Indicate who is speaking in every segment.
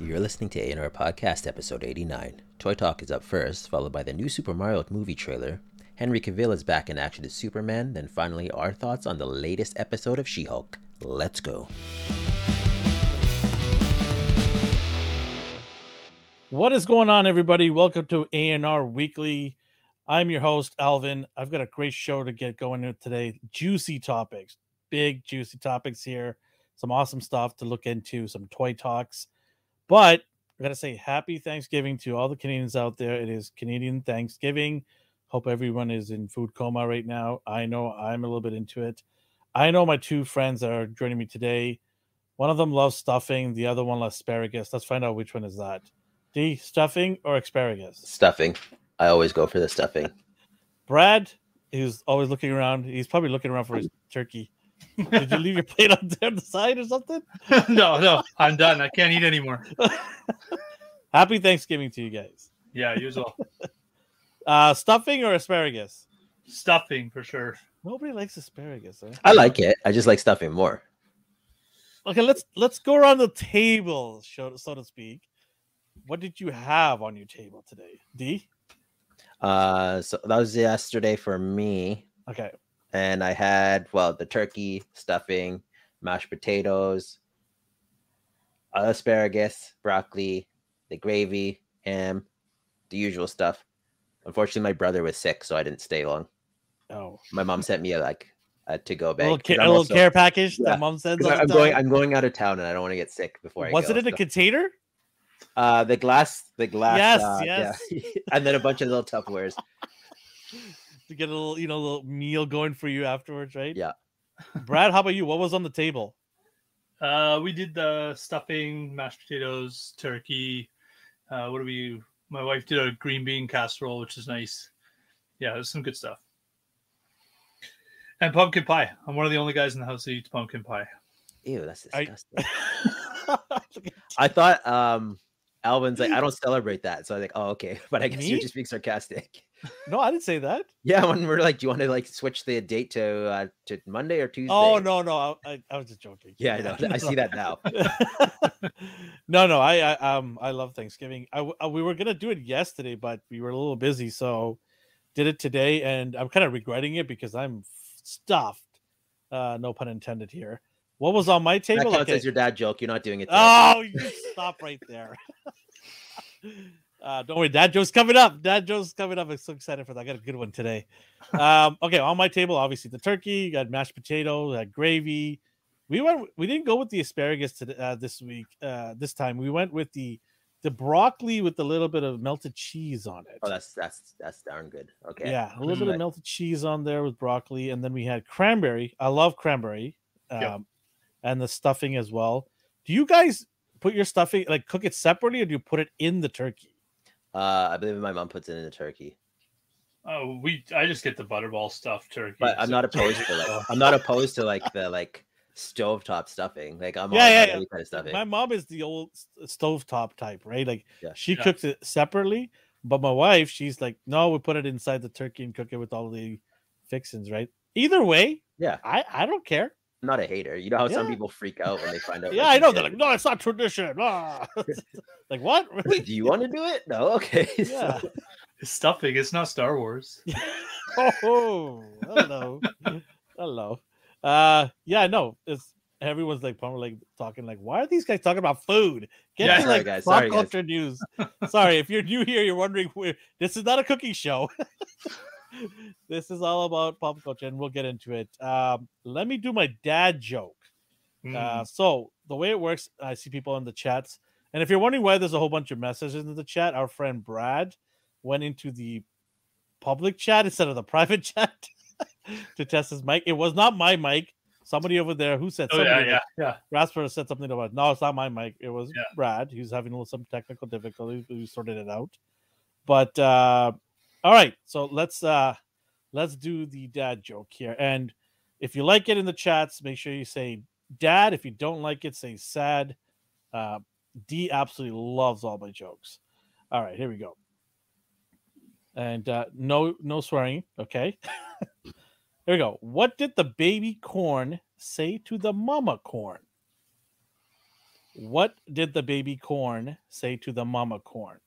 Speaker 1: You're listening to A&R Podcast, episode 89. Toy Talk is up first, followed by the new Super Mario movie trailer. Henry Cavill is back in action as Superman. Then finally, our thoughts on the latest episode of She-Hulk. Let's go.
Speaker 2: What is going on, everybody? Welcome to A&R Weekly. I'm your host, Alvin. I've got a great show to get going here today. Juicy topics, big juicy topics here. Some awesome stuff to look into, some toy talks. But I gotta say, happy Thanksgiving to all the Canadians out there. It is Canadian Thanksgiving. Hope everyone is in food coma right now. I know I'm a little bit into it. I know my two friends that are joining me today. One of them loves stuffing, the other one loves asparagus. Let's find out which one is that. D stuffing or asparagus?
Speaker 1: Stuffing. I always go for the stuffing.
Speaker 2: Brad, who's always looking around, he's probably looking around for his turkey. Did you leave your plate on there on the side or something?
Speaker 3: no, no, I'm done. I can't eat anymore.
Speaker 2: Happy Thanksgiving to you guys.
Speaker 3: Yeah, usual
Speaker 2: Uh, stuffing or asparagus?
Speaker 3: stuffing for sure.
Speaker 2: Nobody likes asparagus. Eh?
Speaker 1: I like it. I just like stuffing more.
Speaker 2: Okay, let's let's go around the table, so, so to speak. What did you have on your table today, D?
Speaker 1: Uh, so that was yesterday for me.
Speaker 2: Okay,
Speaker 1: and I had well the turkey stuffing, mashed potatoes, asparagus, broccoli, the gravy, ham, the usual stuff. Unfortunately, my brother was sick, so I didn't stay long.
Speaker 2: oh,
Speaker 1: My mom sent me a, like a to go
Speaker 2: a
Speaker 1: bag.
Speaker 2: little, ca-
Speaker 1: 'cause
Speaker 2: a
Speaker 1: I'm
Speaker 2: little
Speaker 1: also-
Speaker 2: care package
Speaker 1: Yeah,
Speaker 2: that mom sends.
Speaker 1: 'cause
Speaker 2: all
Speaker 1: I-
Speaker 2: the
Speaker 1: I'm going.
Speaker 2: time.
Speaker 1: I'm going out of town, and I don't want to get sick before I
Speaker 2: Was
Speaker 1: go,
Speaker 2: it in a
Speaker 1: so-
Speaker 2: container?
Speaker 1: uh, the glass, the glass.
Speaker 2: Yes,
Speaker 1: uh, yeah. and then a bunch of little Tupperwares.
Speaker 2: to get a little, you know, a little meal going for you afterwards, right?
Speaker 1: Yeah.
Speaker 2: Brad, how about you? What was on the table?
Speaker 3: Uh, we did the stuffing, mashed potatoes, turkey. Uh, what do we? My wife did a green bean casserole, which is nice. Yeah, there's some good stuff. And pumpkin pie. I'm one of the only guys in the house that eats pumpkin pie.
Speaker 1: Ew, that's
Speaker 2: I-
Speaker 1: disgusting. I thought um Alvin's like, I don't celebrate that. So I was like, oh, okay. But I guess you're
Speaker 2: Mm. Me?
Speaker 1: just being sarcastic.
Speaker 2: no, I didn't say that.
Speaker 1: Yeah, when we're like, do you want to like switch the date to uh, to Monday or Tuesday?
Speaker 2: Oh no, no, I, I, I was just joking.
Speaker 1: Yeah, I know. I see that now.
Speaker 2: no, no, I, I um I love Thanksgiving. I, w- uh, we were gonna do it yesterday, but we were a little busy, so did it today, and I'm kind of regretting it because I'm f- stuffed. Uh, no pun intended here. What was on my
Speaker 1: That
Speaker 2: table?
Speaker 1: counts
Speaker 2: Okay.
Speaker 1: as your dad joke. You're not doing it. today.
Speaker 2: Oh, you stop right there. Uh, don't worry, Dad Joe's coming up. Dad Joe's coming up. I'm so excited for that. I got a good one today. Um, okay, on my table, obviously the turkey, you got mashed potato, you got gravy. We went. We didn't go with the asparagus today, uh, this week. Uh, this time we went with the the broccoli with a little bit of melted cheese on it.
Speaker 1: Oh, that's that's that's darn good. Okay.
Speaker 2: Yeah, a little bit
Speaker 1: Mm.
Speaker 2: of melted cheese on there with broccoli, and then we had cranberry. I love cranberry, um,
Speaker 3: Yeah.
Speaker 2: and the stuffing as well. Do you guys put your stuffing like cook it separately, or do you put it in the turkey?
Speaker 1: Uh, I believe my mom puts it in a turkey,
Speaker 3: Oh, we. I just get the butterball stuffed turkey.
Speaker 1: but I'm
Speaker 3: so-
Speaker 1: not opposed to like I'm not opposed to like the like stovetop stuffing. Like I'm all
Speaker 2: Yeah, yeah,
Speaker 1: about
Speaker 2: yeah.
Speaker 1: any kind of stuffing.
Speaker 2: My mom is the old s- stovetop type, right? Like
Speaker 1: Yeah.
Speaker 2: she
Speaker 3: Yeah.
Speaker 2: cooks it separately, but my wife, she's like, no, we put it inside the turkey and cook it with all the fixings, right? Either way,
Speaker 1: Yeah.
Speaker 2: I I don't care.
Speaker 1: I'm not a hater. You know how some
Speaker 2: Yeah.
Speaker 1: people freak out when they find out.
Speaker 2: Yeah,
Speaker 1: what
Speaker 2: I
Speaker 1: you
Speaker 2: know.
Speaker 1: did?
Speaker 2: They're like, no, it's not tradition. Ah. like what?
Speaker 1: Wait, do you want to do it? No, okay. So-
Speaker 2: yeah.
Speaker 3: It's stuffing. It's not Star Wars.
Speaker 2: oh, hello, hello. Uh, yeah, no, it's everyone's like, probably like talking like, why are these guys talking about food? Get
Speaker 3: Yeah,
Speaker 2: to
Speaker 1: sorry,
Speaker 2: like
Speaker 1: guys,
Speaker 2: pop
Speaker 1: sorry, guys.
Speaker 2: culture news. sorry, if you're new here, you're wondering where this is not a cooking show. this is all about pop culture, and we'll get into it. Um, let me do my dad joke. Uh,
Speaker 3: Mm.
Speaker 2: so the way it works, I see people in the chats, and if you're wondering why there's a whole bunch of messages in the chat, our friend Brad went into the public chat instead of the private chat to test his mic. It was not my mic. Somebody over there who said
Speaker 3: oh
Speaker 2: something
Speaker 3: yeah,
Speaker 2: over
Speaker 3: yeah, yeah.
Speaker 2: Rasper said something about no, it's not my mic. It was
Speaker 3: Yeah.
Speaker 2: Brad. He was having a little- some technical difficulties. but We sorted it out. But uh, all right, so let's uh, let's do the dad joke here. And if you like it in the chats, make sure you say dad. If you don't like it, say sad. Uh, D absolutely loves all my jokes. All right, here we go. And uh, no no swearing. Okay. Here we go. What did the baby corn say to the mama corn? What did the baby corn say to the mama corn?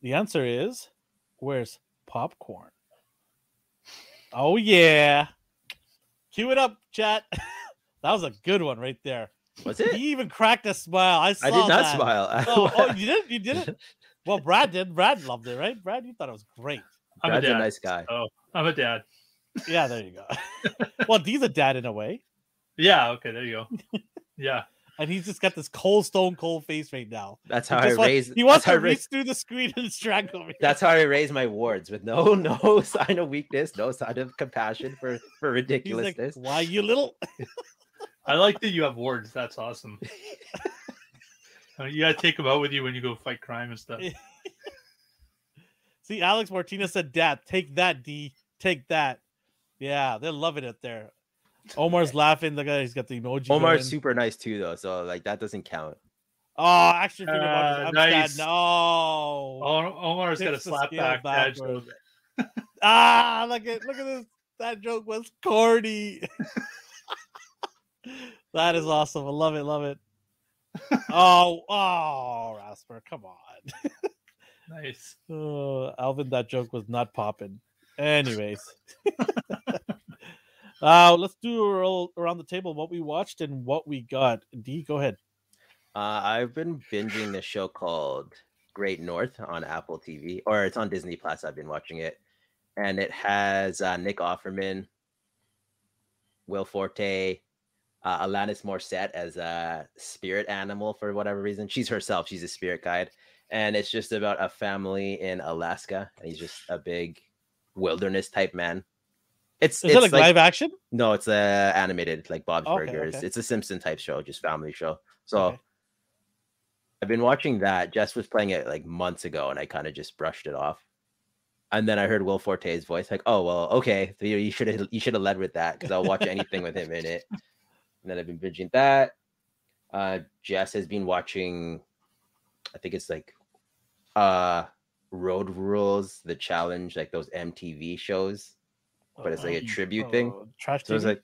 Speaker 2: The answer is, Where's popcorn? Oh, yeah. Cue it up, chat. that was a good one right there.
Speaker 1: Was it?
Speaker 2: He even cracked a smile. I saw
Speaker 1: I did not
Speaker 2: that.
Speaker 1: smile.
Speaker 2: Oh, oh, you did? You did it? Well, Brad did. Brad loved it, right? Brad, you thought it was great.
Speaker 3: I'm
Speaker 1: Brad's
Speaker 3: a
Speaker 1: a
Speaker 3: dad.
Speaker 1: nice guy.
Speaker 3: I'm a dad.
Speaker 2: Yeah, there you go. well, D's a dad in a way.
Speaker 3: Yeah. Okay. There you go. Yeah.
Speaker 2: And he's just got this cold, stone cold face right now.
Speaker 1: That's
Speaker 2: He
Speaker 1: how I
Speaker 2: just wants-
Speaker 1: raise.
Speaker 2: He
Speaker 1: that's,
Speaker 2: wants
Speaker 1: how
Speaker 2: to
Speaker 1: I raise
Speaker 2: reach through the screen and strangle me.
Speaker 1: that's how I raise my wards with no no sign of weakness, no sign of compassion for for
Speaker 2: He's like,
Speaker 1: ridiculousness.
Speaker 2: why you little?
Speaker 3: I like that you have wards. That's awesome. Uh, you gotta take them out with you when you go fight crime and stuff.
Speaker 2: Yeah. See, Alex Martinez said, "Dad, take that, D, take that." Yeah, they're loving it there. Omar's laughing. The guy, he's got the emoji.
Speaker 1: Omar's
Speaker 2: going.
Speaker 1: super nice too, though, so like that doesn't count.
Speaker 2: Oh, action figure.
Speaker 3: Ah,
Speaker 2: Uh, I'm
Speaker 3: nice.
Speaker 2: sad. No.
Speaker 3: Omar- Omar's got a
Speaker 2: Tips the
Speaker 3: slap
Speaker 2: scale
Speaker 3: back. badge.
Speaker 2: backwards. Ah, look at look at this. That joke was corny. that is awesome. I love it. Love it. Oh, oh, Rasper, come on.
Speaker 3: Nice.
Speaker 2: Oh, Alvin, that joke was not popping. Anyways, uh, let's do a roll around the table what we watched and what we got. D, go ahead.
Speaker 1: Uh, I've been binging this show called Great North on Apple TV, or it's on Disney Plus. I've been watching it, and it has uh, Nick Offerman, Will Forte, uh, Alanis Morissette as a spirit animal for whatever reason. She's herself; she's a spirit guide, and it's just about a family in Alaska, and he's just a big wilderness type man. It's
Speaker 2: Is
Speaker 1: it's
Speaker 2: it like, live action?
Speaker 1: no, it's uh, animated, like Bob's
Speaker 2: Okay,
Speaker 1: Burgers.
Speaker 2: okay.
Speaker 1: It's a Simpson type show, just family show. So
Speaker 2: Okay.
Speaker 1: I've been watching that. Jess was playing it like months ago, and I kind of just brushed it off. And then I heard Will Forte's voice, like, "Oh well, okay, so you should have you should have led with that because I'll watch anything with him in it." And then I've been binging that. Uh, Jess has been watching, I think it's like, uh, Road Rules, The Challenge, like those MTV shows, but it's like a
Speaker 3: Um,
Speaker 1: tribute thing.
Speaker 2: Oh, trash
Speaker 1: So it's
Speaker 2: TV?
Speaker 1: like,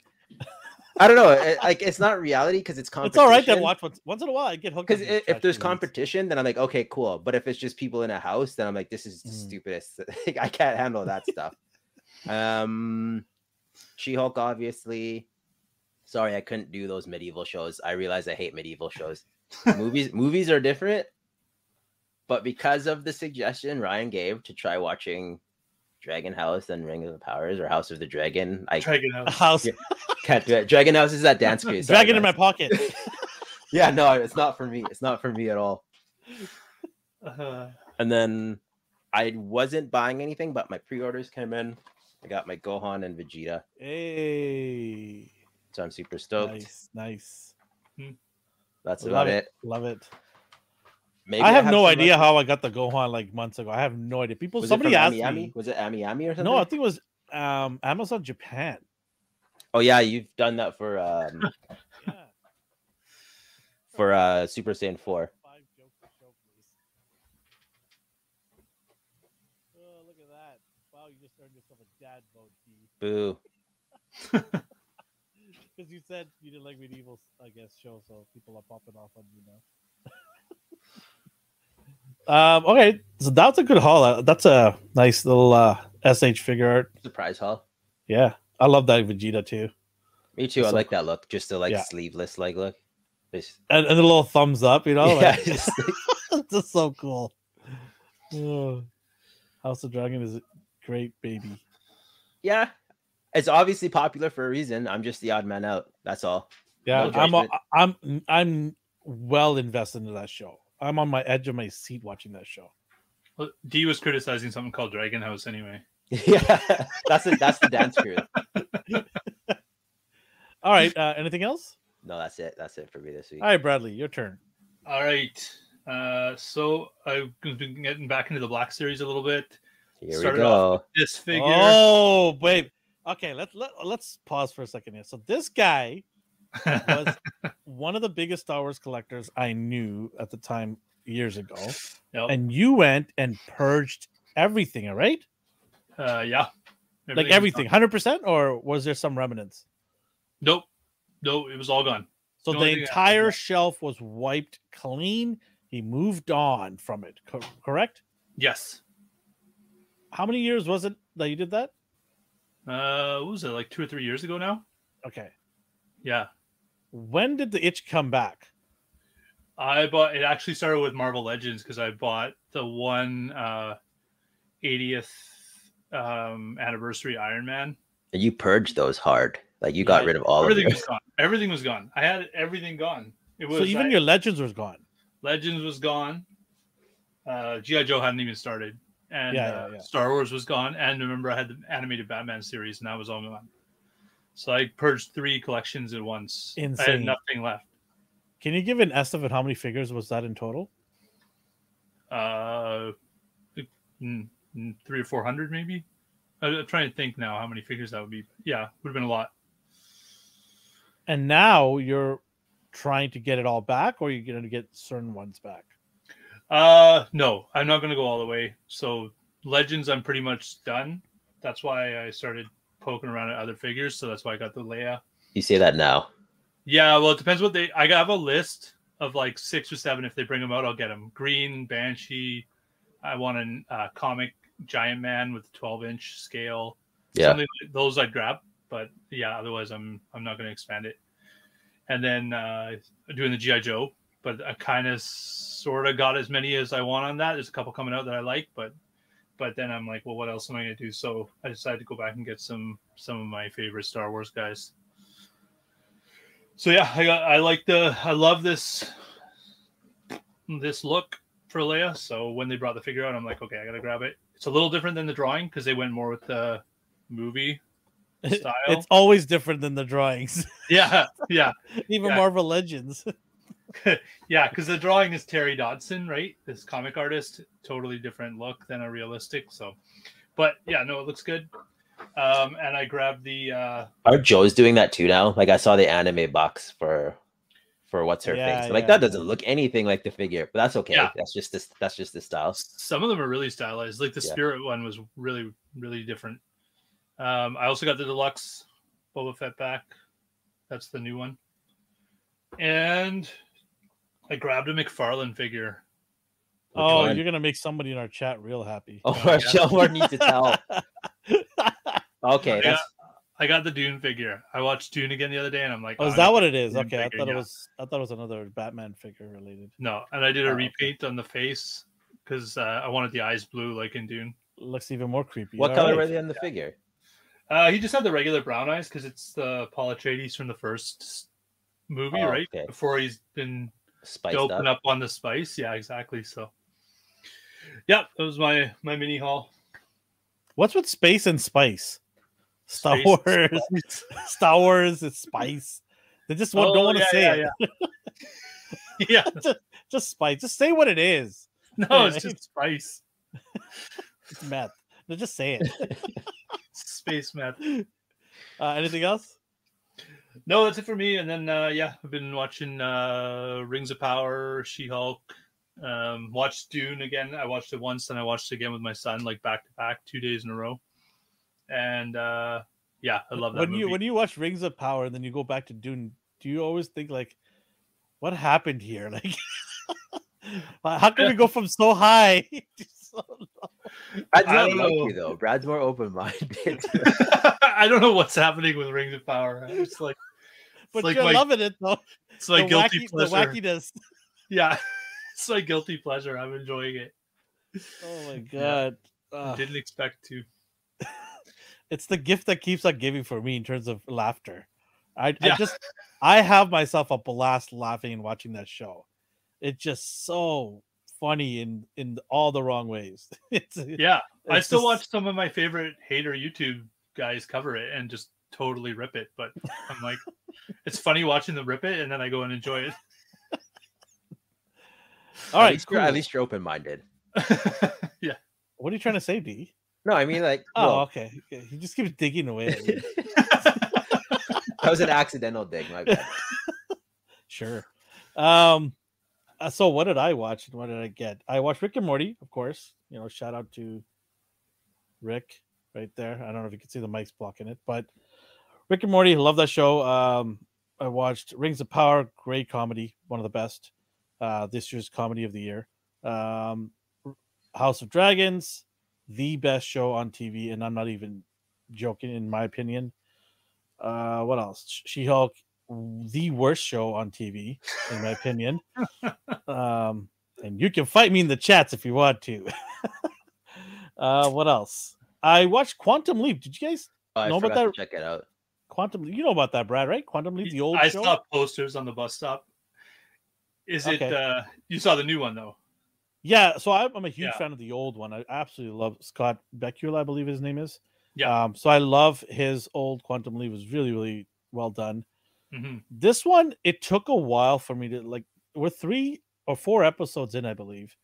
Speaker 1: I don't know. It, like, it's not reality because it's
Speaker 2: it's
Speaker 1: competition.
Speaker 2: all right to watch once, once in a while. I get hooked. on
Speaker 1: Because
Speaker 2: these
Speaker 1: if
Speaker 2: trash
Speaker 1: there's
Speaker 2: movies.
Speaker 1: competition, then I'm like, okay, cool. But if it's just people in a house, then I'm like, this is the
Speaker 2: Mm.
Speaker 1: stupidest. Like, I can't handle that stuff. um, She Hulk, obviously. Sorry, I couldn't do those medieval shows. I realize I hate medieval shows. movies, movies are different. But because of the suggestion Ryan gave to try watching Dragon House and Ring of the Powers or House of the Dragon, I
Speaker 3: Try it out.
Speaker 2: house
Speaker 1: Yeah, can't do it. Dragon House is that dance piece. sorry,
Speaker 2: dragon in my
Speaker 1: guys.
Speaker 2: pocket.
Speaker 1: Yeah, no, it's not for me. It's not for me at all.
Speaker 3: Uh,
Speaker 1: And then I wasn't buying anything, but my pre-orders came in. I got my Gohan and Vegeta,
Speaker 2: hey,
Speaker 1: so I'm super stoked.
Speaker 2: nice, nice.
Speaker 1: That's
Speaker 2: Love
Speaker 1: about it.
Speaker 2: Love it.
Speaker 1: Maybe
Speaker 2: I have no
Speaker 1: some
Speaker 2: idea
Speaker 1: other-
Speaker 2: how I got the Gohan like months ago. I have no idea. People,
Speaker 1: was it
Speaker 2: somebody
Speaker 1: from
Speaker 2: asked
Speaker 1: Ami Ami?
Speaker 2: me.
Speaker 1: Was it Ami Ami or something?
Speaker 2: No, I think it was um, Amazon Japan.
Speaker 1: oh yeah, you've done that for um
Speaker 2: Yeah.
Speaker 1: for uh Super Saiyan Four.
Speaker 2: five jokes a show, please. Oh, look at that. Wow, you just earned yourself a dad vote,
Speaker 1: Boo.
Speaker 2: Because you said you didn't like medieval, I guess, show, so people are popping off on you now. um, okay, so that's a good haul. Uh, That's a nice little uh, SH figure art.
Speaker 1: Surprise haul.
Speaker 2: Yeah, I love that Vegeta too.
Speaker 1: Me too. I
Speaker 2: So-
Speaker 1: like that look. Just the like
Speaker 2: Yeah.
Speaker 1: sleeveless like look. Just,
Speaker 2: And, and the little thumbs up, you know?
Speaker 1: yeah,
Speaker 2: Oh, like-
Speaker 1: just like-
Speaker 2: That's so cool. Oh, House of Dragon is a great baby.
Speaker 1: yeah. It's obviously popular for a reason. I'm just the odd man out. That's all.
Speaker 2: Yeah,
Speaker 1: No
Speaker 2: I'm a,
Speaker 1: judgment.
Speaker 2: I'm I'm well invested in that show. I'm on my edge of my seat watching that show.
Speaker 3: well, D was criticizing something called Dragon House anyway.
Speaker 1: Yeah, that's it. That's the dance crew.
Speaker 2: All right, uh, anything else?
Speaker 1: No, that's it. That's it for me this week.
Speaker 2: All right, Bradley, your turn.
Speaker 3: All right. Uh, so I've been getting back into the Black Series a little bit.
Speaker 1: Here we
Speaker 3: started
Speaker 1: go.
Speaker 3: This figure.
Speaker 2: Oh, wait. Okay, let's let, let's pause for a second here. So this guy
Speaker 3: uh,
Speaker 2: was one of the biggest Star Wars collectors I knew at the time years ago,
Speaker 3: Yep.
Speaker 2: and you went and purged everything. All right,
Speaker 3: uh, yeah.
Speaker 2: like
Speaker 3: was
Speaker 2: everything,
Speaker 3: gone.
Speaker 2: hundred percent, or was there some remnants?
Speaker 3: Nope. Nope. It was all gone.
Speaker 2: So
Speaker 3: The
Speaker 2: the
Speaker 3: only thing I-
Speaker 2: entire shelf was wiped clean. He moved on from it. co- correct?
Speaker 3: Yes.
Speaker 2: How many years was it that you did that?
Speaker 3: Uh, what was it like two or three years ago now?
Speaker 2: Okay.
Speaker 3: Yeah,
Speaker 2: When did the itch come back?
Speaker 3: I bought it. Actually, started with Marvel Legends because I bought the one uh, 80th um, anniversary Iron Man.
Speaker 1: And you purged those hard. Like you
Speaker 3: Yeah,
Speaker 1: got rid of all of
Speaker 3: everything
Speaker 1: your
Speaker 3: was gone. Everything was gone. I had everything gone. It was
Speaker 2: so even
Speaker 3: I-
Speaker 2: your legends was gone.
Speaker 3: Legends was gone. Uh, GI Joe hadn't even started, and
Speaker 2: Yeah,
Speaker 3: uh,
Speaker 2: yeah, yeah.
Speaker 3: Star Wars was gone. And remember, I had the animated Batman series, and that was all gone. So I purged three collections at once. I had
Speaker 2: Insane.
Speaker 3: nothing left.
Speaker 2: Can you give an estimate how many figures was that in total?
Speaker 3: uh mm, mm, three or four hundred maybe I- i'm trying to think now how many figures that would be yeah would have been a lot
Speaker 2: And now you're trying to get it all back, or you're going to get certain ones back.
Speaker 3: uh no i'm not going to go all the way so legends i'm pretty much done that's why i started poking around at other figures so that's why i got the leia
Speaker 1: you say that now.
Speaker 3: yeah well it depends what they i have a list of like six or seven if they bring them out i'll get them green banshee i want an uh, comic giant man with 12 inch scale
Speaker 1: Yeah.
Speaker 3: Something like those I'd grab, but yeah, otherwise I'm I'm not going to expand it. And then uh, doing the GI Joe, but I kind of sort of got as many as I want on that. There's a couple coming out that I like, but but then I'm like, well, what else am I going to do? So I decided to go back and get some some of my favorite Star Wars guys. So yeah, I got, I like the I love this this look for Leia. So when they brought the figure out, I'm like, okay, I got to grab it. It's a little different than the drawing because they went more with the movie style.
Speaker 2: It's always different than the drawings,
Speaker 3: yeah, yeah,
Speaker 2: even
Speaker 3: Yeah.
Speaker 2: Marvel Legends.
Speaker 3: yeah. Because the drawing is Terry Dodson, right? This comic artist, totally different look than a realistic. So, but yeah, no, it looks good. Um, and I grabbed the uh,
Speaker 1: Are Joe's doing that too now? Like I saw the anime box for for what's her
Speaker 2: Yeah,
Speaker 1: face. Like
Speaker 2: yeah,
Speaker 1: that doesn't
Speaker 2: yeah.
Speaker 1: look anything like the figure, but that's okay.
Speaker 3: Yeah.
Speaker 1: That's just this that's just the style.
Speaker 3: some of them are really stylized. Like the
Speaker 1: Yeah.
Speaker 3: spirit one was really, really different. Um, I also got the deluxe Boba Fett back. That's the new one. And I grabbed a McFarlane figure.
Speaker 1: Which
Speaker 2: oh,
Speaker 1: one?
Speaker 2: you're going to make somebody in our chat real happy.
Speaker 1: Oh,
Speaker 3: yeah.
Speaker 1: Joe Moore needs to tell. Okay,
Speaker 3: Yeah.
Speaker 1: that's
Speaker 3: I got the Dune figure. I watched Dune again the other day, and I'm like,
Speaker 2: Oh,
Speaker 3: "Oh,
Speaker 2: is that what it is?
Speaker 3: Batman
Speaker 2: Okay, I
Speaker 3: figure,
Speaker 2: thought it
Speaker 3: yeah.
Speaker 2: was. I thought it was another Batman figure related.
Speaker 3: No, and I did a
Speaker 2: Oh, okay.
Speaker 3: repaint on the face because uh, I wanted the eyes blue, like in Dune.
Speaker 2: Looks even more creepy.
Speaker 1: what
Speaker 2: All
Speaker 1: color
Speaker 2: right.
Speaker 1: were they on the figure?
Speaker 3: Uh, he just had the regular brown eyes because it's the Paul Atreides from the first movie,
Speaker 1: Oh,
Speaker 3: right?
Speaker 1: okay.
Speaker 3: Before he's been
Speaker 1: Spiced
Speaker 3: doping
Speaker 1: up.
Speaker 3: up. on the spice. Yeah, exactly. So, yeah, that was my my mini haul.
Speaker 2: What's with space and spice? Star
Speaker 3: Space
Speaker 2: Wars, Star Wars is spice. They just won't, don't
Speaker 3: Oh,
Speaker 2: want to
Speaker 3: yeah,
Speaker 2: say
Speaker 3: yeah,
Speaker 2: it.
Speaker 3: Yeah. yeah,
Speaker 2: Just spice. Just say what it is.
Speaker 3: no, it's just spice,
Speaker 2: It's meth. They just say it.
Speaker 3: space math.
Speaker 2: Uh, anything else?
Speaker 3: No, that's it for me. And then uh, yeah, I've been watching uh, Rings of Power, She Hulk. Um, watched Dune again. I watched it once, and I watched it again with my son, like back to back, two days in a row. And uh, yeah, I love that
Speaker 2: when
Speaker 3: movie.
Speaker 2: you when you watch Rings of Power and then you go back to Dune, do you always think like, what happened here? Like, how can we go from so high to so
Speaker 1: Brad's
Speaker 3: I
Speaker 1: not
Speaker 3: don't
Speaker 1: like
Speaker 3: know.
Speaker 1: you though. Brad's more open minded.
Speaker 3: I don't know what's happening with Rings of Power. It's like it's
Speaker 2: But
Speaker 3: like
Speaker 2: you're
Speaker 3: my,
Speaker 2: loving it though.
Speaker 3: it's my
Speaker 2: the,
Speaker 3: guilty
Speaker 2: wacky, the
Speaker 3: pleasure.
Speaker 2: wackiness.
Speaker 3: Yeah, it's my guilty pleasure. I'm enjoying it.
Speaker 2: Oh my
Speaker 3: Yeah.
Speaker 2: god. Ugh.
Speaker 3: Didn't expect to.
Speaker 2: it's the gift that keeps on giving for me in terms of laughter. I, I
Speaker 3: Yeah.
Speaker 2: just I have myself a blast laughing and watching that show. It's just so funny in in all the wrong ways. it's,
Speaker 3: Yeah, I
Speaker 2: it's
Speaker 3: still
Speaker 2: just-
Speaker 3: watch some of my favorite hater YouTube guys cover it and just totally rip it. But I'm like, it's funny watching them rip it, and then I go and enjoy
Speaker 2: All
Speaker 1: at
Speaker 2: right,
Speaker 1: least you're,
Speaker 2: cool.
Speaker 1: at least you're open minded.
Speaker 3: it. yeah,
Speaker 2: What are you trying to say, D?
Speaker 1: No, I mean like
Speaker 2: Oh,
Speaker 1: well,
Speaker 2: okay. okay. He just keeps digging away. At me.
Speaker 1: that was an accidental dig, my bad.
Speaker 2: sure. Um. uh, So what did I watch and what did I get? I watched Rick and Morty, of course. You know, shout out to Rick right there. I don't know if you can see the mic's blocking it, but Rick and Morty, love that show. Um, I watched Rings of Power, great comedy, one of the best. Uh, this year's comedy of the year. Um, House of Dragons, the best show on TV, and I'm not even joking, in my opinion. Uh, what else? She Hulk, the worst show on TV, in my opinion. um, and you can fight me in the chats if you want to. uh, what else? I watched Quantum Leap. Did you guys
Speaker 1: Oh, I
Speaker 2: No, but
Speaker 1: forgot to
Speaker 2: that-
Speaker 1: check it out.
Speaker 2: Quantum? You know about that, Brad? Right? Quantum Leap, the old
Speaker 3: I
Speaker 2: show.
Speaker 3: saw posters on the bus stop. Is it?
Speaker 2: Okay.
Speaker 3: uh You saw the new one though.
Speaker 2: Yeah, so I, I'm a huge
Speaker 3: Yeah.
Speaker 2: fan of the old one. I absolutely love Scott Bakula, I believe his name is.
Speaker 3: Yeah.
Speaker 2: Um, so I love his old Quantum Leap. It was really, really well done.
Speaker 3: hmm
Speaker 2: This one, it took a while for me to like. We're three or four episodes in, I believe,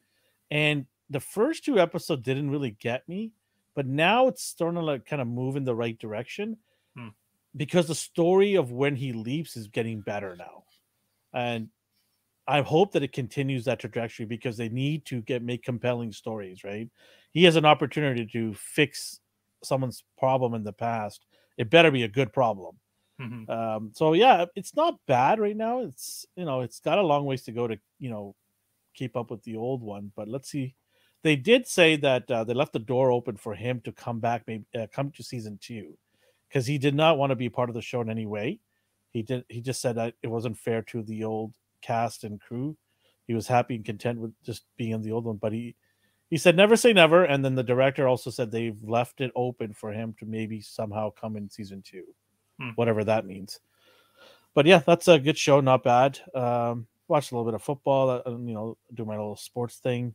Speaker 2: and the first two episodes didn't really get me, but now it's starting to like kind of move in the right direction
Speaker 3: Hmm.
Speaker 2: because the story of when he leaps is getting better now, and I hope that it continues that trajectory because they need to get make compelling stories, right? He has an opportunity to fix someone's problem in the past. It better be a good problem.
Speaker 3: hmm
Speaker 2: Um, so yeah, it's not bad right now. It's you know, it's got a long ways to go to you know keep up with the old one, but let's see. They did say that uh, they left the door open for him to come back, maybe uh, come to season two, because he did not want to be part of the show in any way. He did. He just said that it wasn't fair to the old cast and crew. He was happy and content with just being in the old one, but he he said never say never. And then the director also said they've left it open for him to maybe somehow come in season two whatever that means. But yeah, that's a good show, not bad. Um, watched a little bit of football, uh, and, you know, do my little sports thing.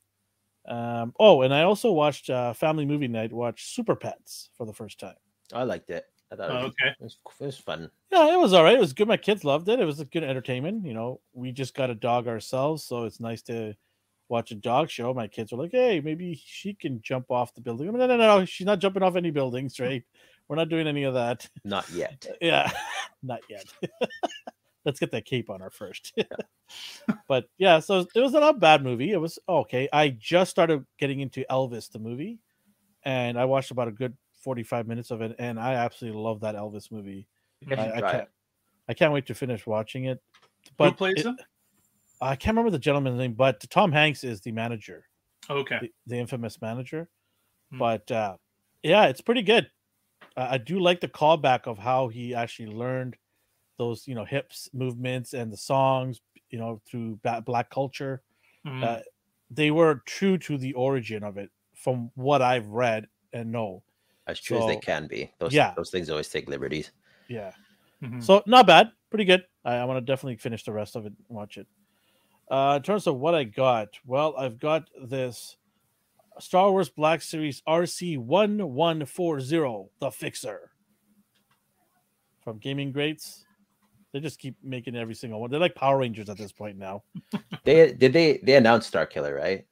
Speaker 2: Um, oh, and I also watched uh, family movie night, watched Super Pets for the first time.
Speaker 1: I liked it. I thought it was,
Speaker 3: Oh, okay.
Speaker 1: it was, it was fun.
Speaker 2: Yeah, it was all right. It was good. My kids loved it. It was good entertainment. You know, we just got a dog ourselves, so it's nice to watch a dog show. My kids were like, "Hey, maybe she can jump off the building." I'm like, no, no, no, she's not jumping off any buildings, right? We're not doing any of that.
Speaker 1: Not yet.
Speaker 2: yeah not yet let's get that cape on her first but yeah so it was not a bad movie it was okay i just started getting into elvis the movie and i watched about a good 45 minutes of it and i absolutely love that elvis movie
Speaker 3: mm-hmm.
Speaker 1: I should
Speaker 2: I, I
Speaker 1: try
Speaker 2: can't
Speaker 1: it.
Speaker 2: i can't wait to finish watching it
Speaker 3: Who
Speaker 2: but
Speaker 3: plays
Speaker 2: it-
Speaker 3: them?
Speaker 2: i can't remember the gentleman's name but tom hanks is the manager
Speaker 3: Okay.
Speaker 2: the, the infamous manager.
Speaker 3: Hmm.
Speaker 2: But uh, yeah, it's pretty good. I I do like the callback of how he actually learned those, you know, hips movements and the songs, you know, through ba- black culture.
Speaker 3: Mhm.
Speaker 2: Uh, they were true to the origin of it, from what I've read and know.
Speaker 1: As true as they
Speaker 2: so-
Speaker 1: can be. Those
Speaker 2: yeah.
Speaker 1: those things always take liberties.
Speaker 2: Yeah.
Speaker 3: Mhm.
Speaker 2: So not bad, pretty good. I, I want to definitely finish the rest of it, and watch it. Uh, in terms of what I got, well, I've got this Star Wars Black Series RC one one four zero, the Fixer from Gaming Greats. They just keep making every single one. They're like Power Rangers at this point now.
Speaker 1: They did they they announced Star Killer, right?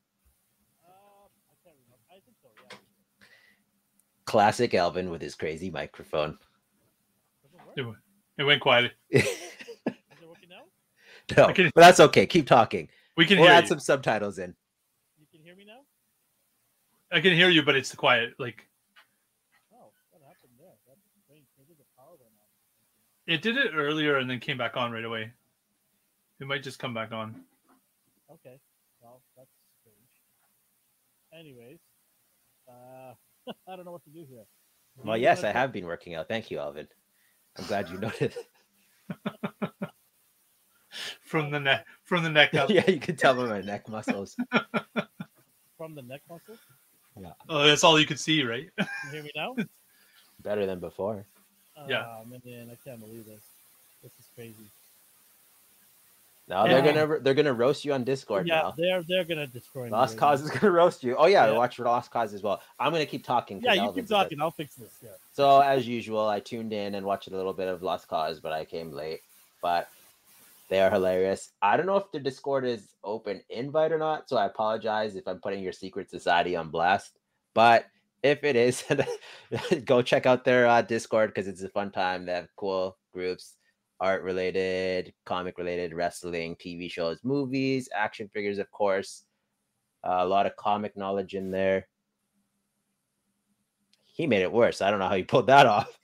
Speaker 2: Uh,
Speaker 1: Classic Alvin with his crazy microphone.
Speaker 3: It went quiet.
Speaker 1: no,
Speaker 2: Is it working now?
Speaker 1: but that's okay. Keep talking.
Speaker 3: We can
Speaker 1: We'll
Speaker 3: hear
Speaker 1: add
Speaker 3: you.
Speaker 1: some subtitles in.
Speaker 2: You can hear me now?
Speaker 3: I can hear you, but it's quiet. Like
Speaker 2: Oh, what happened there? That's strange. Maybe the power went out.
Speaker 3: it did it earlier and then came back on right away. It might just come back on.
Speaker 2: Okay. Well, that's strange. Anyways, uh, I don't know what to do here.
Speaker 1: Well,
Speaker 2: You
Speaker 1: yes, I
Speaker 2: wanna-
Speaker 1: have been working out. Thank you, Alvin. I'm glad you noticed.
Speaker 3: From the neck, from the neck up.
Speaker 1: yeah, you can tell by my neck muscles.
Speaker 2: From the neck muscle.
Speaker 3: Oh, that's all you could see, right?
Speaker 2: Can you hear me now?
Speaker 1: Better than before.
Speaker 3: Yeah.
Speaker 2: Oh, man, I can't believe this. This is crazy.
Speaker 1: Now
Speaker 2: Yeah.
Speaker 1: they're gonna they're gonna roast you on Discord
Speaker 2: yeah,
Speaker 1: now.
Speaker 2: they're they're gonna destroy me
Speaker 1: Lost
Speaker 2: right now.
Speaker 1: Cause is gonna roast you. Oh yeah,
Speaker 2: Yeah.
Speaker 1: watch Lost Cause as well. I'm gonna keep talking. 'cause
Speaker 2: Yeah, you
Speaker 1: Alvin's
Speaker 2: keep
Speaker 1: with us.
Speaker 2: talking. I'll fix this. Yeah.
Speaker 1: So as usual, I tuned in and watched a little bit of Lost Cause, but I came late. But they are hilarious. I don't know if the Discord is open invite or not, so I apologize if I'm putting your secret society on blast. But if it is, go check out their uh, Discord because it's a fun time. They have cool groups, art related, comic related, wrestling, TV shows, movies, action figures, of course. Uh, a lot of comic knowledge in there. He made it worse. I don't know how he pulled that off.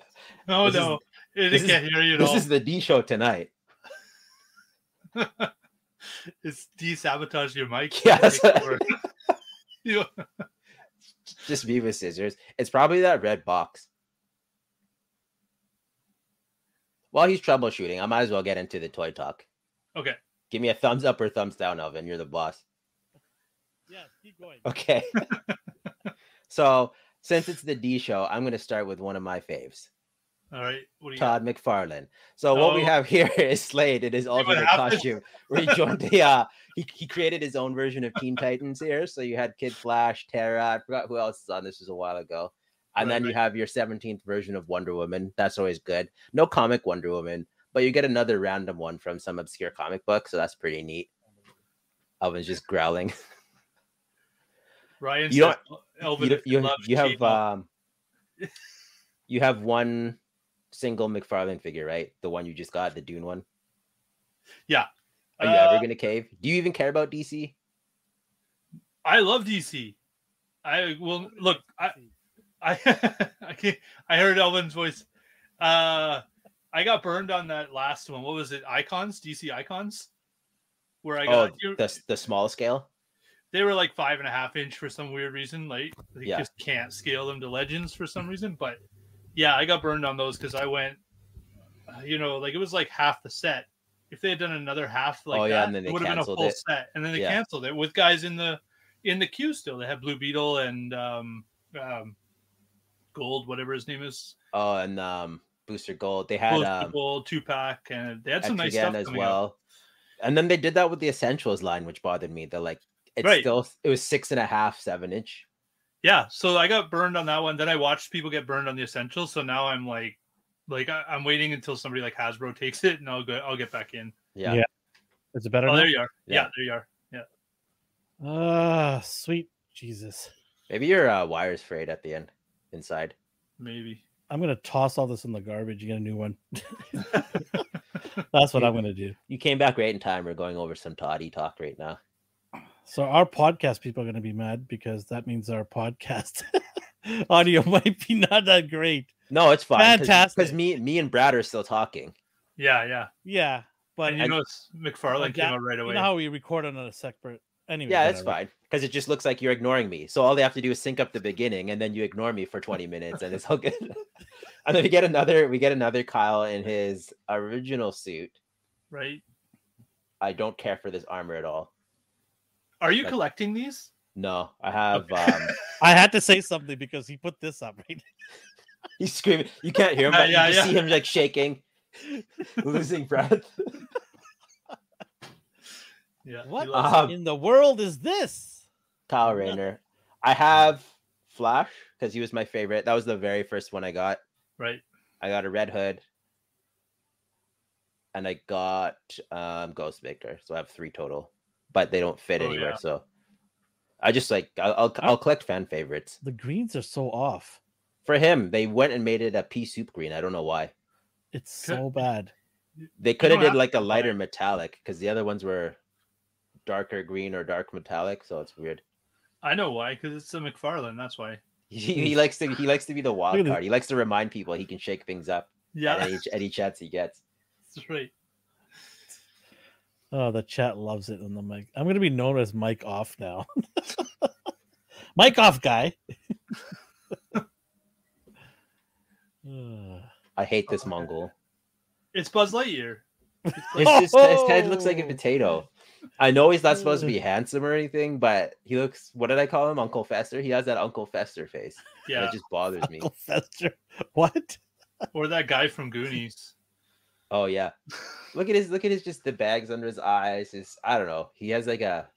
Speaker 3: Oh, No,
Speaker 1: This is-
Speaker 3: no, it
Speaker 1: this
Speaker 3: can't hear you at
Speaker 1: This
Speaker 3: all.
Speaker 1: is the D show tonight.
Speaker 3: it's de-sabotage your mic.
Speaker 1: Yeah, that's what I-
Speaker 3: Or- you
Speaker 1: Just Viva Scissors. It's probably that red box. While he's troubleshooting, I might as well get into the toy talk.
Speaker 3: Okay.
Speaker 1: Give me a thumbs up or thumbs down, Elvin. You're the boss.
Speaker 2: Yeah, keep going.
Speaker 1: Okay. so, since it's the D show, I'm going to start with one of my faves,
Speaker 3: All right. What do you
Speaker 1: Todd
Speaker 3: got?
Speaker 1: McFarlane. So, what we
Speaker 3: Oh.
Speaker 1: have here is Slade in his alternate
Speaker 3: happened?
Speaker 1: costume. Rejoined the, uh, he, he created his own version of Teen Titans here. So, you had Kid Flash, Terra, I forgot who else is on this was a while ago. And
Speaker 3: Right,
Speaker 1: then you have your 17th version of Wonder Woman. That's always good. No comic Wonder Woman, but you get another random one from some obscure comic book. So, that's pretty neat. Elvin's just growling.
Speaker 3: Ryan
Speaker 1: You
Speaker 3: said, Elvin,
Speaker 1: you,
Speaker 3: if
Speaker 1: d- you,
Speaker 3: love
Speaker 1: you have
Speaker 3: cheap,
Speaker 1: um, you have one single McFarlane figure, right? The one you just got, the Dune one.
Speaker 3: Yeah.
Speaker 1: Are you
Speaker 3: Uh,
Speaker 1: ever gonna cave? Do you even care about DC?
Speaker 3: I love DC. I will look. I I I, can't, I heard Elvin's voice. Uh, I got burned on that last one. What was it? Icons, DC Icons, where I
Speaker 1: Oh,
Speaker 3: got you-
Speaker 1: the s- the small scale.
Speaker 3: they were like five and a half inch for some weird reason. Like they
Speaker 1: Yeah.
Speaker 3: just can't scale them to legends for some reason. But yeah, I got burned on those because I went, uh, you know, like it was like half the set. If they had done another half like
Speaker 1: Oh,
Speaker 3: that,
Speaker 1: yeah, and then they
Speaker 3: it would have been a
Speaker 1: canceled
Speaker 3: full
Speaker 1: it.
Speaker 3: set. And then they
Speaker 1: Yeah.
Speaker 3: canceled it with guys in the in the queue still. They have Blue Beetle and um, um Gold, whatever his name is,
Speaker 1: Oh, and um, Booster Gold. They had
Speaker 3: Gold,
Speaker 1: um,
Speaker 3: Two Pack, and they had some nice
Speaker 1: Etrigan
Speaker 3: stuff
Speaker 1: as
Speaker 3: coming out.
Speaker 1: well. And then they did that with the Essentials line, which bothered me. They're like, it's
Speaker 3: Right.
Speaker 1: still it was six and a half, seven inch.
Speaker 3: yeah so i got burned on that one then i watched people get burned on the essentials so now i'm like like I, i'm waiting until somebody like hasbro takes it and i'll go i'll get back in
Speaker 1: Yeah.
Speaker 2: Yeah. Is it better?
Speaker 3: oh
Speaker 2: now?
Speaker 3: there you are yeah,
Speaker 1: Yeah.
Speaker 3: there you are
Speaker 2: Ah, sweet Jesus.
Speaker 1: Maybe your uh, wires frayed at the end inside.
Speaker 3: maybe
Speaker 2: I'm gonna toss all this in the garbage. You get a new one. That's what I'm gonna do.
Speaker 1: You came back right in time. We're going over some toddy talk right now.
Speaker 2: So our podcast people are gonna be mad because that means our podcast audio might be not that great.
Speaker 1: No, it's fine. Because
Speaker 2: Fantastic.
Speaker 1: me, me and Brad are still talking.
Speaker 3: yeah yeah
Speaker 2: Yeah, but
Speaker 3: and you
Speaker 1: And-
Speaker 3: know it's mcfarlane came
Speaker 2: Yeah,
Speaker 3: out right
Speaker 2: you
Speaker 3: away
Speaker 2: know how we record on a separate. Anyway,
Speaker 1: yeah, it's
Speaker 2: whatever.
Speaker 1: fine. Because it just looks like you're ignoring me. So all they have to do is sync up the beginning, and then you ignore me for 20 minutes, and it's all good. and then we get another, we get another Kyle in his original suit.
Speaker 3: right
Speaker 1: I don't care for this armor at all.
Speaker 3: are you
Speaker 1: Like-
Speaker 3: collecting these
Speaker 1: No, I have.
Speaker 3: Okay.
Speaker 1: um
Speaker 2: I had to say something because he put this up. Right?
Speaker 1: He's screaming. You can't hear him.
Speaker 3: Yeah,
Speaker 1: But
Speaker 3: yeah,
Speaker 1: you just
Speaker 3: yeah.
Speaker 1: see him like shaking, losing breath.
Speaker 3: yeah you
Speaker 2: What Uh-huh.
Speaker 3: lost-
Speaker 1: Um,
Speaker 2: in the world is this?
Speaker 1: Kyle
Speaker 2: Yeah.
Speaker 1: Rayner. I have Flash because he was my favorite. That was the very first one I got.
Speaker 3: right
Speaker 1: I got a Red Hood, and I got um, Ghost Victor. So I have three total, but they don't fit
Speaker 3: Oh,
Speaker 1: anywhere.
Speaker 3: yeah.
Speaker 1: So I just like I'll, I'll I'll collect fan favorites.
Speaker 2: The greens are so off.
Speaker 1: For him, they went and made it a pea soup green. I don't know why.
Speaker 2: It's so bad.
Speaker 1: They could have
Speaker 3: don't
Speaker 1: did
Speaker 3: have
Speaker 1: like a lighter metallic because the other ones were darker green or dark metallic. So it's weird.
Speaker 3: i know why because it's the mcfarlane that's why
Speaker 1: He, he likes to he likes to be the
Speaker 2: at
Speaker 1: wild
Speaker 2: this.
Speaker 1: card. He likes to remind people he can shake things up at
Speaker 3: yeah
Speaker 1: any, at any chance he gets.
Speaker 3: that's right
Speaker 2: Oh, the chat loves it on the mic. I'm gonna be known as Mike Off now. Mike Off guy. Ugh.
Speaker 1: I hate this
Speaker 3: Okay.
Speaker 1: Mongol.
Speaker 3: it's buzz lightyear
Speaker 1: It's just, his head looks like a
Speaker 2: Oh.
Speaker 1: potato. I know he's not supposed to be handsome or anything, but he looks. What did I call him? Uncle Fester. He has that Uncle Fester face. Yeah,
Speaker 3: yeah
Speaker 1: it just bothers me.
Speaker 2: Uncle Fester. What?
Speaker 3: or that guy from goonies
Speaker 1: Oh yeah, look at his. Look at his. Just the bags under his eyes. His. I don't know. He has like a.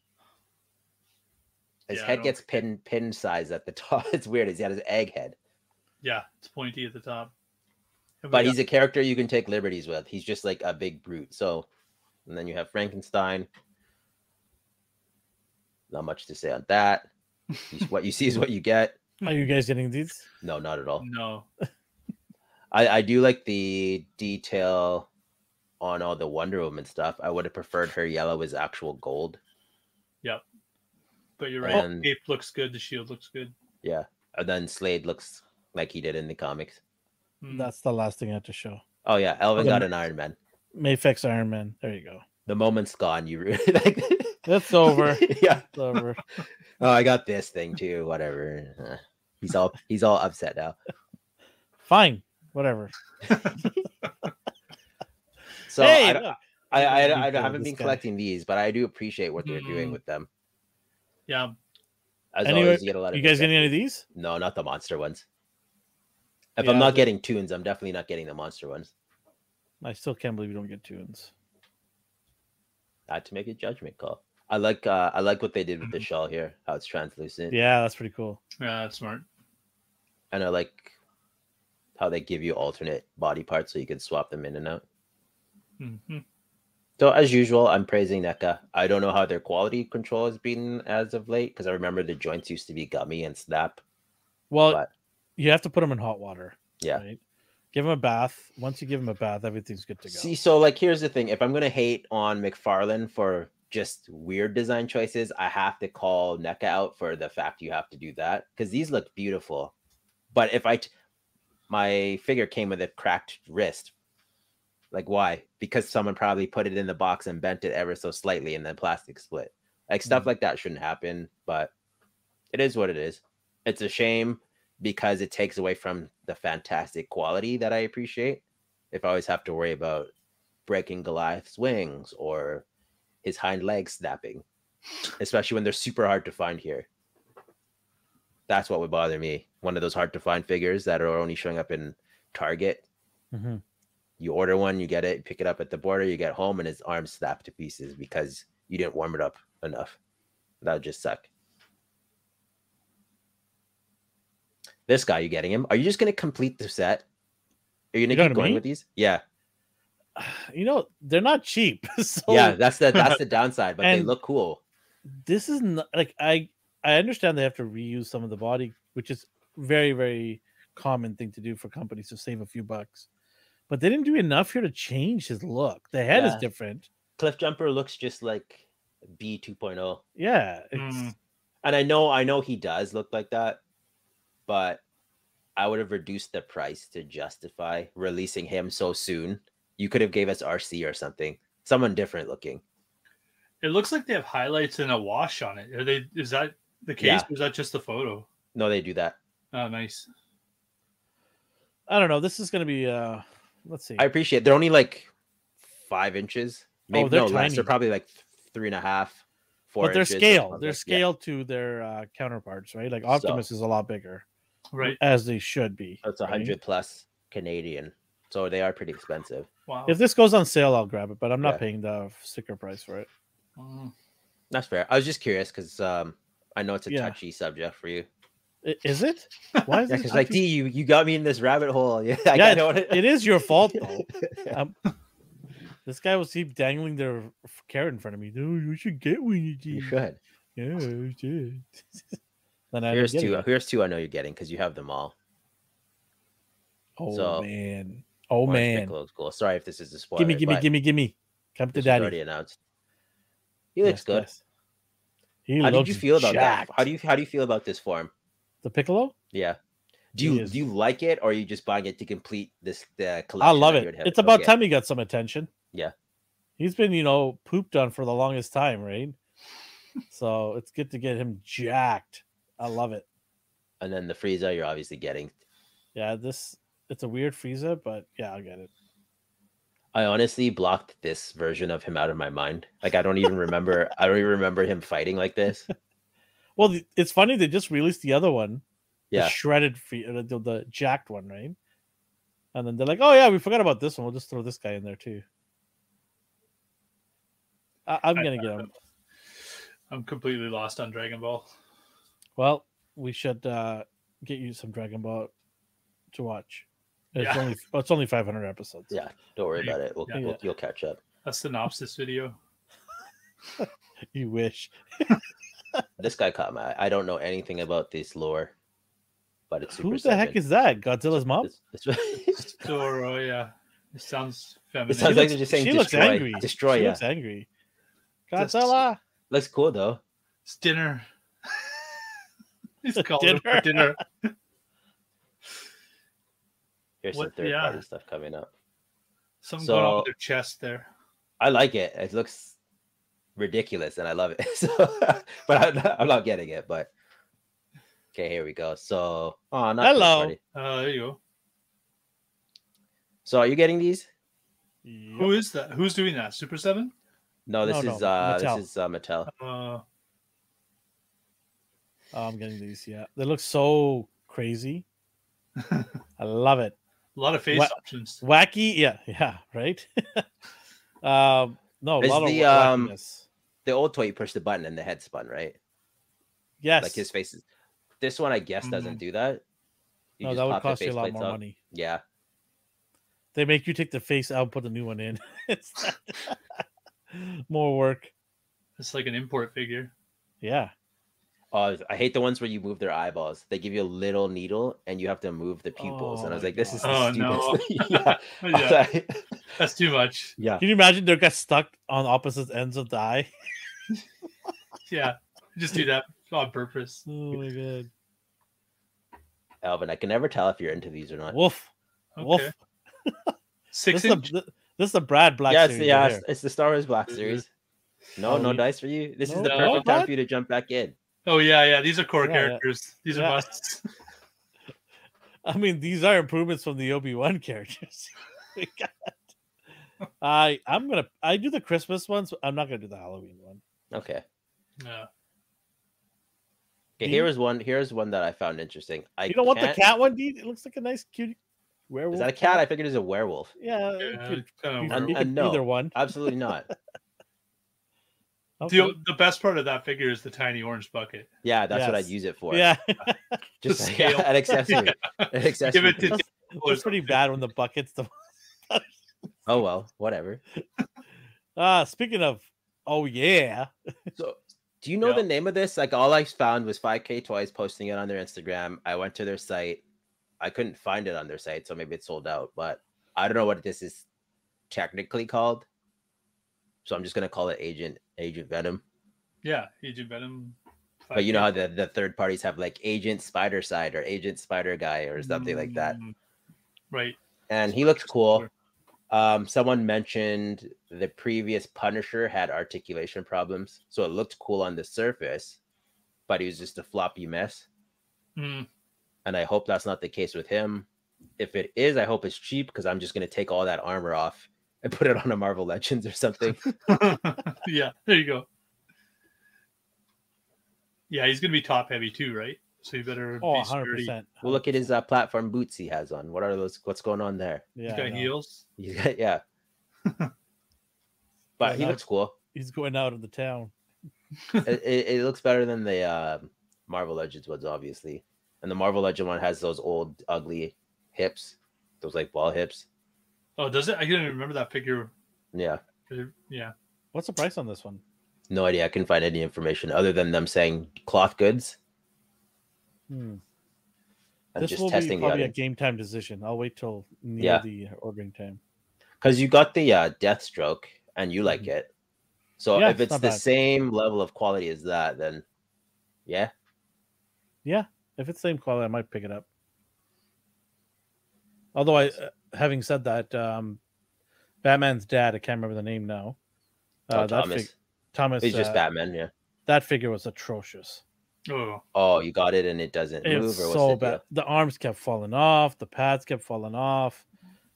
Speaker 1: His
Speaker 3: Yeah, I
Speaker 1: head
Speaker 3: don't
Speaker 1: gets pin pin size at the top. It's weird. He's got his egg head,
Speaker 3: yeah it's pointy at the top And we
Speaker 1: but
Speaker 3: got-
Speaker 1: he's a character you can take liberties with. He's just like a big brute. So, and then you have Frankenstein. Not much to say on that. You- what you see is what you get.
Speaker 2: Are you guys getting these?
Speaker 1: No, not at all.
Speaker 3: no
Speaker 1: I, I do like the detail on all the Wonder Woman stuff. I would have preferred her yellow as actual gold.
Speaker 3: But you're right.
Speaker 2: Oh.
Speaker 1: And-
Speaker 3: the cape looks good. The shield looks good.
Speaker 1: Yeah. And then Slade looks like he did in the comics.
Speaker 3: Mm.
Speaker 2: That's the last thing I have to show.
Speaker 1: Oh yeah, Elvin
Speaker 2: Okay.
Speaker 1: got an Iron Man.
Speaker 2: Mayfix Iron Man. There you go.
Speaker 1: the moment's gone. You re- like
Speaker 2: It's over.
Speaker 1: yeah.
Speaker 2: It's over.
Speaker 1: Oh, I got this thing too. Whatever. Uh, He's all he's all upset now.
Speaker 2: Fine. Whatever.
Speaker 1: So
Speaker 2: hey,
Speaker 1: I, don't-
Speaker 2: look,
Speaker 1: I, I,
Speaker 2: look
Speaker 1: I, haven't
Speaker 2: at this
Speaker 1: been
Speaker 2: guy. Mm-hmm.
Speaker 1: collecting these, but I do appreciate what they're doing
Speaker 3: Mm.
Speaker 1: with them.
Speaker 3: Yeah,
Speaker 1: As
Speaker 2: Anyway,
Speaker 1: always, you get a lot of
Speaker 2: you guys
Speaker 1: good
Speaker 2: getting any of these?
Speaker 1: stuff. No, not the monster ones. If
Speaker 2: Yeah,
Speaker 1: I'm not
Speaker 2: the-
Speaker 1: getting tunes, I'm definitely not getting the monster ones.
Speaker 2: I still can't believe you don't get tunes.
Speaker 1: I had to make a judgment call. I like uh, I like what they did with
Speaker 2: Mm-hmm.
Speaker 1: the shawl here, how it's translucent.
Speaker 2: Yeah, that's pretty cool.
Speaker 3: yeah, that's smart.
Speaker 1: And I like how they give you alternate body parts so you can swap them in and out.
Speaker 3: hmm
Speaker 1: So as usual, I'm praising NECA. I don't know how their quality control has been as of late because I remember the joints used to be gummy and snap.
Speaker 2: Well,
Speaker 1: But-
Speaker 2: you have to put them in hot water.
Speaker 1: Yeah.
Speaker 2: Right? Give them a bath. Once you give them a bath, everything's good to go.
Speaker 1: See, so like here's the thing: if I'm gonna hate on McFarlane for just weird design choices, I have to call NECA out for the fact you have to do that because these look beautiful. But if I, t- my figure came with a cracked wrist, like why? Because someone probably put it in the box and bent it ever so slightly and then plastic split. Like stuff
Speaker 2: Mhm.
Speaker 1: like that shouldn't happen, but it is what it is. It's a shame because it takes away from the fantastic quality that I appreciate. If I always have to worry about breaking Goliath's wings or his hind legs snapping, especially when they're super hard to find here. That's what would bother me. One of those hard to find figures that are only showing up in Target.
Speaker 2: Mhm.
Speaker 1: You order one, you get it, pick it up at the border, you get home, and his arm snapped to pieces because you didn't warm it up enough. That would just suck. This guy, you getting him? Are you just gonna complete the set? Are you
Speaker 2: You
Speaker 1: gonna keep
Speaker 2: talking to
Speaker 1: going
Speaker 2: me?
Speaker 1: with these? Yeah.
Speaker 2: You know, they're not cheap. So
Speaker 1: yeah, that's the that's the downside, but they
Speaker 2: And-
Speaker 1: look cool.
Speaker 2: this is not like I I understand they have to reuse some of the body, which is very very common thing to do for companies to save a few bucks. But they didn't do enough here to change his look. The head
Speaker 1: Yeah.
Speaker 2: is different.
Speaker 1: Cliff Jumper looks just like B 2.0.
Speaker 2: Yeah, it's,
Speaker 3: Mm.
Speaker 1: And I know I know he does look like that, but I would have reduced the price to justify releasing him so soon. You could have gave us RC or something. Someone different looking.
Speaker 3: It looks like they have highlights and a wash on it. Are they? Is that the case?
Speaker 1: Yeah.
Speaker 3: Or is that just the photo?
Speaker 1: No, they do that.
Speaker 3: Oh, nice.
Speaker 2: I don't know. This is gonna be uh let's see.
Speaker 1: I appreciate they're only like five inches. Maybe
Speaker 2: Oh, they're
Speaker 1: no less. They're
Speaker 2: tiny.
Speaker 1: probably like th- three and a half, four.
Speaker 2: but they're
Speaker 1: inches,
Speaker 2: scale.
Speaker 1: something
Speaker 2: They're
Speaker 1: like- yeah.
Speaker 2: scaled to their uh, counterparts, right? Like
Speaker 1: So-
Speaker 2: Optimus is a lot bigger,
Speaker 3: Right.
Speaker 2: as they should be.
Speaker 1: That's a
Speaker 2: right?
Speaker 1: hundred plus Canadian. So they are pretty expensive.
Speaker 3: Wow.
Speaker 2: If this goes on sale, I'll grab it, but I'm not
Speaker 1: Yeah.
Speaker 2: paying the sticker price for it.
Speaker 3: Mm.
Speaker 1: That's fair. I was just curious because um, I know it's a
Speaker 2: Yeah.
Speaker 1: touchy subject for you.
Speaker 2: I- Is it? Why is
Speaker 1: Yeah,
Speaker 2: it
Speaker 1: because like
Speaker 2: touchy?
Speaker 1: D, you, you got me in this rabbit hole. Yeah, I
Speaker 2: Yeah,
Speaker 1: yeah, know what it,
Speaker 2: it is your fault though. Um, this guy was keep dangling their f- carrot in front of me. No, you should get one. You
Speaker 1: You
Speaker 2: did.
Speaker 1: should.
Speaker 2: Yeah, you did. then I
Speaker 1: Here's
Speaker 2: didn't get
Speaker 1: two.
Speaker 2: it.
Speaker 1: Here's two. I know you're getting because you have them all.
Speaker 2: Oh
Speaker 1: so-
Speaker 2: man. Oh
Speaker 1: Orange
Speaker 2: man.
Speaker 1: Piccolo looks cool. Sorry if this is a spoiler.
Speaker 2: Gimme, gimme,
Speaker 1: but
Speaker 2: gimme, gimme. Come to
Speaker 1: this was
Speaker 2: daddy.
Speaker 1: already announced. He looks
Speaker 2: Yes,
Speaker 1: good.
Speaker 2: yes. He
Speaker 1: How did
Speaker 2: looks
Speaker 1: you feel about
Speaker 2: jacked.
Speaker 1: that? How do you how do you feel about this form?
Speaker 2: the piccolo?
Speaker 1: Yeah. Do
Speaker 2: He
Speaker 1: you
Speaker 2: is-
Speaker 1: do you like it or are you just buying it to complete this the collection?
Speaker 2: I love
Speaker 1: that you
Speaker 2: it.
Speaker 1: already have?
Speaker 2: It's about
Speaker 1: Okay.
Speaker 2: time he got some attention.
Speaker 1: Yeah.
Speaker 2: He's been, you know, pooped on for the longest time, right? so it's good to get him jacked. I love it.
Speaker 1: And then the Frieza you're obviously getting.
Speaker 2: Yeah, this it's a weird Frieza, but yeah, I'll get it.
Speaker 1: I honestly blocked this version of him out of my mind. Like I don't even remember. I don't even remember him fighting like this.
Speaker 2: Well, th- it's funny they just released the other one,
Speaker 1: Yeah.
Speaker 2: the shredded free, uh, the, the jacked one, right? And then they're like, "Oh yeah, we forgot about this one. We'll just throw this guy in there too." I, I'm
Speaker 3: I-
Speaker 2: gonna get him.
Speaker 3: I'm completely lost on Dragon Ball.
Speaker 2: Well, we should uh, get you some Dragon Ball to watch. It's
Speaker 3: Yeah.
Speaker 2: only well, it's only 500 episodes.
Speaker 1: Yeah, don't worry about it. We'll,
Speaker 3: Yeah.
Speaker 1: we'll you'll catch up.
Speaker 3: A synopsis video.
Speaker 2: You wish.
Speaker 1: This guy caught my. eye. I don't know anything about this lore, but it's super
Speaker 2: Who the heck is that? Godzilla's mom.
Speaker 1: It's, it's-
Speaker 3: Doro, yeah. It sounds
Speaker 1: it
Speaker 3: feminine.
Speaker 1: sounds like
Speaker 2: looks-
Speaker 1: they're just saying
Speaker 2: she looks
Speaker 1: destroy,
Speaker 2: angry.
Speaker 1: destroy.
Speaker 2: she
Speaker 1: yeah,
Speaker 2: looks angry.
Speaker 3: Just-
Speaker 2: Godzilla.
Speaker 1: looks cool though.
Speaker 3: it's dinner. He's called dinner. for
Speaker 2: Dinner.
Speaker 3: dinner.
Speaker 1: Here's some
Speaker 3: What-
Speaker 1: third
Speaker 3: yeah.
Speaker 1: party stuff coming up.
Speaker 3: Something going on
Speaker 1: So-
Speaker 3: with their chest there.
Speaker 1: I like it. It looks ridiculous, and I love it. So, but I'm not, I'm not getting it. But okay, here we go. So, oh, not
Speaker 2: Hello.
Speaker 1: first-party.
Speaker 3: Uh, there you go.
Speaker 1: So, are you getting these?
Speaker 3: Who is that? Who's doing that? Super Seven?
Speaker 1: No, this
Speaker 2: No,
Speaker 1: is
Speaker 2: no,
Speaker 1: uh,
Speaker 2: Mattel.
Speaker 1: this is uh, Mattel.
Speaker 3: Uh,
Speaker 2: Oh, I'm getting these. Yeah, they look so crazy. I love it.
Speaker 3: a lot of face
Speaker 2: What-
Speaker 3: options.
Speaker 2: Wacky. Yeah, yeah. Right. um, no, a
Speaker 1: Is
Speaker 2: lot
Speaker 1: the,
Speaker 2: of
Speaker 1: um,
Speaker 2: wackiness.
Speaker 1: The old toy, you push the button and the head spun, right?
Speaker 2: Yes. Mm-hmm.
Speaker 1: Like his face is. This one, I guess, doesn't
Speaker 3: Mhm.
Speaker 1: do that. You
Speaker 2: no,
Speaker 1: just
Speaker 2: that would
Speaker 1: pop the
Speaker 2: cost you a lot
Speaker 1: faceplates
Speaker 2: more
Speaker 1: up.
Speaker 2: money.
Speaker 1: Yeah,
Speaker 2: They make you take the face out, put the new one in. it's more work.
Speaker 3: It's like an import figure.
Speaker 2: Yeah.
Speaker 1: Oh, I hate the ones where you move their eyeballs. They give you a little needle and you have to move the pupils.
Speaker 2: Oh
Speaker 1: and I was
Speaker 2: my
Speaker 1: like, this is the
Speaker 3: God. Oh,
Speaker 1: stupidest. thing. yeah. I was
Speaker 3: Yeah,
Speaker 1: like-
Speaker 3: that's too much.
Speaker 1: yeah.
Speaker 2: Can you imagine they got stuck on opposite ends of the eye?
Speaker 3: Yeah, just do that on purpose.
Speaker 2: Oh my god.
Speaker 1: Alvin, I can never tell if you're into these or not.
Speaker 2: Woof. Woof.
Speaker 3: Okay.
Speaker 2: This
Speaker 3: Six
Speaker 2: is, the,
Speaker 3: inch.
Speaker 2: th- this is the Brad Black
Speaker 1: yeah, it's,
Speaker 2: series.
Speaker 1: yeah
Speaker 2: right
Speaker 1: it's,
Speaker 2: here.
Speaker 1: it's the Star Wars Black
Speaker 3: Mhm.
Speaker 1: series. No,
Speaker 2: Oh,
Speaker 1: no
Speaker 2: you-
Speaker 1: dice for you. This is the
Speaker 2: No,
Speaker 1: perfect time
Speaker 2: what?
Speaker 1: for you to jump back in.
Speaker 3: Oh yeah, yeah. These are core
Speaker 2: Yeah, yeah.
Speaker 3: characters. These
Speaker 2: Yeah.
Speaker 3: are musts.
Speaker 2: I mean, these are improvements from the Obi Wan characters. My God. I I'm gonna I do the Christmas ones. But I'm not gonna do the Halloween one.
Speaker 1: Okay.
Speaker 3: Yeah.
Speaker 1: Okay,
Speaker 2: Do
Speaker 1: here
Speaker 2: you-
Speaker 1: is one. Here is one that I found interesting. I
Speaker 2: you don't want the
Speaker 1: can't-
Speaker 2: cat one, dude. It looks like a nice cute werewolf.
Speaker 1: Is that a cat? I figured it was a werewolf.
Speaker 2: Yeah, it
Speaker 3: Yeah,
Speaker 2: could- you-
Speaker 3: kind of
Speaker 1: werewolf.
Speaker 2: you
Speaker 1: Uh,
Speaker 2: could
Speaker 1: no.
Speaker 2: either one.
Speaker 1: Absolutely not.
Speaker 2: Okay.
Speaker 3: the, the best part of that figure is the tiny orange bucket.
Speaker 1: Yeah, that's what I'd
Speaker 2: Yes.
Speaker 1: use it for.
Speaker 2: Yeah,
Speaker 1: Just
Speaker 3: The scale.
Speaker 1: an accessory. An accessory.
Speaker 3: it to
Speaker 1: piece.
Speaker 2: it's pretty bad when the buckets. The
Speaker 1: oh well, whatever.
Speaker 2: ah, speaking of, oh yeah,
Speaker 1: So, do you know
Speaker 3: Yeah.
Speaker 1: the name of this? Like, all I found was 5K Toys posting it on their Instagram. I went to their site. I couldn't find it on their site, so maybe it's sold out. But I don't know what this is technically called. So I'm just gonna call it Agent Agent Venom.
Speaker 3: Yeah, Agent Venom.
Speaker 1: But you know how the, the third parties have like Agent Spider Side or Agent Spider Guy or something like that.
Speaker 3: Mm, Right.
Speaker 1: And he looked cool. Um, someone mentioned the previous Punisher had articulation problems, so it looked cool on the surface, but he was just a floppy mess.
Speaker 3: Mm,
Speaker 1: and I hope that's not the case with him. If it is, I hope it's cheap because I'm just gonna take all that armor off and put it on a Marvel Legends or something.
Speaker 3: yeah, there you go. Yeah, he's gonna be top heavy too, right? So you better
Speaker 2: oh
Speaker 3: be
Speaker 2: 100
Speaker 3: sturdy.
Speaker 2: percent.
Speaker 1: well, look at his uh, platform boots he has on. What are those? What's going on there?
Speaker 3: He's
Speaker 2: Yeah, I
Speaker 3: got
Speaker 2: know.
Speaker 3: heels.
Speaker 1: He's got- yeah, but he
Speaker 2: Yeah,
Speaker 1: looks cool.
Speaker 2: he's going out of the town.
Speaker 1: It, it, it looks better than the uh, Marvel Legends ones, obviously. And the Marvel Legend one has those old ugly hips, those like ball hips.
Speaker 3: Oh, does it? I didn't remember that figure.
Speaker 1: Yeah,
Speaker 3: Yeah.
Speaker 2: What's the price on this one?
Speaker 1: no idea. I couldn't find any information other than them saying cloth goods.
Speaker 2: Hmm.
Speaker 1: I'm
Speaker 2: This
Speaker 1: just
Speaker 2: will be
Speaker 1: testing the
Speaker 2: probably a
Speaker 1: audience.
Speaker 2: game time decision. I'll wait till near
Speaker 1: Yeah.
Speaker 2: the ordering time.
Speaker 1: because you got the uh, Deathstroke and you like
Speaker 2: Mhm.
Speaker 1: it. So
Speaker 2: Yeah,
Speaker 1: if
Speaker 2: it's
Speaker 1: it's
Speaker 2: not
Speaker 1: the
Speaker 2: bad.
Speaker 1: same level of quality as that, then yeah,
Speaker 2: If it's same quality, I might pick it up. Although I, uh, having said that, um, Batman's dad, I can't remember the name now. Uh,
Speaker 1: oh,
Speaker 2: that
Speaker 1: Thomas,
Speaker 2: fig- Thomas.
Speaker 1: he's just
Speaker 2: uh,
Speaker 1: Batman. Yeah.
Speaker 2: That figure was atrocious.
Speaker 3: Oh,
Speaker 1: Oh, you got it, and it doesn't
Speaker 2: It
Speaker 1: move.
Speaker 2: was
Speaker 1: or what's
Speaker 2: so
Speaker 1: the
Speaker 2: bad.
Speaker 1: deal?
Speaker 2: The arms kept falling off. The pads kept falling off.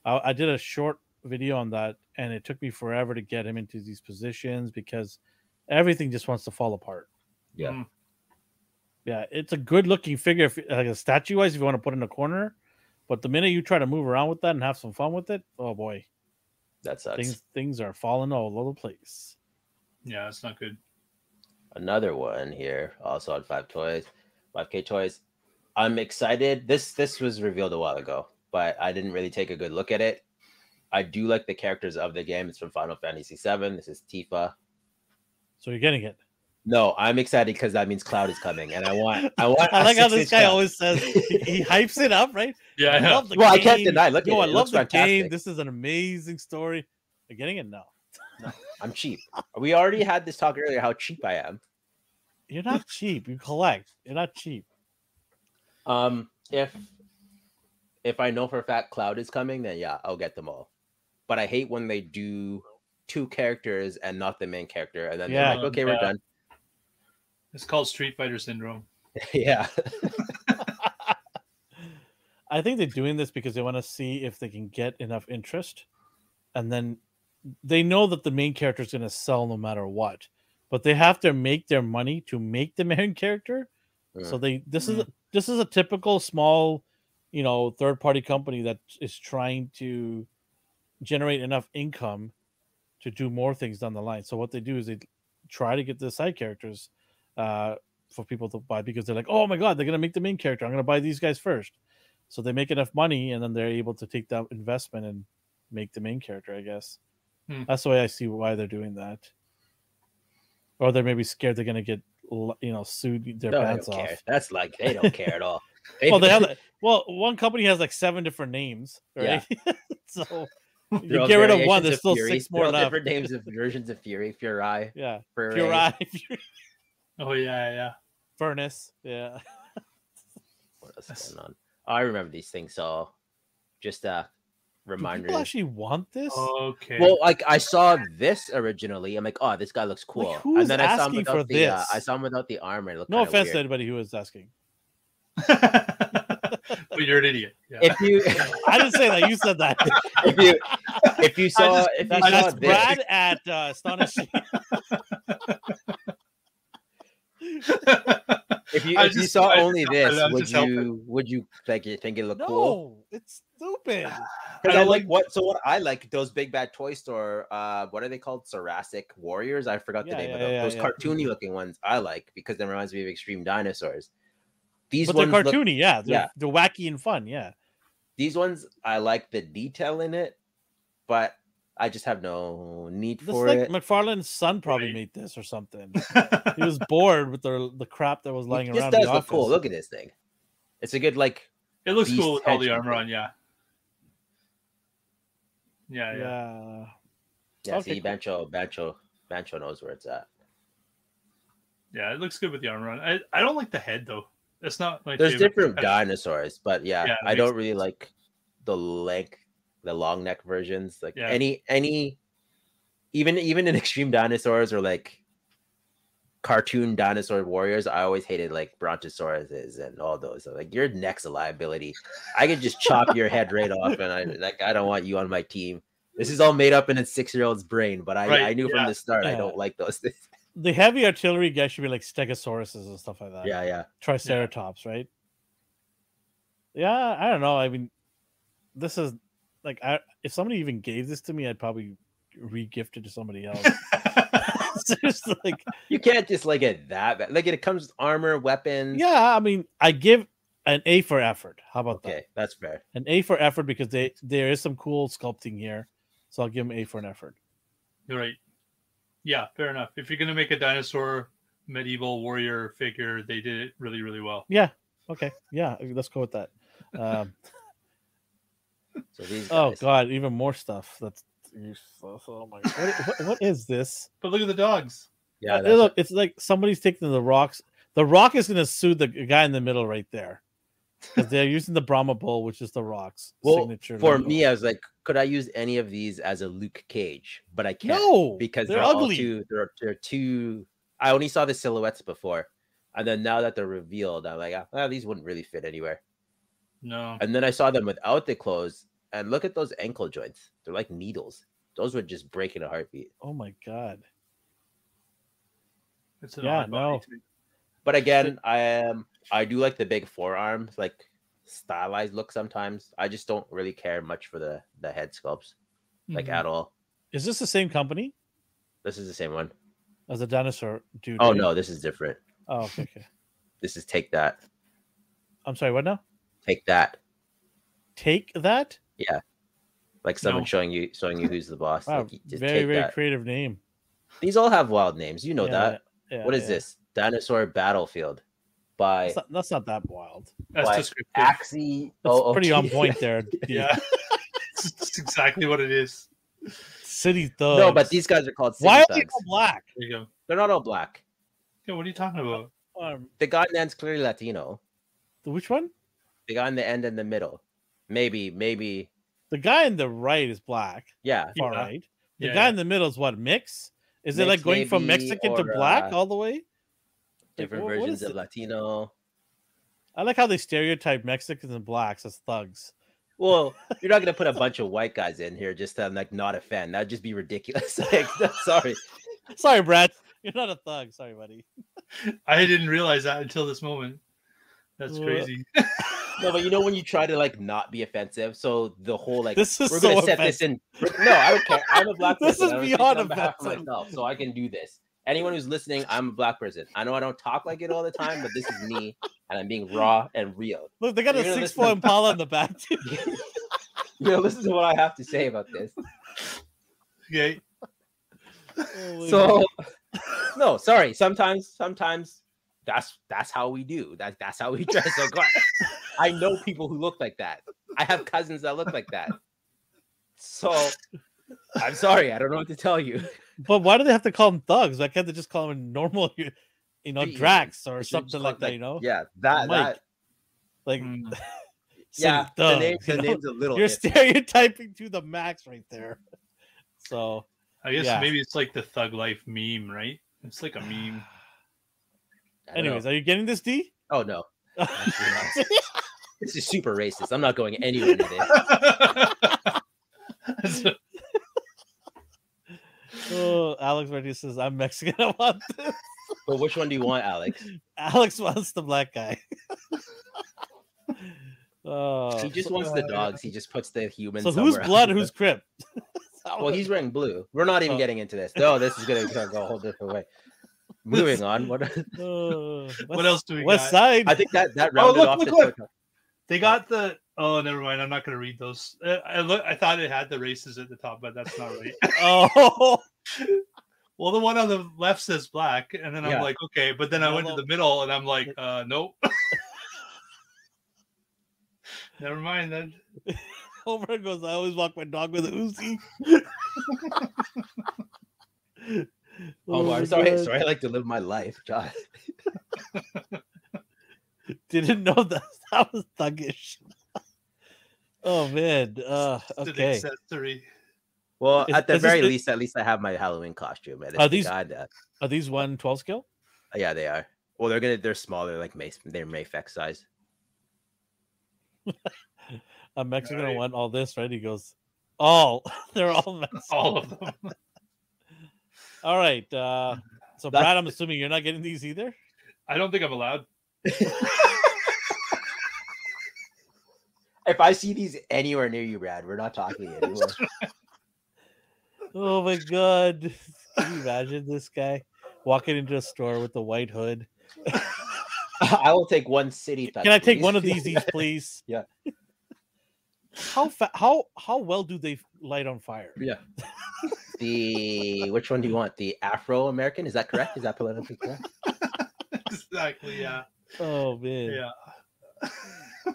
Speaker 2: I, I did a short video on that, and it took me forever to get him into these positions because everything just wants to fall apart.
Speaker 1: Yeah.
Speaker 3: Mm.
Speaker 2: Yeah, it's a good looking figure, if, like a statue wise, if you want to put in a corner. But the minute you try to move around with that and have some fun with it, oh boy,
Speaker 1: That sucks.
Speaker 2: things things are falling all over the place.
Speaker 3: yeah, it's not good.
Speaker 1: Another one here, also on Five Toys, Five K Toys. I'm excited. This this was revealed a while ago, but I didn't really take a good look at it. I do like the characters of the game. It's from Final Fantasy VII. This is Tifa.
Speaker 2: So you're getting it.
Speaker 1: No, I'm excited because that means Cloud is coming, and I want I want.
Speaker 2: I
Speaker 1: a
Speaker 2: like how
Speaker 1: six-inch
Speaker 2: this guy
Speaker 1: Cloud.
Speaker 2: always says he, he hypes it up, right?
Speaker 3: Yeah, I know.
Speaker 2: the
Speaker 1: Well, I can't
Speaker 2: game.
Speaker 1: deny. Look,
Speaker 2: Yo,
Speaker 1: at
Speaker 2: I
Speaker 1: it. It
Speaker 2: love
Speaker 1: looks
Speaker 2: the
Speaker 1: fantastic.
Speaker 2: game. This is an amazing story. You're getting it now.
Speaker 1: I'm cheap. We already had this talk earlier how cheap I am.
Speaker 2: You're not cheap. You collect. You're not cheap.
Speaker 1: Um, if if I know for a fact Cloud is coming, then yeah, I'll get them all. But I hate when they do two characters and not the main character, and then
Speaker 2: Yeah.
Speaker 1: they're like, okay,
Speaker 3: Yeah.
Speaker 1: we're done.
Speaker 3: It's called Street Fighter Syndrome.
Speaker 1: yeah,
Speaker 2: I think they're doing this because they want to see if they can get enough interest, and then they know that the main character is going to sell no matter what. But they have to make their money to make the main character. So they this is this is a typical small, you know, third party company that is trying to generate enough income to do more things down the line. So what they do is they try to get the side characters uh, for people to buy because they're like, oh my god, they're gonna make the main character. I'm gonna buy these guys first. So they make enough money and then they're able to take that investment and make the main character. I guess
Speaker 3: Hmm.
Speaker 2: that's the way I see why they're doing that. Or they're maybe scared they're gonna get l- you know sued their
Speaker 1: No, they
Speaker 2: pants
Speaker 1: don't
Speaker 2: off.
Speaker 1: care. That's like they don't care at all.
Speaker 2: Well, they have like, well one company has like seven different names,
Speaker 1: Yeah.
Speaker 2: right? so
Speaker 1: They're
Speaker 2: you
Speaker 1: all
Speaker 2: get rid of
Speaker 1: variations
Speaker 2: one, there's still
Speaker 1: Fury.
Speaker 2: six
Speaker 1: They're
Speaker 2: more
Speaker 1: all
Speaker 2: left.
Speaker 1: Different names of versions of Fury, Fury,
Speaker 2: Yeah,
Speaker 1: Fury.
Speaker 2: pure eye, pure
Speaker 3: Oh yeah, yeah.
Speaker 2: furnace. Yeah,
Speaker 1: What else is going on? Oh, I remember these things all. Just uh,
Speaker 2: do
Speaker 1: reminders.
Speaker 2: people actually want this?
Speaker 3: Okay.
Speaker 1: Well, like I saw this originally. I'm like, oh, this guy looks cool.
Speaker 2: who's
Speaker 1: and then I saw him
Speaker 2: asking
Speaker 1: without
Speaker 2: for
Speaker 1: the uh, I
Speaker 2: this?
Speaker 1: saw him without the armor. It looked
Speaker 2: no
Speaker 1: kinda
Speaker 2: offense to
Speaker 1: weird.
Speaker 2: anybody who was asking.
Speaker 3: but you're an idiot. Yeah.
Speaker 1: If you
Speaker 2: I didn't say that. You said that.
Speaker 1: if you if you saw
Speaker 3: just-
Speaker 1: if you
Speaker 2: That-
Speaker 1: saw
Speaker 2: that's
Speaker 1: this,
Speaker 2: Brad at uh, astonishing.
Speaker 1: if you
Speaker 3: I
Speaker 1: if you
Speaker 3: just-
Speaker 1: saw
Speaker 3: I just
Speaker 1: only
Speaker 3: helped it,
Speaker 1: this,
Speaker 3: I'm
Speaker 1: would
Speaker 3: just helping.
Speaker 1: you would you think you think it looked cool?
Speaker 2: no, it's stupid.
Speaker 1: Because
Speaker 3: I
Speaker 1: I,
Speaker 3: like-
Speaker 1: like what so what I like those big bad toy store uh what are they called? Thoracic Warriors. I forgot
Speaker 2: Yeah,
Speaker 1: the name of
Speaker 2: yeah,
Speaker 1: them.
Speaker 2: yeah,
Speaker 1: those
Speaker 2: yeah.
Speaker 1: cartoony looking ones I like because it reminds me of extreme dinosaurs. These
Speaker 2: but they're
Speaker 1: ones
Speaker 2: cartoony.
Speaker 1: look,
Speaker 2: yeah, they're,
Speaker 1: yeah.
Speaker 2: they're wacky and fun. Yeah,
Speaker 1: these ones I like the detail in it, but I just have no need
Speaker 2: this is
Speaker 1: for
Speaker 2: like
Speaker 1: it.
Speaker 2: McFarlane's son probably
Speaker 3: Right.
Speaker 2: made this or something. He was bored with the the crap that was lying
Speaker 1: It just
Speaker 2: around. the
Speaker 1: does look
Speaker 2: office.
Speaker 1: cool. Look at this thing. It's a good like
Speaker 3: it looks
Speaker 1: Beast
Speaker 3: cool with all the
Speaker 1: Hedgehog.
Speaker 3: armor on. Yeah. Yeah,
Speaker 2: yeah.
Speaker 3: yeah.
Speaker 1: yeah,
Speaker 2: Okay,
Speaker 1: see
Speaker 2: cool.
Speaker 1: Bancho Bancho Bancho knows where it's at.
Speaker 3: Yeah, it looks good with the armor on. I, I don't like the head though. It's not like
Speaker 1: There's different dinosaurs, but yeah,
Speaker 3: Yeah, it
Speaker 1: I
Speaker 3: makes
Speaker 1: don't really like the leg, the long neck versions. Like
Speaker 3: Yeah.
Speaker 1: any any, even even in extreme dinosaurs or like cartoon dinosaur warriors, I always hated like brontosauruses and all those. I'm like your neck's a liability. I could just chop your head right off, and I like I don't want you on my team. This is all made up in a six year old's brain, but I,
Speaker 3: Right,
Speaker 1: I knew
Speaker 3: yeah.
Speaker 1: from the start I
Speaker 2: Yeah.
Speaker 1: don't like those things.
Speaker 2: The heavy artillery guys should be like stegosauruses and stuff like
Speaker 3: Uh,
Speaker 2: that.
Speaker 1: Yeah, yeah.
Speaker 2: Triceratops, right? Yeah, I don't know. I mean, this is like, I if somebody even gave this to me, I'd probably re-gift it to somebody else. it's just like,
Speaker 1: You can't just like it that bad. Like it comes with armor, weapons.
Speaker 2: yeah, I mean, I give an A for effort. How about that?
Speaker 1: Okay, that's fair.
Speaker 2: An A for effort because they there is some cool sculpting here, so I'll give them A for an effort.
Speaker 3: You're right. Yeah, fair enough. If you're gonna make a dinosaur medieval warrior figure, they did it really, really well.
Speaker 2: Okay, yeah, let's go with that. Um,
Speaker 1: So these
Speaker 2: Oh
Speaker 1: guys-
Speaker 2: god, even more stuff. That's useless. Oh my god, what, what, what is this?
Speaker 3: But look at the dogs.
Speaker 1: yeah,
Speaker 2: Uh,
Speaker 1: that's
Speaker 2: look, it's like somebody's taking the rocks. The rock is going to sue the g- guy in the middle right there because they're using the Brahma bull, which is the rock's
Speaker 1: Well,
Speaker 2: signature.
Speaker 1: for
Speaker 2: logo.
Speaker 1: me. I was like, could I use any of these as a Luke Cage? But I can't
Speaker 2: no,
Speaker 1: because
Speaker 2: they're
Speaker 1: they're, all
Speaker 2: ugly.
Speaker 1: Too, they're they're too. I only saw the silhouettes before, and then now that they're revealed, I'm like, ah, ah, these wouldn't really fit anywhere.
Speaker 3: No.
Speaker 1: And then I saw them without the clothes, and look at those ankle joints. They're like needles. Those would just break in a heartbeat.
Speaker 2: Oh my god,
Speaker 3: It's an
Speaker 2: Yeah,
Speaker 3: odd body
Speaker 2: no.
Speaker 3: type.
Speaker 1: But again, I am I do like the big forearms, like stylized look sometimes. I just don't really care much for the the head sculpts, like
Speaker 3: Mhm.
Speaker 2: Mm-hmm.
Speaker 1: at all.
Speaker 2: is this the same company
Speaker 1: This is the same one.
Speaker 2: as the dinosaur dude?
Speaker 1: Oh
Speaker 2: right?
Speaker 1: no, this is different.
Speaker 2: Oh, okay, okay.
Speaker 1: This is take that.
Speaker 2: I'm sorry. What now?
Speaker 1: Take that.
Speaker 2: Take that.
Speaker 1: Like someone
Speaker 3: No.
Speaker 1: showing you showing you who's the boss.
Speaker 2: Wow,
Speaker 1: Like, you just
Speaker 2: very
Speaker 1: take
Speaker 2: very
Speaker 1: that.
Speaker 2: creative name.
Speaker 1: These all have wild names. You know that.
Speaker 2: yeah,
Speaker 1: what is
Speaker 2: yeah.
Speaker 1: this? Dinosaur Battlefield by
Speaker 2: That's not, that's not that wild.
Speaker 3: That's
Speaker 1: Why?
Speaker 3: descriptive.
Speaker 1: Axie.
Speaker 2: That's
Speaker 1: Oh,
Speaker 2: pretty on point there.
Speaker 3: Yeah. That's exactly what it is.
Speaker 2: City thugs.
Speaker 1: No, but these guys are called City
Speaker 2: Why are they
Speaker 1: Thugs.
Speaker 2: all black?
Speaker 3: There you go.
Speaker 1: They're not all black.
Speaker 3: Yeah, what are you talking about?
Speaker 2: Um,
Speaker 1: The guy in the end's clearly Latino.
Speaker 2: which one?
Speaker 1: The guy in the end and the middle. Maybe, maybe,
Speaker 2: The guy in the right is black,
Speaker 1: yeah.
Speaker 2: far
Speaker 3: Yeah.
Speaker 2: right. The The
Speaker 3: Yeah,
Speaker 2: guy
Speaker 3: yeah.
Speaker 2: in the middle is what mix? Is it
Speaker 1: Mix
Speaker 2: like going from
Speaker 1: maybe,
Speaker 2: Mexican to
Speaker 1: or,
Speaker 2: black
Speaker 1: uh,
Speaker 2: all the way? Like,
Speaker 1: Different
Speaker 2: wha- what
Speaker 1: versions
Speaker 2: is
Speaker 1: of
Speaker 2: it?
Speaker 1: Latino.
Speaker 2: I like how they stereotype Mexicans and blacks as thugs.
Speaker 1: Well, you're not gonna put a bunch of white guys in here just to um, like not a fan. That'd just be ridiculous. like, sorry.
Speaker 2: Sorry, Brad. You're not a thug. Sorry, buddy.
Speaker 3: I didn't realize that until this moment. That's
Speaker 2: Wha-
Speaker 3: crazy.
Speaker 1: No, but you know when you try to like not be offensive, so the whole like
Speaker 2: This is
Speaker 1: we're
Speaker 2: so
Speaker 1: gonna set this
Speaker 2: offensive.
Speaker 1: in. No, I don't care. I'm a black
Speaker 2: This
Speaker 1: person.
Speaker 2: is
Speaker 1: I was
Speaker 2: beyond
Speaker 1: speaking on behalf of
Speaker 2: offensive.
Speaker 1: myself, so I can do this. Anyone who's listening, I'm a black person. I know I don't talk like it all the time, but this is me, and I'm being raw and real.
Speaker 2: Look, they got
Speaker 1: You're
Speaker 2: a
Speaker 1: gonna
Speaker 2: six
Speaker 1: listen
Speaker 2: foot
Speaker 1: to-
Speaker 2: Impala in the back. too.
Speaker 1: you know, listen to what I have to say about this.
Speaker 3: Okay.
Speaker 2: Holy
Speaker 1: So, no, sorry. Sometimes, sometimes that's that's how we do. That that's how we dress. So, God, I know people who look like that. I have cousins that look like that. So, I'm sorry. I don't know what to tell you.
Speaker 2: But why do they have to call them thugs? Why can't they just call them normal, you you know,
Speaker 1: Be-
Speaker 2: Drax or
Speaker 1: They should've just
Speaker 2: something
Speaker 1: called,
Speaker 2: like that? You know,
Speaker 1: Yeah, that.
Speaker 2: Mike,
Speaker 1: that
Speaker 2: like
Speaker 3: Mm.
Speaker 2: say
Speaker 1: yeah, the,
Speaker 2: thug,
Speaker 1: name, the
Speaker 2: you know?
Speaker 1: name's a little.
Speaker 2: You're
Speaker 1: iffy.
Speaker 2: stereotyping to the max right there. So
Speaker 3: I guess
Speaker 2: Yeah.
Speaker 3: maybe it's like the thug life meme, right? It's like a meme.
Speaker 1: I don't know.
Speaker 2: Anyways, are you getting this D?
Speaker 1: oh no, Actually, this is super racist. I'm not going anywhere near this.
Speaker 2: oh, Alex already says I'm Mexican. I want this.
Speaker 1: But which one do you want, Alex?
Speaker 2: Alex wants the black guy. oh,
Speaker 1: He just
Speaker 2: so,
Speaker 1: wants the dogs. He just puts the humans.
Speaker 2: so who's
Speaker 1: somewhere
Speaker 2: blood?
Speaker 1: else.
Speaker 2: Who's crip?
Speaker 1: Well, he's wearing blue. We're not even
Speaker 2: Oh.
Speaker 1: getting into this. No, this is gonna go a whole different way. Moving on. What
Speaker 2: Oh,
Speaker 3: what else do we
Speaker 2: West
Speaker 3: got?
Speaker 2: side.
Speaker 1: I think that that rounded
Speaker 3: look,
Speaker 1: off
Speaker 3: look,
Speaker 1: the
Speaker 3: look.
Speaker 1: total.
Speaker 3: They got the. Oh, never mind. I'm not going to read those. Uh, I look. I thought it had the races at the top, but that's not right.
Speaker 2: oh,
Speaker 3: well, the one on the left says black, and then I'm
Speaker 1: Yeah.
Speaker 3: like, okay. But then I
Speaker 2: No,
Speaker 3: went
Speaker 2: no.
Speaker 3: to the middle, and I'm like, uh, nope. never mind then.
Speaker 2: Homer goes. I always walk my dog with a Uzi.
Speaker 1: Oh,
Speaker 2: my
Speaker 1: I'm sorry.
Speaker 2: God.
Speaker 1: Sorry, I like to live my life, Josh.
Speaker 2: Didn't know that that was thuggish. oh man. Uh,
Speaker 3: It's an
Speaker 2: okay.
Speaker 3: accessory.
Speaker 1: Well,
Speaker 2: Is-
Speaker 1: at the
Speaker 2: is this
Speaker 1: very
Speaker 2: the-
Speaker 1: least, at least I have my Halloween costume. And it's
Speaker 2: Are these-
Speaker 1: kinda-
Speaker 2: Are these one twelve scale?
Speaker 1: yeah, they are. Well, they're gonna they're smaller, like Mace, they're Mayfex size.
Speaker 2: A Mexican
Speaker 3: Right.
Speaker 2: want all this, right? He goes, all. They're all Mexican.
Speaker 3: All of them.
Speaker 2: All right. Uh, so
Speaker 1: That's-
Speaker 2: Brad, I'm assuming you're not getting these either.
Speaker 3: I don't think I'm allowed.
Speaker 1: If I see these anywhere near you, Brad, we're not talking anymore.
Speaker 2: Oh my god. Can you imagine this guy walking into a store with a white hood?
Speaker 1: I will take one city.
Speaker 2: Can I take one of these each, please?
Speaker 1: Yeah.
Speaker 2: How fa- how how well do they light on fire?
Speaker 1: Yeah. the which one do you want? The Afro American? Is that correct? Is that politically correct?
Speaker 3: exactly. Yeah.
Speaker 2: Oh man.
Speaker 3: Yeah.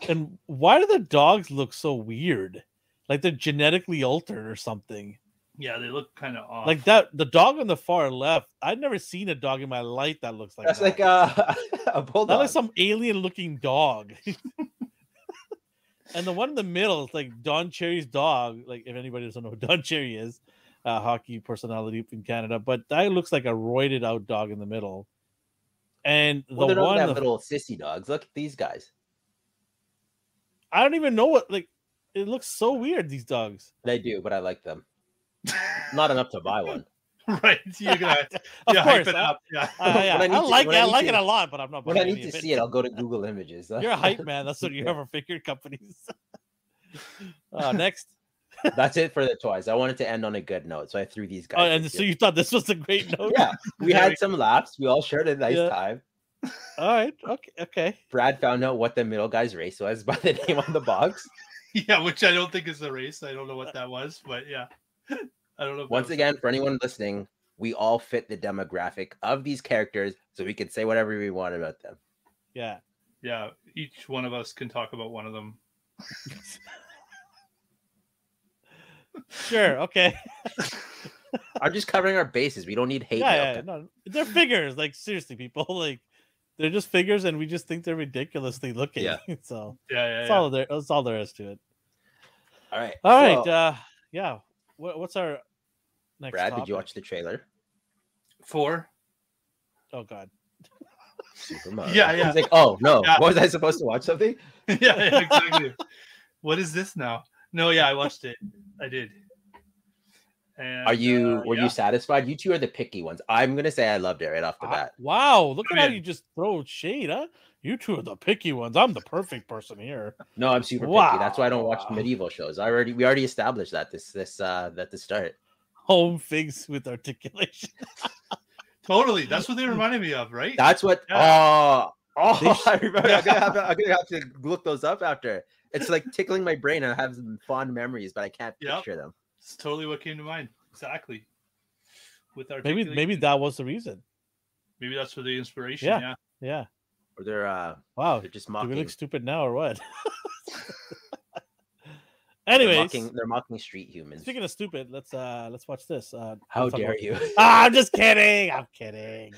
Speaker 2: And why do the dogs look so weird? Like they're genetically altered or something.
Speaker 3: Yeah. They look kind of off.
Speaker 2: Like that the dog on the far left, I've never seen a dog in my life that looks like
Speaker 1: That's
Speaker 2: that.
Speaker 1: like uh, a, a
Speaker 2: Not
Speaker 1: bulldog.
Speaker 2: like some alien looking dog. and the one in the middle is like Don Cherry's dog. Like, if anybody doesn't know who Don Cherry is, uh, hockey personality in Canada, but that looks like a roided out dog in the middle. And the
Speaker 1: well, they're
Speaker 2: one,
Speaker 1: not
Speaker 2: the-
Speaker 1: that little sissy dogs. Look at these guys.
Speaker 2: I don't even know what, like, it looks so weird, these dogs.
Speaker 1: They do, but I like them. Not enough to buy one.
Speaker 3: right. You're gonna
Speaker 2: Of
Speaker 3: yeah,
Speaker 2: course.
Speaker 3: hype it
Speaker 2: I-
Speaker 3: up. Yeah.
Speaker 2: I- I-
Speaker 1: When I
Speaker 2: I
Speaker 1: need to-
Speaker 2: like
Speaker 1: when
Speaker 2: it.
Speaker 1: I
Speaker 2: I
Speaker 1: need
Speaker 2: like it
Speaker 1: to-
Speaker 2: a lot, but I'm not
Speaker 1: When I
Speaker 2: buying
Speaker 1: need
Speaker 2: any
Speaker 1: to
Speaker 2: of
Speaker 1: see it, I'll go to Google Images.
Speaker 2: You're a hype man. That's what you
Speaker 1: Yeah.
Speaker 2: have for figure companies. uh, next.
Speaker 1: That's it for the toys. I wanted to end on a good note, so I threw these guys.
Speaker 2: Oh,
Speaker 1: in
Speaker 2: and so
Speaker 1: here.
Speaker 2: you thought this was a great note?
Speaker 1: yeah, we
Speaker 2: There we
Speaker 1: had some laughs. We all shared a nice
Speaker 2: Yeah.
Speaker 1: time.
Speaker 2: All right. Okay. Okay.
Speaker 1: Brad found out what the middle guy's race was by the name on the box.
Speaker 3: Yeah, which I don't think is the race. I don't know
Speaker 2: Uh
Speaker 3: what that was, but yeah. I don't know. if that
Speaker 1: Once
Speaker 3: was-
Speaker 1: again, for anyone listening, we all fit the demographic of these characters, so we can say whatever we want about them.
Speaker 2: Yeah.
Speaker 3: yeah, each one of us can talk about one of them.
Speaker 2: Sure. Okay.
Speaker 1: I'm just covering our bases. We don't need hate. mail
Speaker 2: yeah. yeah no, they're figures. Like seriously, people. Like they're just figures, and we just think they're ridiculously looking.
Speaker 1: Yeah.
Speaker 2: so
Speaker 3: Yeah, yeah,
Speaker 2: that's
Speaker 3: yeah.
Speaker 2: all there. That's all there is to it.
Speaker 1: All right.
Speaker 2: All right.
Speaker 1: so-
Speaker 2: uh, yeah. What, what's our Next
Speaker 1: Brad, did you
Speaker 2: topic.
Speaker 1: watch the trailer?
Speaker 3: Four.
Speaker 2: Oh God.
Speaker 1: Super Mario.
Speaker 3: Yeah, yeah.
Speaker 1: He's like, oh no,
Speaker 3: Yeah.
Speaker 1: was I supposed to watch something?
Speaker 3: yeah, yeah, exactly. what is this now? No, yeah, I watched it. I did. And,
Speaker 1: Are you
Speaker 3: uh,
Speaker 1: were
Speaker 3: yeah.
Speaker 1: you satisfied? You two are the picky ones. I'm gonna say I loved it right off the
Speaker 3: Uh,
Speaker 2: Ah,
Speaker 1: bat.
Speaker 2: wow, look at how
Speaker 3: Man.
Speaker 2: you just throw shade, huh? You two are the picky ones. I'm the perfect person here.
Speaker 1: No, I'm super picky. That's why I don't watch
Speaker 2: Wow.
Speaker 1: medieval shows. I already we already established that this this uh at the start.
Speaker 2: Home figs with articulation.
Speaker 3: Totally. That's what they
Speaker 1: Mm-hmm.
Speaker 3: reminded me of, right?
Speaker 1: That's what oh oh
Speaker 2: They sh-
Speaker 1: I remember I'm gonna, have to, I'm gonna have to look those up after. It's like tickling my brain. I have some fond memories, but I can't
Speaker 3: Yep.
Speaker 1: picture them.
Speaker 3: It's totally what came to mind. Exactly. With our
Speaker 2: Maybe maybe that was the reason.
Speaker 3: maybe that's for the inspiration.
Speaker 2: Yeah.
Speaker 3: Yeah.
Speaker 2: Yeah.
Speaker 1: Or they're uh
Speaker 2: Wow.
Speaker 1: they're just
Speaker 2: Do we
Speaker 1: mocking
Speaker 2: look stupid now or what?
Speaker 1: they're
Speaker 2: Anyways,
Speaker 1: mocking they're mocking street humans.
Speaker 2: speaking of stupid, let's uh let's watch this. Uh
Speaker 1: How
Speaker 2: let's talk
Speaker 1: dare
Speaker 2: about-
Speaker 1: you?
Speaker 2: Ah, I'm just kidding. I'm kidding.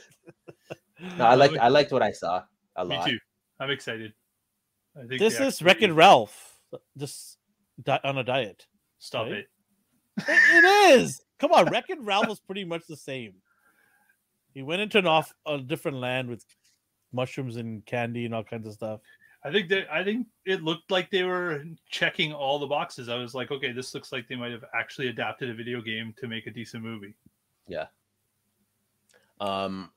Speaker 1: No, I liked I liked what I saw a
Speaker 3: Me
Speaker 1: lot.
Speaker 3: too. I'm excited. I think
Speaker 2: this
Speaker 3: they
Speaker 2: is
Speaker 3: actually-
Speaker 2: Wreck and Ralph. Just di- on a diet.
Speaker 3: Stop
Speaker 2: right?
Speaker 3: it.
Speaker 2: It it is. Come on, Wreck and Ralph was pretty much the same. He went into an off a different land with mushrooms and candy and all kinds of stuff.
Speaker 3: I think that I think it looked like they were checking all the boxes. I was like, okay, this looks like they might have actually adapted a video game to make a decent movie.
Speaker 1: Um,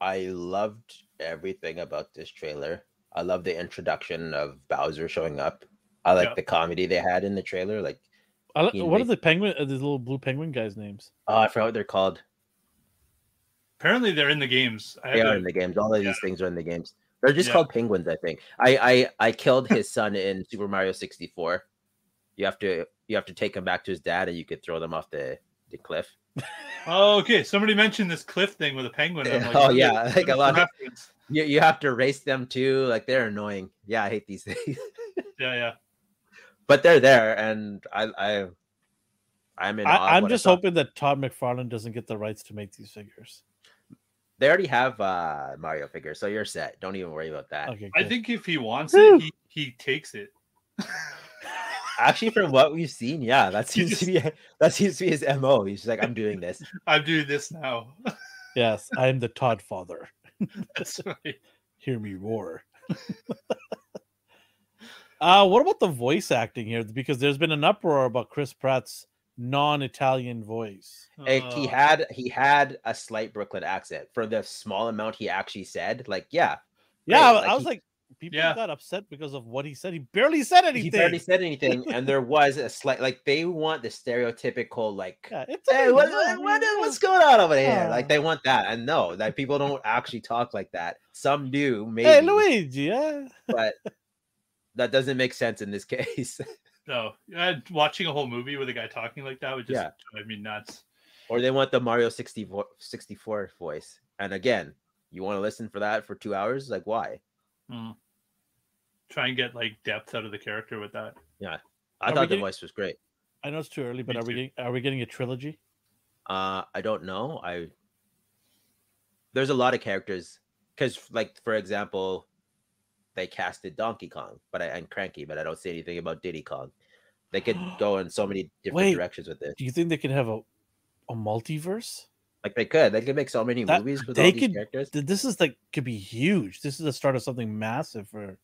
Speaker 1: I loved everything about this trailer. I love the introduction of Bowser showing up. I like
Speaker 3: Yeah.
Speaker 1: the comedy they had in the trailer. Like,
Speaker 2: I, li-
Speaker 1: He
Speaker 2: what are
Speaker 1: made-
Speaker 2: the penguin? Uh, these little blue penguin guys' names?
Speaker 1: oh, I forgot what they're called.
Speaker 3: Apparently, they're in the games. I
Speaker 1: They are in
Speaker 3: have
Speaker 1: the games. All of
Speaker 3: yeah.
Speaker 1: these things are in the games. They're just
Speaker 3: Yeah.
Speaker 1: called penguins, I think. I I I killed his son in Super Mario 64. You have to you have to take him back to his dad, and you could throw them off the the cliff.
Speaker 3: oh, okay. Somebody mentioned this cliff thing with a penguin. I'm like,
Speaker 1: Oh,
Speaker 3: okay,
Speaker 1: yeah,
Speaker 3: what
Speaker 1: like a
Speaker 3: is the
Speaker 1: lot of-
Speaker 3: reference?
Speaker 1: You you have to race them too. Like they're annoying. Yeah, I hate these things.
Speaker 3: Yeah, yeah.
Speaker 1: but they're there, and I I I'm in. awe of
Speaker 2: I, I'm
Speaker 1: what I
Speaker 2: just
Speaker 1: saw.
Speaker 2: hoping that Todd McFarlane doesn't get the rights to make these figures.
Speaker 1: They already have uh Mario figures, so you're set. Don't even worry about that.
Speaker 2: Okay,
Speaker 3: I
Speaker 2: good.
Speaker 3: think if he wants
Speaker 2: Whew.
Speaker 3: it, he, he takes it.
Speaker 1: Actually, from what we've seen, yeah, that
Speaker 3: You
Speaker 1: seems to be that seems to be his mo. He's just like, I'm doing this.
Speaker 3: I'm doing this now.
Speaker 2: yes, I am the Todd father.
Speaker 3: That's right.
Speaker 2: Hear me roar. uh, what about the voice acting here? Because there's been an uproar about Chris Pratt's non-Italian voice.
Speaker 1: Like, he
Speaker 2: Oh.
Speaker 3: Uh,
Speaker 1: had he had a slight Brooklyn accent for the small amount he actually said. Like, yeah,
Speaker 2: Yeah,
Speaker 1: Right,
Speaker 2: I-
Speaker 1: like
Speaker 2: I was
Speaker 1: he-
Speaker 2: like, people
Speaker 3: Yeah.
Speaker 2: got upset because of what he said. He barely said anything.
Speaker 1: he barely said anything, and there was a slight like they want the stereotypical like.
Speaker 2: Yeah, it's
Speaker 1: Hey,
Speaker 2: okay,
Speaker 1: what,
Speaker 2: yeah,
Speaker 1: what, what-
Speaker 2: yeah.
Speaker 1: what's going on over here?
Speaker 2: Yeah.
Speaker 1: Like they want that, and no, that people don't actually talk like that. Some do, maybe,
Speaker 2: Hey, Luigi. Yeah.
Speaker 1: but that doesn't make sense in this case.
Speaker 3: No, uh, watching a whole movie with a guy talking like that would just
Speaker 1: Yeah.
Speaker 3: drive me nuts.
Speaker 1: or they want the Mario 60 vo- 64 voice. And again, you want to listen for that for two hours? Like, why?
Speaker 3: Mm. Try and get like depth out of the character with that.
Speaker 1: I
Speaker 2: Are we
Speaker 1: thought the
Speaker 2: getting-
Speaker 1: voice was great.
Speaker 2: I know it's too early, but
Speaker 3: Me
Speaker 2: are we
Speaker 3: too.
Speaker 2: getting, are we getting a trilogy?
Speaker 1: Uh, I don't know. I there's a lot of characters because, like, for example, they casted Donkey Kong, but I and Cranky, but I don't see anything about Diddy Kong. They could go in so many different
Speaker 2: Wait.
Speaker 1: directions with this.
Speaker 2: Do you think they can have a a multiverse?
Speaker 1: Like, they could, they could make so many
Speaker 2: That-
Speaker 1: movies with
Speaker 2: they
Speaker 1: all these
Speaker 2: could
Speaker 1: characters.
Speaker 2: Th- This is like could be huge. This is the start of something massive for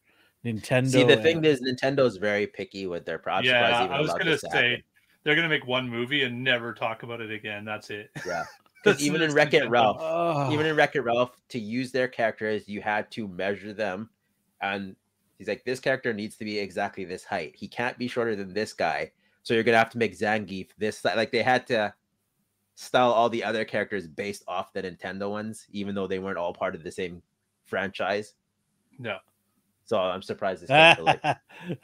Speaker 2: Nintendo.
Speaker 1: See, the thing
Speaker 2: and-
Speaker 1: is, Nintendo's very picky with their props.
Speaker 3: yeah, I was
Speaker 1: allowed
Speaker 3: gonna
Speaker 1: this to happen.
Speaker 3: say they're gonna make one movie and never talk about it again. That's it.
Speaker 1: Yeah. 'Cause
Speaker 3: That's
Speaker 1: even in
Speaker 3: just
Speaker 1: Wreck It
Speaker 3: Nintendo.
Speaker 1: Ralph,
Speaker 2: Ugh.
Speaker 1: even in Wreck It Ralph, to use their characters, you had to measure them. And he's like, this character needs to be exactly this height. He can't be shorter than this guy. So you're gonna have to make Zangief this si- like they had to style all the other characters based off the Nintendo ones, even though they weren't all part of the same franchise.
Speaker 3: No.
Speaker 1: So I'm surprised this came to light.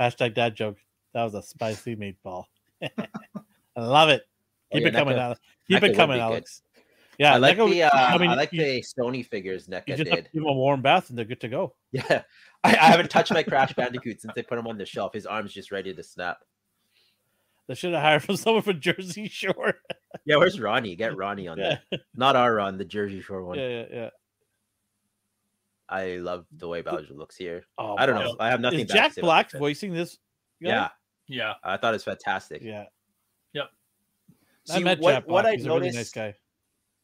Speaker 2: Hashtag dad joke. That was a spicy meatball. I love it.
Speaker 1: Oh,
Speaker 2: Keep
Speaker 1: yeah,
Speaker 2: it coming,
Speaker 1: Neko-
Speaker 2: Alex. Keep
Speaker 1: Neko
Speaker 2: it
Speaker 1: would
Speaker 2: coming,
Speaker 1: be good.
Speaker 2: Alex. Yeah,
Speaker 1: I like
Speaker 2: Neko-
Speaker 1: the uh, I,
Speaker 2: mean,
Speaker 1: like
Speaker 2: you-
Speaker 1: the Sony figures
Speaker 2: You
Speaker 1: NECA
Speaker 2: just have
Speaker 1: did.
Speaker 2: to give them a warm bath and they're good to go.
Speaker 1: Yeah. I, I haven't touched my Crash Bandicoot since they put him on the shelf. His arm's just ready to snap.
Speaker 2: They should have hired from someone from Jersey Shore.
Speaker 1: Yeah, where's Ronnie? Get Ronnie on
Speaker 2: yeah,
Speaker 1: that. Not our Ron, the Jersey Shore
Speaker 2: yeah,
Speaker 1: one.
Speaker 2: yeah, yeah.
Speaker 1: I love the way Bowser looks here.
Speaker 2: Oh,
Speaker 1: I don't
Speaker 2: wow.
Speaker 1: know. I have nothing.
Speaker 2: Is
Speaker 1: bad to
Speaker 2: Jack
Speaker 1: say about
Speaker 2: Black
Speaker 1: this.
Speaker 2: voicing this? guy?
Speaker 1: Yeah,
Speaker 3: Yeah.
Speaker 1: I thought it's fantastic.
Speaker 2: yeah. I
Speaker 1: See,
Speaker 2: met
Speaker 1: what-
Speaker 2: Jack
Speaker 1: what
Speaker 2: Black.
Speaker 1: I
Speaker 2: He's a really nice
Speaker 1: noticed-
Speaker 2: guy.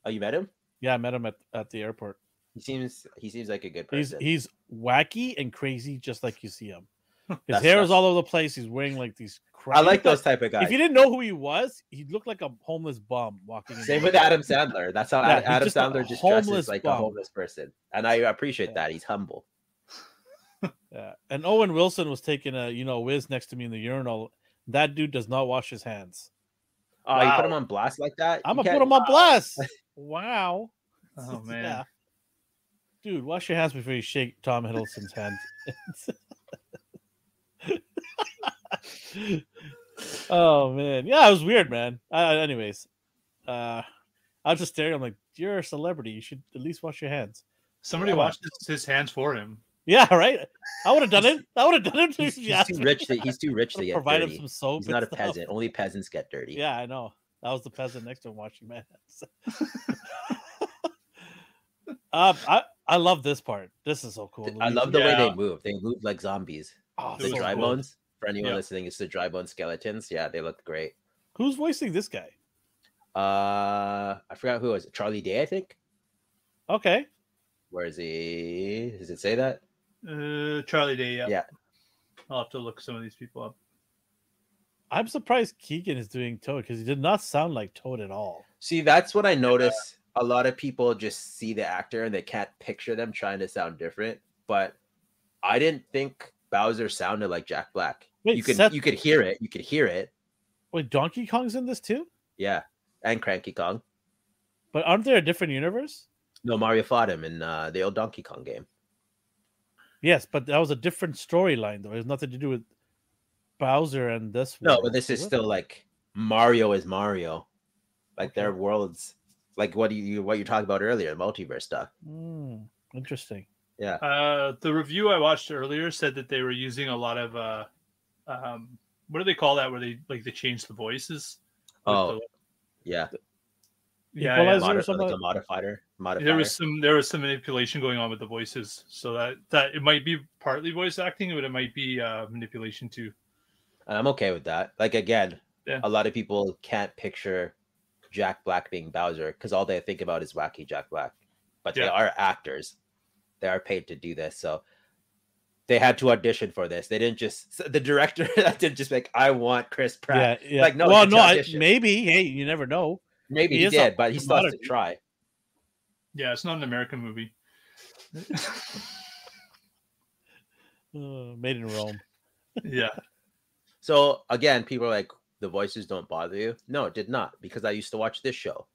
Speaker 1: Oh, you met him?
Speaker 2: Yeah, I met him at, at the airport.
Speaker 1: He seems he seems like a good
Speaker 2: He's
Speaker 1: person.
Speaker 2: he's wacky and crazy, just like you see him. His
Speaker 1: That's
Speaker 2: hair
Speaker 1: right.
Speaker 2: is all over the place. He's wearing like these.
Speaker 1: I like
Speaker 2: crazy-
Speaker 1: those type of guys.
Speaker 2: If you didn't know who he was, he looked like a homeless bum walking. in
Speaker 1: Same
Speaker 2: the
Speaker 1: with
Speaker 2: street.
Speaker 1: Adam Sandler. That's how
Speaker 2: Yeah,
Speaker 1: Ad-
Speaker 2: he's
Speaker 1: Adam
Speaker 2: just a
Speaker 1: Sandler just
Speaker 2: homeless
Speaker 1: dresses like a
Speaker 2: bum.
Speaker 1: homeless person, and I appreciate
Speaker 2: Yeah.
Speaker 1: that. He's humble.
Speaker 2: Yeah. And Owen Wilson was taking a you know whiz next to me in the urinal. That dude does not wash his hands.
Speaker 1: Oh, you put
Speaker 3: Wow.
Speaker 1: him on blast like that?
Speaker 2: I'm
Speaker 1: You
Speaker 2: gonna put
Speaker 1: can't-
Speaker 2: him on blast. wow.
Speaker 3: Oh man.
Speaker 2: Yeah. Dude, wash your hands before you shake Tom Hiddleston's hand. oh man, yeah, it was weird, man. Uh, anyways, uh, I was just staring. I'm like, you're a celebrity. You should at least wash your hands.
Speaker 3: Somebody
Speaker 2: Come on.
Speaker 3: washed his, his hands for him.
Speaker 2: Yeah, right. I would have done it. I would have done it. if
Speaker 1: He's,
Speaker 2: you
Speaker 1: he's
Speaker 2: asked
Speaker 1: too
Speaker 2: me.
Speaker 1: rich. That he's too rich to
Speaker 2: I'd
Speaker 1: get
Speaker 2: provide him
Speaker 1: dirty.
Speaker 2: some soap.
Speaker 1: He's
Speaker 2: and
Speaker 1: not a
Speaker 2: stuff.
Speaker 1: peasant. Only peasants get dirty.
Speaker 2: Yeah, I know. That was the peasant next to him watching my hands. um, I I love this part. This is so cool.
Speaker 1: Th- I love the way
Speaker 3: Yeah.
Speaker 1: they move. They move like zombies.
Speaker 2: Oh,
Speaker 1: The
Speaker 3: It was
Speaker 1: dry
Speaker 3: cool.
Speaker 1: bones. For anyone
Speaker 3: Yeah.
Speaker 1: listening, it's the dry bone skeletons. Yeah, they look great.
Speaker 2: Who's voicing this guy?
Speaker 1: Uh, I forgot who it was Charlie Day, I think.
Speaker 2: Okay.
Speaker 1: Where is he? Does it say that?
Speaker 3: Uh, Charlie Day. Yeah.
Speaker 1: Yeah.
Speaker 3: I'll have to look some of these people up.
Speaker 2: I'm surprised Keegan is doing Toad because he did not sound like Toad at all.
Speaker 1: See, that's what I notice. A lot of people just see the actor and they can't picture them trying to sound different. But I didn't think Bowser sounded like Jack Black.
Speaker 2: Wait,
Speaker 1: you could
Speaker 2: Seth-
Speaker 1: you could hear it. You could hear it.
Speaker 2: Wait, Donkey Kong's in this too?
Speaker 1: Yeah, and Cranky Kong.
Speaker 2: But aren't there a different universe?
Speaker 1: No, Mario fought him in uh, the old Donkey Kong game.
Speaker 2: Yes, but that was a different storyline though. It has nothing to do with Bowser and this
Speaker 1: No,
Speaker 2: one,
Speaker 1: but this is
Speaker 2: was it?
Speaker 1: still like Mario is Mario. Like their
Speaker 2: Okay.
Speaker 1: worlds, like what do you what you talked about earlier, multiverse stuff.
Speaker 2: Hmm, interesting.
Speaker 1: Yeah.
Speaker 3: Uh, the review I watched earlier said that they were using a lot of uh, um, what do they call that? Where they like they change the voices. With
Speaker 1: Oh,
Speaker 3: the-
Speaker 1: yeah.
Speaker 3: yeah, yeah.
Speaker 2: Is there
Speaker 1: Modi-
Speaker 2: some
Speaker 1: like
Speaker 2: other-
Speaker 1: a modifier. Modifier.
Speaker 3: There was some there was some manipulation going on with the voices, so that that it might be partly voice acting, but it might be uh, manipulation too.
Speaker 1: And I'm okay with that. Like again,
Speaker 3: Yeah.
Speaker 1: a lot of people can't picture Jack Black being Bowser because all they think about is wacky Jack Black. But they
Speaker 3: Yeah.
Speaker 1: are actors; they are paid to do this, so they had to audition for this. They didn't just so the director that didn't just like I want Chris Pratt.
Speaker 2: Yeah, yeah.
Speaker 1: Like, no,
Speaker 2: well,
Speaker 1: it's a
Speaker 2: no, I,
Speaker 1: audition.
Speaker 2: maybe. Hey, you never know.
Speaker 1: Maybe
Speaker 2: he
Speaker 1: he,
Speaker 2: is a
Speaker 1: did, but he still has to
Speaker 2: commodity.
Speaker 1: try.
Speaker 3: Yeah, it's not an American movie.
Speaker 2: Uh, made in Rome.
Speaker 3: yeah,
Speaker 1: So again, people are like, the voices don't bother you. No, it did not because I used to watch this show.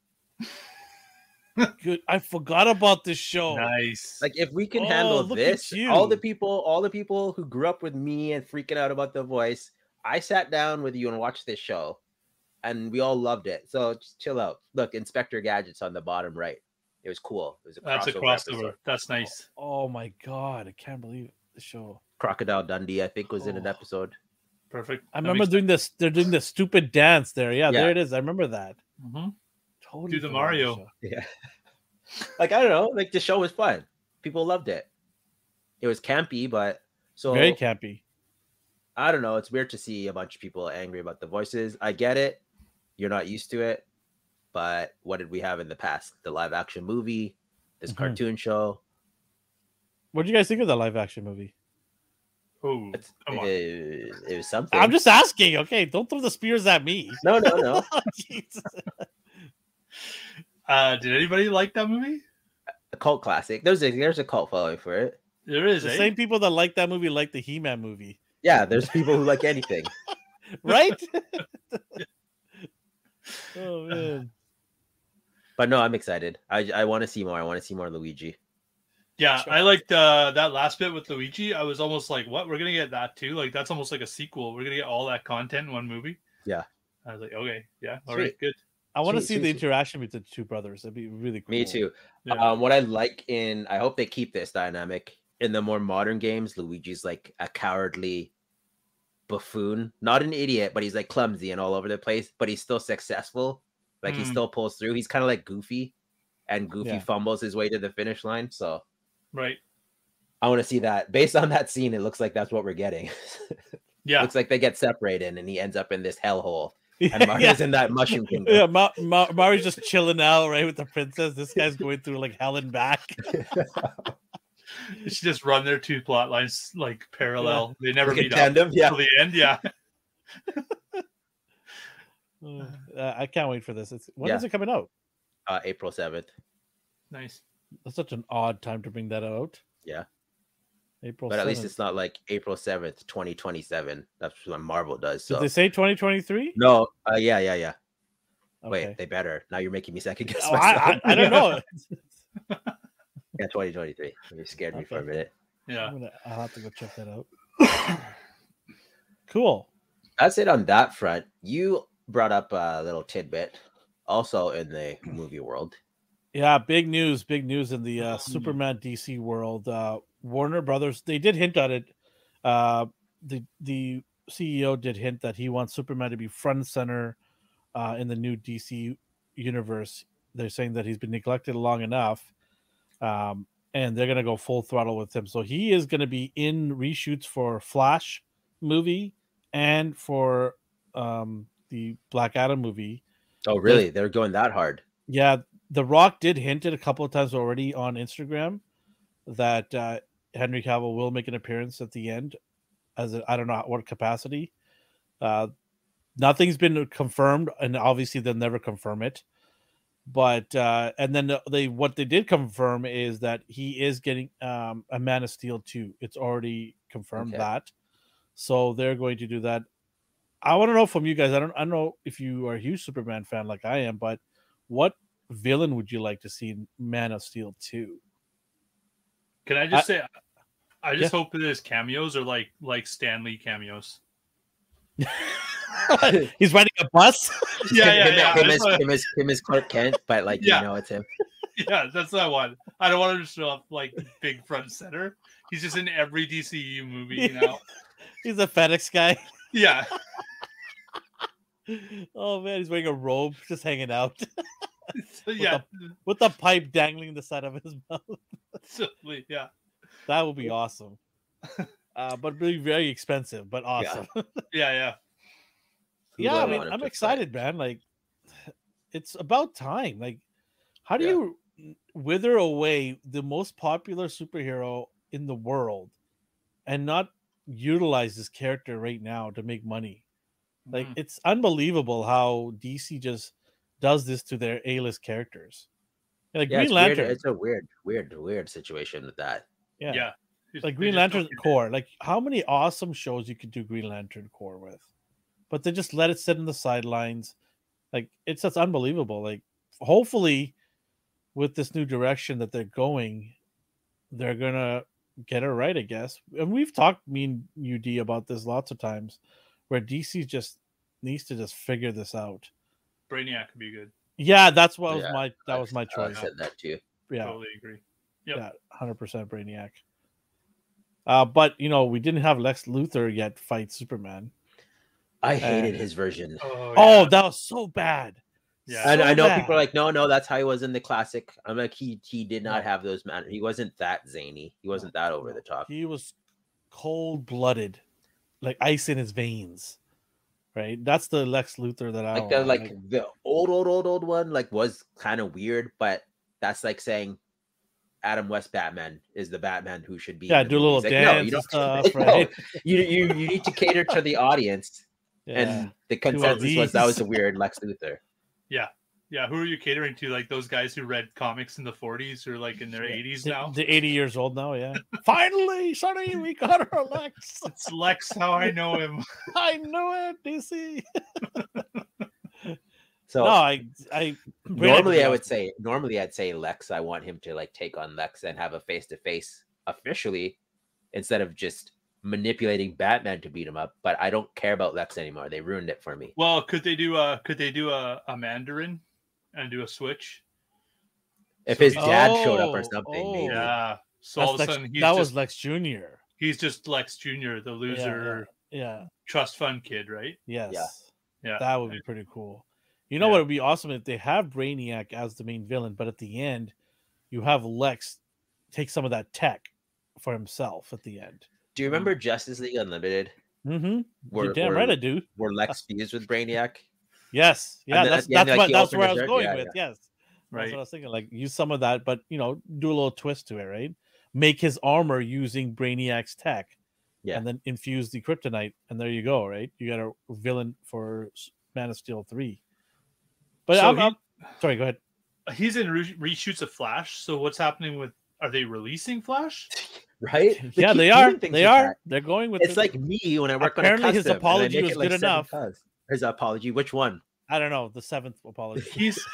Speaker 2: Good. I forgot about this show.
Speaker 3: nice.
Speaker 1: Like if we can
Speaker 2: Oh,
Speaker 1: handle
Speaker 2: look at
Speaker 1: this, all the
Speaker 2: you.
Speaker 1: people, all the people who grew up with me and freaking out about the voice, I sat down with you and watched this show, and we all loved it. So just chill out. Look, Inspector Gadget's on the bottom right. It was cool. It was a
Speaker 3: That's a crossover.
Speaker 1: crossover. episode.
Speaker 3: That's nice.
Speaker 2: Oh my god, I can't believe the show.
Speaker 1: Crocodile Dundee, I think, was in an
Speaker 2: Oh.
Speaker 1: episode.
Speaker 3: Perfect.
Speaker 2: I remember doing this. They're doing the stupid dance there. Yeah,
Speaker 1: Yeah.
Speaker 2: there it is. I remember that.
Speaker 3: hmm
Speaker 2: Totally.
Speaker 3: Do the
Speaker 2: forgot about this
Speaker 3: Mario.
Speaker 2: show.
Speaker 1: Yeah. like I don't know. Like the show was fun. People loved it. It was campy, but so
Speaker 2: Very campy.
Speaker 1: I don't know. It's weird to see a bunch of people angry about the voices. I get it. You're not used to it. But what did we have in the past? The live action movie, this
Speaker 2: Mhm.
Speaker 1: cartoon show.
Speaker 2: What do you guys think of the live action movie?
Speaker 3: Oh,
Speaker 1: It's,
Speaker 3: come on.
Speaker 1: it, it was something.
Speaker 2: I'm just asking. Okay, don't throw the spears at me.
Speaker 1: No, no, no.
Speaker 2: Jesus.
Speaker 3: Uh, did anybody like that movie?
Speaker 1: a cult classic. There's a there's a cult following for it.
Speaker 3: There is.
Speaker 2: The
Speaker 3: Eh?
Speaker 2: same people that like that movie like the He-Man movie,
Speaker 1: Yeah, there's people who like anything.
Speaker 2: right? oh man.
Speaker 1: But no, I'm excited. I I want to see more. I want to see more Luigi.
Speaker 3: Yeah,
Speaker 2: Sure.
Speaker 3: I liked uh, that last bit with Luigi. I was almost like, "What? We're gonna get that too? Like that's almost like a sequel. We're gonna get all that content in one movie."
Speaker 1: Yeah.
Speaker 3: I was like, "Okay, yeah, all right, good."
Speaker 2: I want to
Speaker 1: Sweet,
Speaker 2: see
Speaker 1: sweet,
Speaker 2: the
Speaker 1: sweet.
Speaker 2: interaction between the two brothers. That'd be really cool.
Speaker 1: Me too.
Speaker 3: Yeah.
Speaker 1: Um, what I like in I hope they keep this dynamic in the more modern games. Luigi's like a cowardly buffoon, not an idiot, but he's like clumsy and all over the place. But he's still successful. Like he
Speaker 3: Mm.
Speaker 1: still pulls through. He's kind of like Goofy, and Goofy
Speaker 2: Yeah.
Speaker 1: fumbles his way to the finish line. So
Speaker 3: Right?
Speaker 1: I want to see that. Based on that scene, it looks like that's what we're getting.
Speaker 3: Yeah,
Speaker 1: looks like they get separated, and he ends up in this hellhole. And
Speaker 2: Yeah,
Speaker 1: Mario's in that mushroom kingdom.
Speaker 2: Yeah, Ma- Ma- Mario's just chilling out, right, with the princess. This guy's going through like hell and back.
Speaker 3: They should just run their two plot lines like parallel. They never
Speaker 1: Like in
Speaker 3: meet up
Speaker 1: tandem. Yeah.
Speaker 3: till the end. Yeah,
Speaker 2: Uh, I can't wait for this. It's, when is
Speaker 1: Yeah.
Speaker 2: it coming out?
Speaker 1: Uh, April 7th.
Speaker 3: nice.
Speaker 2: That's such an odd time to bring that out.
Speaker 1: Yeah.
Speaker 2: April.
Speaker 1: But at least
Speaker 2: 7th.
Speaker 1: it's not like April 7th, 2027. That's what Marvel does.
Speaker 2: Did
Speaker 1: So.
Speaker 2: they say 2023?
Speaker 1: No. Uh, yeah, yeah, yeah. Wait, they better. Now you're making me second guess
Speaker 2: Oh,
Speaker 1: myself.
Speaker 2: I, I, I don't know.
Speaker 1: yeah, 2023. You scared me for a
Speaker 2: Okay.
Speaker 1: minute.
Speaker 3: Yeah.
Speaker 2: I'm gonna, I'll have to go check that out. Cool.
Speaker 1: That's it on that front. You brought up a little tidbit also in the movie world.
Speaker 2: Yeah, big news, big news in the uh, Superman DC world. Uh, Warner Brothers, they did hint at it. Uh, the the CEO did hint that he wants Superman to be front and center uh, in the new DC universe. They're saying that he's been neglected long enough, um, and they're gonna go full throttle with him. So he is gonna be in reshoots for Flash movie and for um, the Black Adam movie.
Speaker 1: Oh, really? They're going that hard.
Speaker 2: Yeah, The Rock did hint it a couple of times already on Instagram that uh, Henry Cavill will make an appearance at the end, as I I don't know what capacity. Uh, nothing's been confirmed, and obviously they'll never confirm it. But uh, and then they what they did confirm is that he is getting um, a Man of Steel too. It's already confirmed
Speaker 1: Okay.
Speaker 2: that, so they're going to do that. I want to know from you guys. I don't. I don't know if you are a huge Superman fan like I am, but what villain would you like to see in Man of Steel 2?
Speaker 3: Can I just say, I just
Speaker 2: Yeah.
Speaker 3: hope that his cameos are like like Stanley cameos.
Speaker 2: He's riding a bus.
Speaker 3: Yeah, yeah,
Speaker 1: him,
Speaker 3: yeah,
Speaker 1: Him,
Speaker 3: that's
Speaker 1: is,
Speaker 3: what-
Speaker 1: him, is, him is Clark Kent, but like,
Speaker 3: Yeah.
Speaker 1: you know, it's him.
Speaker 3: Yeah, that's not one. I don't want him to show up like big front and center. He's just in every DCU movie now.
Speaker 2: He's a FedEx guy.
Speaker 3: yeah,
Speaker 2: Oh man, he's wearing a robe, just hanging out
Speaker 3: So, yeah,
Speaker 2: with the pipe dangling the side of his mouth.
Speaker 3: totally, yeah.
Speaker 2: That would be awesome. Uh, but be very expensive, but awesome. Yeah,
Speaker 3: Yeah, yeah.
Speaker 1: Who do
Speaker 2: I
Speaker 1: want
Speaker 2: mean,
Speaker 1: him to
Speaker 2: I'm
Speaker 1: play?
Speaker 2: excited, man. Like, it's about time. Like, how do you wither away the most popular superhero in the world and not utilize this character right now to make money? Like
Speaker 3: Mhm.
Speaker 2: it's unbelievable how DC just does this to their A-list characters. Like
Speaker 1: Yeah,
Speaker 2: Green
Speaker 1: it's,
Speaker 2: Lantern,
Speaker 1: Weird. it's a weird, weird, weird situation with that.
Speaker 2: yeah.
Speaker 3: yeah. He's-
Speaker 2: Like
Speaker 3: they
Speaker 2: Green
Speaker 3: just don't
Speaker 2: Lantern
Speaker 3: do that.
Speaker 2: core. Like how many awesome shows you could do Green Lantern core with, but they just let it sit in the sidelines. Like it's just unbelievable. Like hopefully, with this new direction that they're going, they're gonna get it right, I guess. And we've talked me and UD about this lots of times, where DC just needs to just figure this out.
Speaker 3: Brainiac would be good.
Speaker 2: Yeah, that's what was
Speaker 1: Yeah, Uh,
Speaker 2: my that was my
Speaker 1: I
Speaker 2: choice.
Speaker 1: said that too.
Speaker 2: yeah,
Speaker 3: Totally agree. yep.
Speaker 2: yeah, hundred percent Brainiac. Uh, but you know, we didn't have Lex Luthor yet fight Superman.
Speaker 1: I hated his version.
Speaker 3: Oh,
Speaker 2: Oh, that was so bad.
Speaker 3: yeah.
Speaker 1: And
Speaker 2: so
Speaker 1: I know
Speaker 2: bad.
Speaker 1: people are like, no, no, that's how he was in the classic. I'm like, he he did not have those manners. He wasn't that zany. He wasn't that over
Speaker 2: No,
Speaker 1: the top.
Speaker 2: He was cold blooded, like ice in his veins. Right? That's the Lex Luthor that I
Speaker 1: Like
Speaker 2: don't
Speaker 1: the like the old old old old one like was kind of weird, but that's like saying Adam West Batman is the Batman who should be.
Speaker 2: yeah,
Speaker 1: in the
Speaker 2: do a little
Speaker 1: movies. Like,
Speaker 2: dance and stuff, right?
Speaker 1: you, you you need to cater to the audience,
Speaker 2: Yeah.
Speaker 1: and the consensus was that
Speaker 2: these.
Speaker 1: was a weird Lex Luthor.
Speaker 3: Yeah, who are you catering to? Like those guys who read comics in the 40s or like in their
Speaker 2: Yeah.
Speaker 3: 80s
Speaker 2: They're-
Speaker 3: now?
Speaker 2: they're 80 years old now, yeah. Finally, Sonny, we got our Lex.
Speaker 3: it's Lex, how I know him.
Speaker 2: I knew it, DC.
Speaker 1: So
Speaker 2: no, I, I Brainiac
Speaker 1: normally
Speaker 2: be
Speaker 1: I would
Speaker 2: awesome.
Speaker 1: say normally I'd say Lex. I want him to like take on Lex and have a face to face officially, instead of just manipulating Batman to beat him up. But I don't care about Lex anymore. They ruined it for me.
Speaker 3: Well, could they do a could they do a, a Mandarin and do a switch?
Speaker 1: If
Speaker 3: So
Speaker 1: his
Speaker 3: he-
Speaker 1: dad showed up or
Speaker 2: Oh,
Speaker 1: something,
Speaker 2: oh.
Speaker 1: maybe.
Speaker 3: Yeah. So
Speaker 2: That's
Speaker 3: all of a
Speaker 2: Lex-
Speaker 3: sudden he's
Speaker 2: that
Speaker 3: just,
Speaker 2: was Lex Junior.
Speaker 3: he's just Lex Jr., the loser
Speaker 2: Yeah.
Speaker 3: trust fund kid, right?
Speaker 2: Yes.
Speaker 3: Yeah.
Speaker 2: That would be pretty cool. You know
Speaker 3: Yeah.
Speaker 2: what would be awesome if they have Brainiac as the main villain, but at the end, you have Lex take some of that tech for himself at the end.
Speaker 1: Do you remember Justice League Unlimited?
Speaker 2: Mm-hmm.
Speaker 1: Where,
Speaker 2: You're damn
Speaker 1: where,
Speaker 2: right I do.
Speaker 1: where Lex fused with Brainiac?
Speaker 2: Yes, yeah,
Speaker 1: then
Speaker 2: that's
Speaker 1: at the end,
Speaker 2: that's
Speaker 1: like,
Speaker 2: what
Speaker 1: he
Speaker 2: that's where I
Speaker 1: opens
Speaker 2: was
Speaker 1: it,
Speaker 2: going
Speaker 1: yeah,
Speaker 2: with. Yes, that's
Speaker 3: right?
Speaker 2: what I was thinking. Like use some of that, but you know, do a little twist to it, right? Make his armor using Brainiac's tech,
Speaker 1: Yeah.
Speaker 2: and then infuse the kryptonite, and there you go, right? You got a villain for S- Man of Steel three. But
Speaker 3: So
Speaker 2: I'm,
Speaker 3: he-
Speaker 2: I'm- sorry, go ahead.
Speaker 3: He's in re- reshoots of Flash. So what's happening with? Are they releasing Flash?
Speaker 1: right?
Speaker 2: yeah,
Speaker 1: keep
Speaker 2: they are.
Speaker 1: doing things
Speaker 2: They
Speaker 1: like
Speaker 2: are.
Speaker 1: that.
Speaker 2: They're going with.
Speaker 1: It's
Speaker 2: the-
Speaker 1: like me when I work on a
Speaker 2: Apparently his
Speaker 1: custom. and I
Speaker 2: apology
Speaker 1: make
Speaker 2: was
Speaker 1: it, like,
Speaker 2: good
Speaker 1: seven
Speaker 2: enough.
Speaker 1: cars. His apology. Which one?
Speaker 2: I don't know the seventh apology.
Speaker 3: He's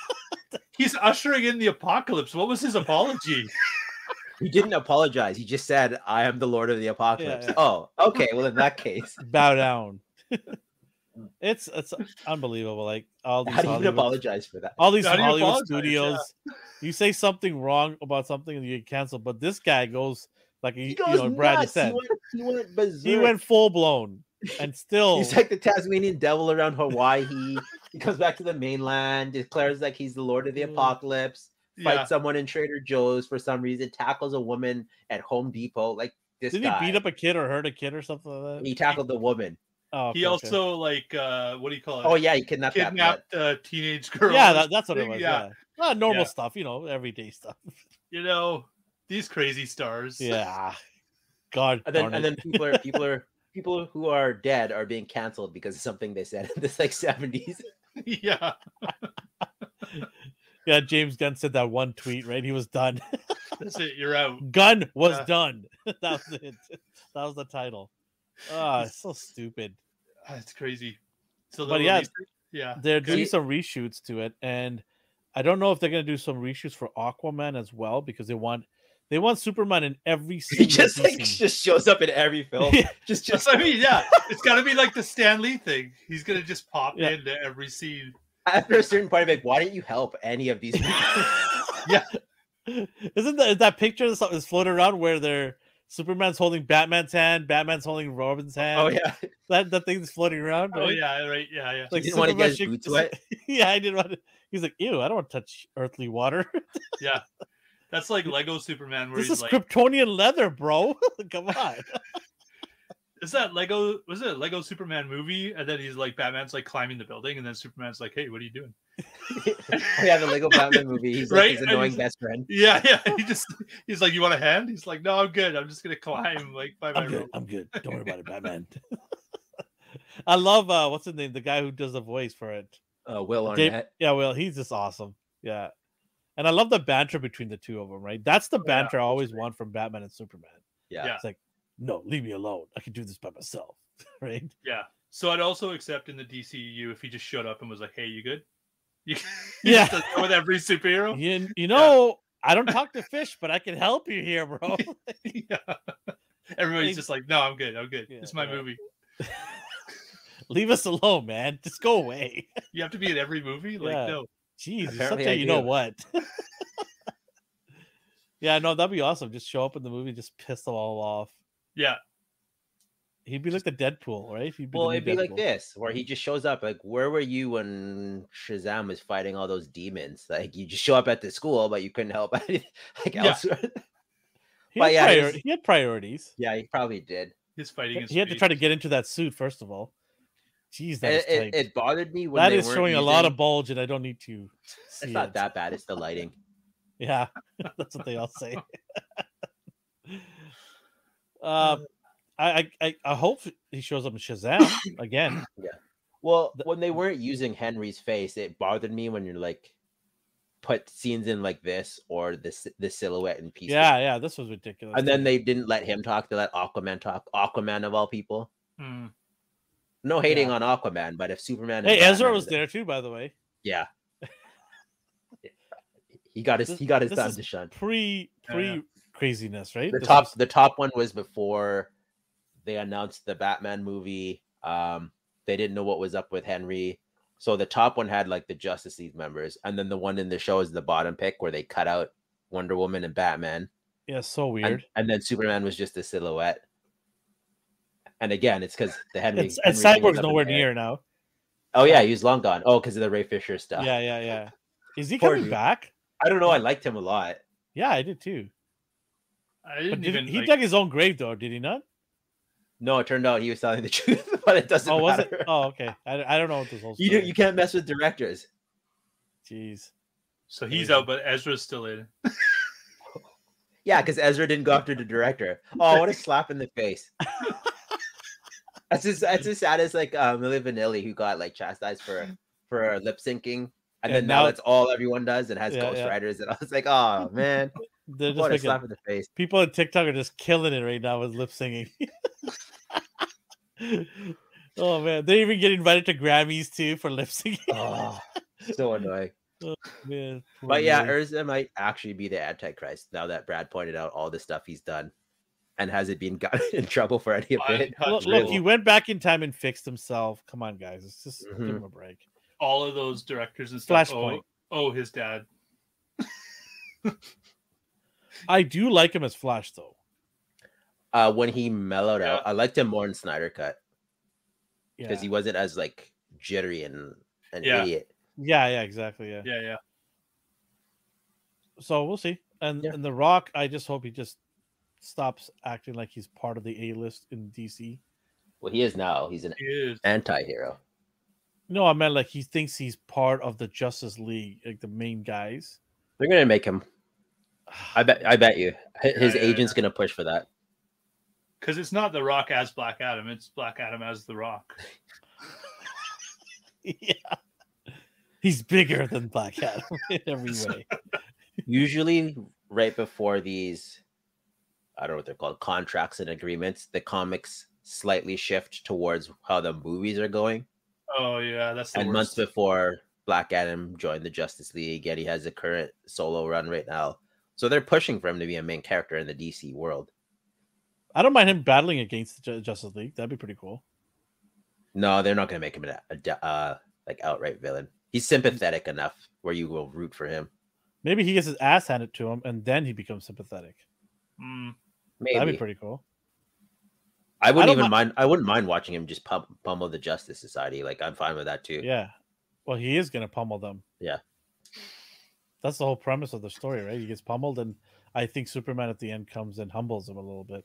Speaker 3: he's ushering in the apocalypse. What was his apology?
Speaker 1: He didn't apologize. He just said, "I am the Lord of the Apocalypse."
Speaker 2: yeah.
Speaker 1: Oh, okay. Well, in that case,
Speaker 2: Bow down. it's it's unbelievable. Like all these
Speaker 1: how do you even
Speaker 2: Hollywood-
Speaker 1: apologize for that?
Speaker 2: all these
Speaker 3: How do you
Speaker 2: Hollywood
Speaker 3: apologize? Yeah.
Speaker 2: studios. You say something wrong about something and you get canceled, but this guy goes like he,
Speaker 1: He
Speaker 2: you
Speaker 1: goes
Speaker 2: know, Brad
Speaker 1: nuts.
Speaker 2: said
Speaker 1: He went, he went
Speaker 2: he
Speaker 1: berserk.
Speaker 2: went full blown and still
Speaker 1: He's like the Tasmanian devil around Hawaii. He, he comes back to the mainland, declares like he's the Lord of the
Speaker 2: Yeah.
Speaker 1: Apocalypse,
Speaker 3: Yeah.
Speaker 1: fights someone in Trader Joe's for some reason, tackles a woman at Home Depot. Like this
Speaker 2: didn't
Speaker 1: guy.
Speaker 2: he beat up a kid or hurt a kid or something like
Speaker 1: And
Speaker 2: that?
Speaker 1: he tackled the woman.
Speaker 2: Oh, okay,
Speaker 3: He
Speaker 2: okay.
Speaker 3: also like uh what do you call it?
Speaker 1: Oh yeah, he kidnapped that. that.
Speaker 3: kidnapped a teenage girl.
Speaker 2: yeah,
Speaker 3: or
Speaker 2: that, that's what it
Speaker 3: something.
Speaker 2: was. Yeah, Not normal
Speaker 3: Yeah.
Speaker 2: stuff, you know, everyday stuff.
Speaker 3: you know these crazy stars.
Speaker 2: Yeah, God,
Speaker 1: And then
Speaker 2: darn
Speaker 1: and
Speaker 2: it.
Speaker 1: then people are people are people who are dead are being canceled because of something they said in the like seventies.
Speaker 3: yeah.
Speaker 2: yeah, James Gunn said that one tweet, right? He was done.
Speaker 3: That's it. You're out.
Speaker 2: Gunn was
Speaker 3: Yeah.
Speaker 2: done. that was it. That was the title. Ah, it's so stupid.
Speaker 3: Ah, It's crazy. So
Speaker 2: But
Speaker 3: they'll
Speaker 2: yeah.
Speaker 3: release it? yeah.
Speaker 2: they're doing
Speaker 1: See-
Speaker 2: some reshoots to it and i don't know if they're going to do some reshoots for aquaman as well because they want they want superman in every
Speaker 1: he
Speaker 2: single
Speaker 1: just like
Speaker 2: DC.
Speaker 1: just shows up in every film.
Speaker 2: Yeah.
Speaker 1: just just
Speaker 3: Just I mean, yeah, it's gotta be like the Stan Lee thing. He's gonna just pop
Speaker 2: Yeah.
Speaker 3: into every scene.
Speaker 1: after a certain point, I'm like, why didn't you help any of these people?
Speaker 2: isn't that, is that picture that's that's floating around where they're superman's holding batman's hand batman's holding robin's hand
Speaker 1: Oh yeah.
Speaker 2: that, that thing that's floating around
Speaker 3: Oh
Speaker 2: right?
Speaker 3: yeah, right, yeah, yeah.
Speaker 1: You didn't wanna
Speaker 2: Superman
Speaker 1: get his
Speaker 2: should-
Speaker 1: boots wet?
Speaker 2: yeah i didn't want to he's like ew i don't want to touch earthly water
Speaker 3: That's like Lego Superman where
Speaker 2: this
Speaker 3: he's
Speaker 2: is
Speaker 3: like
Speaker 2: kryptonian leather bro come on
Speaker 3: is that Lego was it a Lego Superman movie? And then he's like Batman's like climbing the building and then Superman's like, Hey, what are you doing?
Speaker 1: Oh, yeah, the Lego Batman movie. He's like
Speaker 3: Right?
Speaker 1: his
Speaker 3: And
Speaker 1: annoying
Speaker 3: he's-
Speaker 1: best friend.
Speaker 3: Yeah, yeah. He just he's like, You want a hand? He's like, No, I'm good. I'm just gonna climb like by my
Speaker 2: I'm good.
Speaker 3: rope.
Speaker 2: I'm good. Don't worry about it, Batman. I love uh what's his name? The guy who does the voice for it.
Speaker 1: Uh, Will
Speaker 2: Dave-
Speaker 1: Arnett.
Speaker 2: yeah, well, he's just awesome. Yeah. And I love the banter between the two of them, right? That's the
Speaker 3: Oh, yeah,
Speaker 2: banter I always want from Batman and Superman.
Speaker 1: Yeah.
Speaker 3: Yeah.
Speaker 2: It's like, no, leave me alone. I can do this by myself. right?
Speaker 3: Yeah. So I'd also accept in the DCU if he just showed up and was like, "Hey, you good?" You, he
Speaker 2: Yeah.
Speaker 3: just does that with every superhero.
Speaker 2: You, you know, I don't talk to fish, but I can help you here, bro.
Speaker 3: yeah. Everybody's just like, "No, I'm good. I'm good.
Speaker 2: Yeah,
Speaker 3: it's my
Speaker 2: yeah.
Speaker 3: movie."
Speaker 2: leave us alone, man. Just go away.
Speaker 3: You have to be in every movie. Like,
Speaker 2: Yeah.
Speaker 3: no.
Speaker 2: Jeez, you're such
Speaker 1: Apparently
Speaker 2: a
Speaker 1: I
Speaker 2: you know
Speaker 1: do.
Speaker 2: what. yeah, no, that'd be awesome. Just show up in the movie, just piss them all off.
Speaker 3: Yeah.
Speaker 2: He'd be like the Deadpool, right? He'd the
Speaker 1: Well,
Speaker 2: new
Speaker 1: it'd be like
Speaker 2: Deadpool.
Speaker 1: this, where he just shows up. Like, where were you when Shazam was fighting all those demons? Like, you just show up at the school, but you couldn't help like
Speaker 3: Yeah.
Speaker 1: elsewhere.
Speaker 2: He
Speaker 1: But
Speaker 2: had,
Speaker 1: yeah,
Speaker 2: prior-
Speaker 1: here's-
Speaker 2: he had priorities.
Speaker 1: Yeah, he probably did.
Speaker 3: His fighting is.
Speaker 2: He had to try to get into that suit first of all. Jeez, that is
Speaker 1: It, it,
Speaker 2: tight.
Speaker 1: it bothered me when
Speaker 2: that
Speaker 1: they
Speaker 2: is
Speaker 1: weren't
Speaker 2: showing a lot
Speaker 1: using-
Speaker 2: of bulge, and I don't need to see
Speaker 1: It's not
Speaker 2: it.
Speaker 1: that bad. It's the lighting.
Speaker 2: Yeah, that's what they all say. um, I, I- I I hope he shows up in Shazam again.
Speaker 1: Well,
Speaker 2: The-
Speaker 1: when they weren't using Henry's face, it bothered me when you're like put scenes in like this or this the silhouette in pieces.
Speaker 2: Yeah, yeah, this was ridiculous.
Speaker 1: And
Speaker 2: too.
Speaker 1: then they didn't let him talk. They let Aquaman talk. Aquaman of all people.
Speaker 3: Mm.
Speaker 1: No hating
Speaker 2: Yeah.
Speaker 1: on Aquaman, but if Superman. and
Speaker 2: Hey, Ezra
Speaker 1: Batman-
Speaker 2: was there too, by the way.
Speaker 1: Yeah. he got his
Speaker 2: This-
Speaker 1: he got his
Speaker 2: this
Speaker 1: time
Speaker 2: is
Speaker 1: to shine.
Speaker 2: Pre
Speaker 3: Yeah,
Speaker 2: pre
Speaker 3: yeah.
Speaker 2: craziness, right?
Speaker 1: The
Speaker 2: This
Speaker 1: top
Speaker 2: was-
Speaker 1: the top one was before they announced the Batman movie. Um, they didn't know what was up with Henry. So the top one had like the Justice League members, and then the one in the show is the bottom pick where they cut out Wonder Woman and Batman,
Speaker 2: yeah, so
Speaker 1: and,
Speaker 2: weird.
Speaker 1: and then Superman was just a silhouette. And again, it's because the Henry,
Speaker 2: It's and
Speaker 1: Henry thing was
Speaker 2: Cyborg's
Speaker 1: up in
Speaker 2: nowhere
Speaker 1: the air.
Speaker 2: near now.
Speaker 1: Oh yeah, he's long gone. Oh, because of the Ray Fisher stuff.
Speaker 2: Yeah, yeah, yeah. Is he
Speaker 1: Poor
Speaker 2: coming
Speaker 1: dude.
Speaker 2: back?
Speaker 1: I don't know. I liked him a lot.
Speaker 2: Yeah, I did too.
Speaker 3: I
Speaker 2: But
Speaker 3: didn't
Speaker 2: did-
Speaker 3: even.
Speaker 2: he
Speaker 3: like-
Speaker 2: dug his own grave though, did he not?
Speaker 1: No, it turned out he was telling the truth, but it doesn't
Speaker 2: Oh, was
Speaker 1: matter.
Speaker 2: it? Oh, okay. I, I don't know what this whole.
Speaker 1: You
Speaker 2: story
Speaker 1: don't, you can't mess with directors.
Speaker 2: Jeez.
Speaker 3: So he's
Speaker 2: Amazing.
Speaker 3: out, but Ezra's still in.
Speaker 1: Yeah, because Ezra didn't go after the director. Oh, what a slap in the face. that's as that's as sad as like uh, Millie Vanilli who got like chastised for for lip syncing. And,
Speaker 2: And
Speaker 1: then now,
Speaker 2: now-
Speaker 1: that's all everyone does and has
Speaker 2: Yeah, yeah.
Speaker 1: ghostwriters. And I was like, oh man,
Speaker 2: They're just
Speaker 1: what a
Speaker 2: making,
Speaker 1: slap in the face.
Speaker 2: people on TikTok are just killing it right now with lip singing. oh man, they even get invited to Grammys too for lip singing.
Speaker 1: Oh, so annoying.
Speaker 2: Man, poor
Speaker 1: But yeah,
Speaker 2: Millie.
Speaker 1: Urza might actually be the Antichrist now that Brad pointed out all the stuff he's done and hasn't been gotten in trouble for any of it.
Speaker 3: Uncut
Speaker 2: look,
Speaker 3: Jewel.
Speaker 2: look, he went back in time and fixed himself. Come on, guys, let's just give
Speaker 1: Mhm.
Speaker 2: him a break.
Speaker 3: all of those directors and stuff.
Speaker 2: Flashpoint.
Speaker 3: Oh, oh, his dad.
Speaker 2: I do like him as Flash though.
Speaker 1: Uh, when he mellowed out,
Speaker 3: Yeah.
Speaker 1: I liked him more in Snyder Cut.
Speaker 2: Yeah,
Speaker 1: because he wasn't as like jittery and an
Speaker 3: Yeah.
Speaker 1: idiot.
Speaker 2: yeah, yeah, exactly. Yeah.
Speaker 3: Yeah, yeah.
Speaker 2: So we'll see. And
Speaker 1: Yeah.
Speaker 2: and The Rock, I just hope he just stops acting like he's part of the A list in DC.
Speaker 1: Well, he is now. He's an
Speaker 3: He is.
Speaker 1: anti-hero.
Speaker 2: No, I meant like he thinks he's part of the Justice League, like the main guys.
Speaker 1: They're gonna make him. I bet. I bet you. Hi- His
Speaker 3: Yeah, yeah,
Speaker 1: agent's gonna push for that.
Speaker 3: Because it's not The Rock as Black Adam, it's Black Adam as The Rock.
Speaker 2: yeah. He's bigger than Black Adam in every way.
Speaker 1: Usually, right before these, I don't know what they're called, contracts and agreements. The comics slightly shift towards how the movies are going,
Speaker 3: Oh, yeah, that's the
Speaker 1: and months
Speaker 3: worst.
Speaker 1: before Black Adam joined the Justice League, and he has a current solo run right now. So they're pushing for him to be a main character in the DC world.
Speaker 2: I don't mind him battling against the Ju- Justice League. That'd be pretty cool.
Speaker 1: No, they're not going to make him an, a da- uh, like outright villain. He's sympathetic enough where you will root for him.
Speaker 2: Maybe he gets his ass handed to him and then he becomes sympathetic.
Speaker 3: Mm,
Speaker 1: Maybe
Speaker 2: That'd be pretty cool.
Speaker 1: I wouldn't
Speaker 2: don't
Speaker 1: even mind. I wouldn't mind watching him just pum- pummel the Justice Society. Like I'm fine with that too.
Speaker 2: Yeah. Well, he is going to pummel them.
Speaker 1: Yeah.
Speaker 2: That's the whole premise of the story, right? He gets pummeled, and I think Superman at the end comes and humbles him a little bit.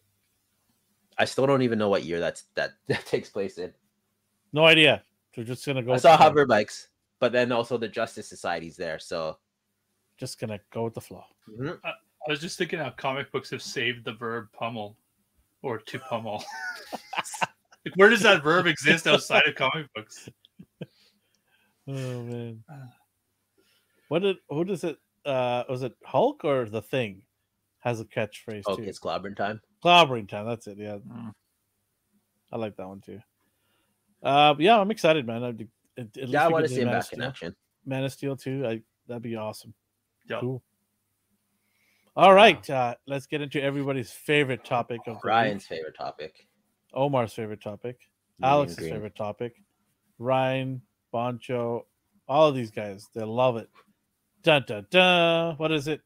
Speaker 1: I still don't even know what year that's that that takes place in.
Speaker 2: No idea. They're just going to go.
Speaker 1: I
Speaker 2: with
Speaker 1: saw
Speaker 2: the flow.
Speaker 1: hover bikes, but then also the Justice Society's there. So
Speaker 2: Just going to go with the flow.
Speaker 3: I was just thinking how comic books have saved the verb pummel or to pummel. like, where does that verb exist outside of comic books?
Speaker 2: Oh man.
Speaker 3: Uh.
Speaker 2: What did who does it uh was it Hulk or the thing has a catchphrase
Speaker 1: okay, Oh,
Speaker 2: too?
Speaker 1: it's clobbering time.
Speaker 2: Clobbering time, that's it. Yeah,
Speaker 3: Mm.
Speaker 2: I like that one too. Uh but yeah, I'm excited, man. I'd, at, at least
Speaker 1: Yeah, I
Speaker 2: we
Speaker 1: want
Speaker 2: get
Speaker 1: to
Speaker 2: the
Speaker 1: see him
Speaker 2: Man of
Speaker 1: back in
Speaker 2: Steel-
Speaker 1: action.
Speaker 2: Man of Steel too. I that'd be awesome.
Speaker 3: Yeah.
Speaker 2: Cool. All right, uh, let's get into everybody's favorite topic of the week.
Speaker 1: Ryan's favorite topic.
Speaker 2: Omar's favorite topic,
Speaker 1: Union
Speaker 2: Alex's
Speaker 1: Green.
Speaker 2: favorite topic, Ryan, Boncho, all of these guys, they love it. Dun dun dun. What is it?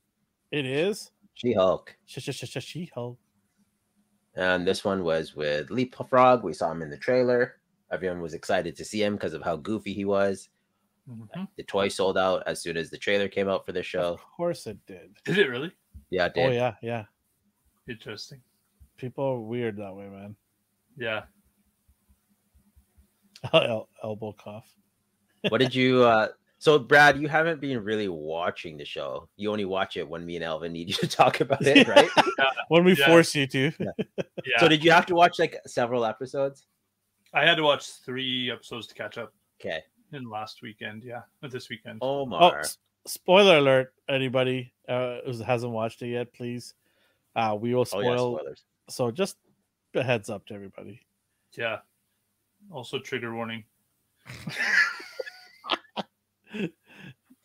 Speaker 2: It is
Speaker 1: She Hulk.
Speaker 2: She Hulk.
Speaker 1: And Um, this one was with Leapfrog. We saw him in the trailer. Everyone was excited to see him because of how goofy he was.
Speaker 2: Mm-hmm.
Speaker 3: Mhm.
Speaker 1: The toy sold out as soon as the trailer came out for the show.
Speaker 2: Of course it did.
Speaker 3: Did it really?
Speaker 1: Yeah, it
Speaker 2: Oh
Speaker 1: did.
Speaker 2: yeah, yeah.
Speaker 3: Interesting.
Speaker 2: People are weird that way, man.
Speaker 3: Yeah.
Speaker 2: El- elbow cough.
Speaker 1: What did you? Uh, so, Brad, you haven't been really watching the show. You only watch it when me and Elvin need you to talk about it, right?
Speaker 2: When we
Speaker 3: Yeah.
Speaker 2: force you to.
Speaker 3: Yeah.
Speaker 1: So, did you have to watch like several episodes?
Speaker 3: I had to watch three episodes to catch up
Speaker 1: Okay.
Speaker 3: in last weekend. Yeah. Or this weekend.
Speaker 2: Oh,
Speaker 1: Omar.
Speaker 2: s- spoiler alert! Anybody uh, who hasn't watched it yet, please. Uh, we will
Speaker 1: Oh,
Speaker 2: spoil.
Speaker 1: yeah, spoilers.
Speaker 2: So just a heads up to everybody.
Speaker 3: Yeah. Also, trigger warning.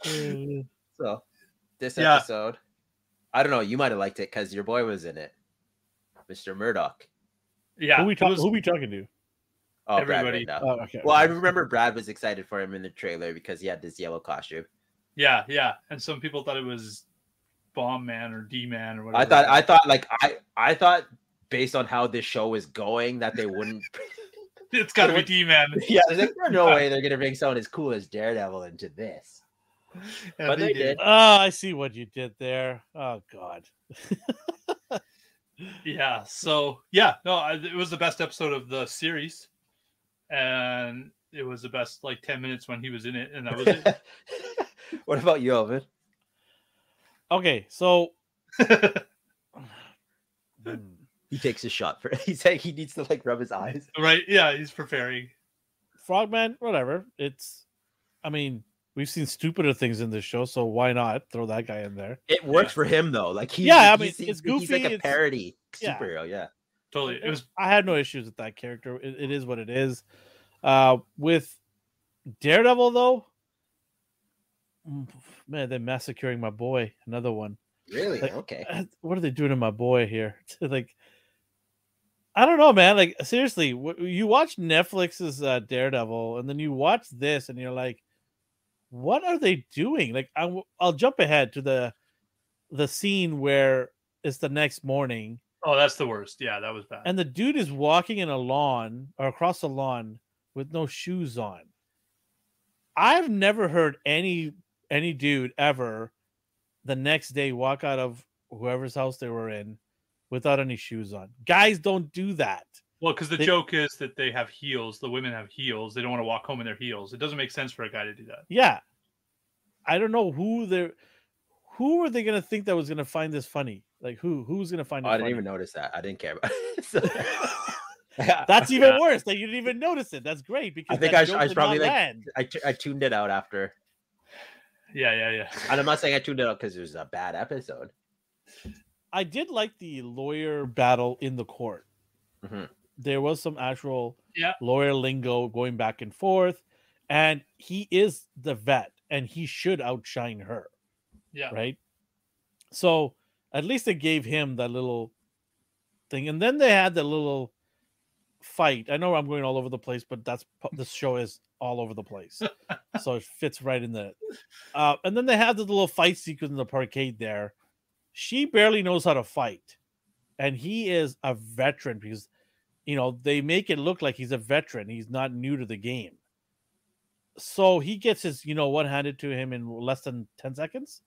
Speaker 2: Uh,
Speaker 1: So, this
Speaker 3: Yeah.
Speaker 1: episode, I don't know. You might have liked it because your boy was in it, Mr. Murdoch.
Speaker 3: Yeah.
Speaker 2: who we
Speaker 3: it
Speaker 2: talk,
Speaker 3: was-
Speaker 2: who we talking to?
Speaker 1: Oh, Brad
Speaker 3: Everybody.
Speaker 1: right now.
Speaker 2: Oh, okay.
Speaker 1: Well, I remember Brad was excited for him in the trailer because he had this yellow costume.
Speaker 3: Yeah, yeah. And some people thought it was Bomb Man or D Man or whatever.
Speaker 1: I thought, I thought, like, I, I thought based on how this show is going that they wouldn't.
Speaker 3: it's got to be D Man.
Speaker 1: yeah, there's like "There's no way they're gonna bring someone as cool as Daredevil into this. But they did.
Speaker 2: Ah, I see what you did there. Oh God.
Speaker 3: yeah so yeah no I, it was the best episode of the series and it was the best like 10 minutes when he was in it and that was it
Speaker 1: what about you, Alvin?
Speaker 2: Okay, so Hmm.
Speaker 1: He takes his shot for. He's saying he needs to like rub his eyes.
Speaker 3: right yeah he's preparing
Speaker 2: Frogman, whatever. It's, I mean, we've seen stupider things in this show, so why not throw that guy in there?
Speaker 1: It worked for him though. Like he,
Speaker 2: Yeah, I mean,
Speaker 1: he's, he's-
Speaker 2: it's
Speaker 1: He's like
Speaker 2: goofy,
Speaker 1: a
Speaker 2: it's-
Speaker 1: parody
Speaker 2: yeah.
Speaker 1: superhero. Yeah.
Speaker 3: totally it was
Speaker 2: I had no issues with that character. It, it is what it is. Uh, with Daredevil, though, mm, man, they're massacring my boy. Another one.
Speaker 1: Really?
Speaker 2: Like-
Speaker 1: okay.
Speaker 2: What are they doing to my boy here? like, I don't know, man. Like, seriously, wh- you watch Netflix's uh, Daredevil, and then you watch this, and you're like, what are they doing? Like, I w- I'll jump ahead to the the scene where it's the next morning,
Speaker 3: oh that's the worst yeah that was bad
Speaker 2: and the dude is walking in a lawn or across a lawn with no shoes on. I've never heard any any dude ever the next day walk out of whoever's house they were in without any shoes on. Guys don't do that.
Speaker 3: well because the
Speaker 2: they-
Speaker 3: joke is that they have heels the women have heels they don't want to walk home in their heels it doesn't make sense for a guy to do that
Speaker 2: Yeah. I don't know who they who were they gonna think that was gonna find this funny? Like who who's gonna find it
Speaker 1: Oh, I
Speaker 2: funny?
Speaker 1: didn't even notice that. I didn't care about. It. So- Yeah,
Speaker 2: That's even
Speaker 3: Yeah.
Speaker 2: worse. That you didn't even notice it. That's great because
Speaker 1: think
Speaker 2: that
Speaker 1: I sh-
Speaker 2: joke
Speaker 1: I
Speaker 2: did
Speaker 1: probably,
Speaker 2: not
Speaker 1: like,
Speaker 2: land.
Speaker 1: I, tu- I tuned it out after,
Speaker 3: yeah yeah yeah
Speaker 1: and I'm not saying I tuned it out because it was a bad episode.
Speaker 2: I did like the lawyer battle in the court.
Speaker 1: Mhm.
Speaker 2: There was some actual
Speaker 3: Yeah.
Speaker 2: lawyer lingo going back and forth, and he is the vet, and he should outshine her,
Speaker 3: yeah
Speaker 2: right? So at least they gave him that little thing, and then they had the little fight. I know I'm going all over the place, but that's this show is all over the place, so it fits right in the. Uh, and then they had the little fight sequence in the parkade there she barely knows how to fight and he is a veteran because you know they make it look like he's a veteran he's not new to the game so he gets his you know one handed to him in less than 10 seconds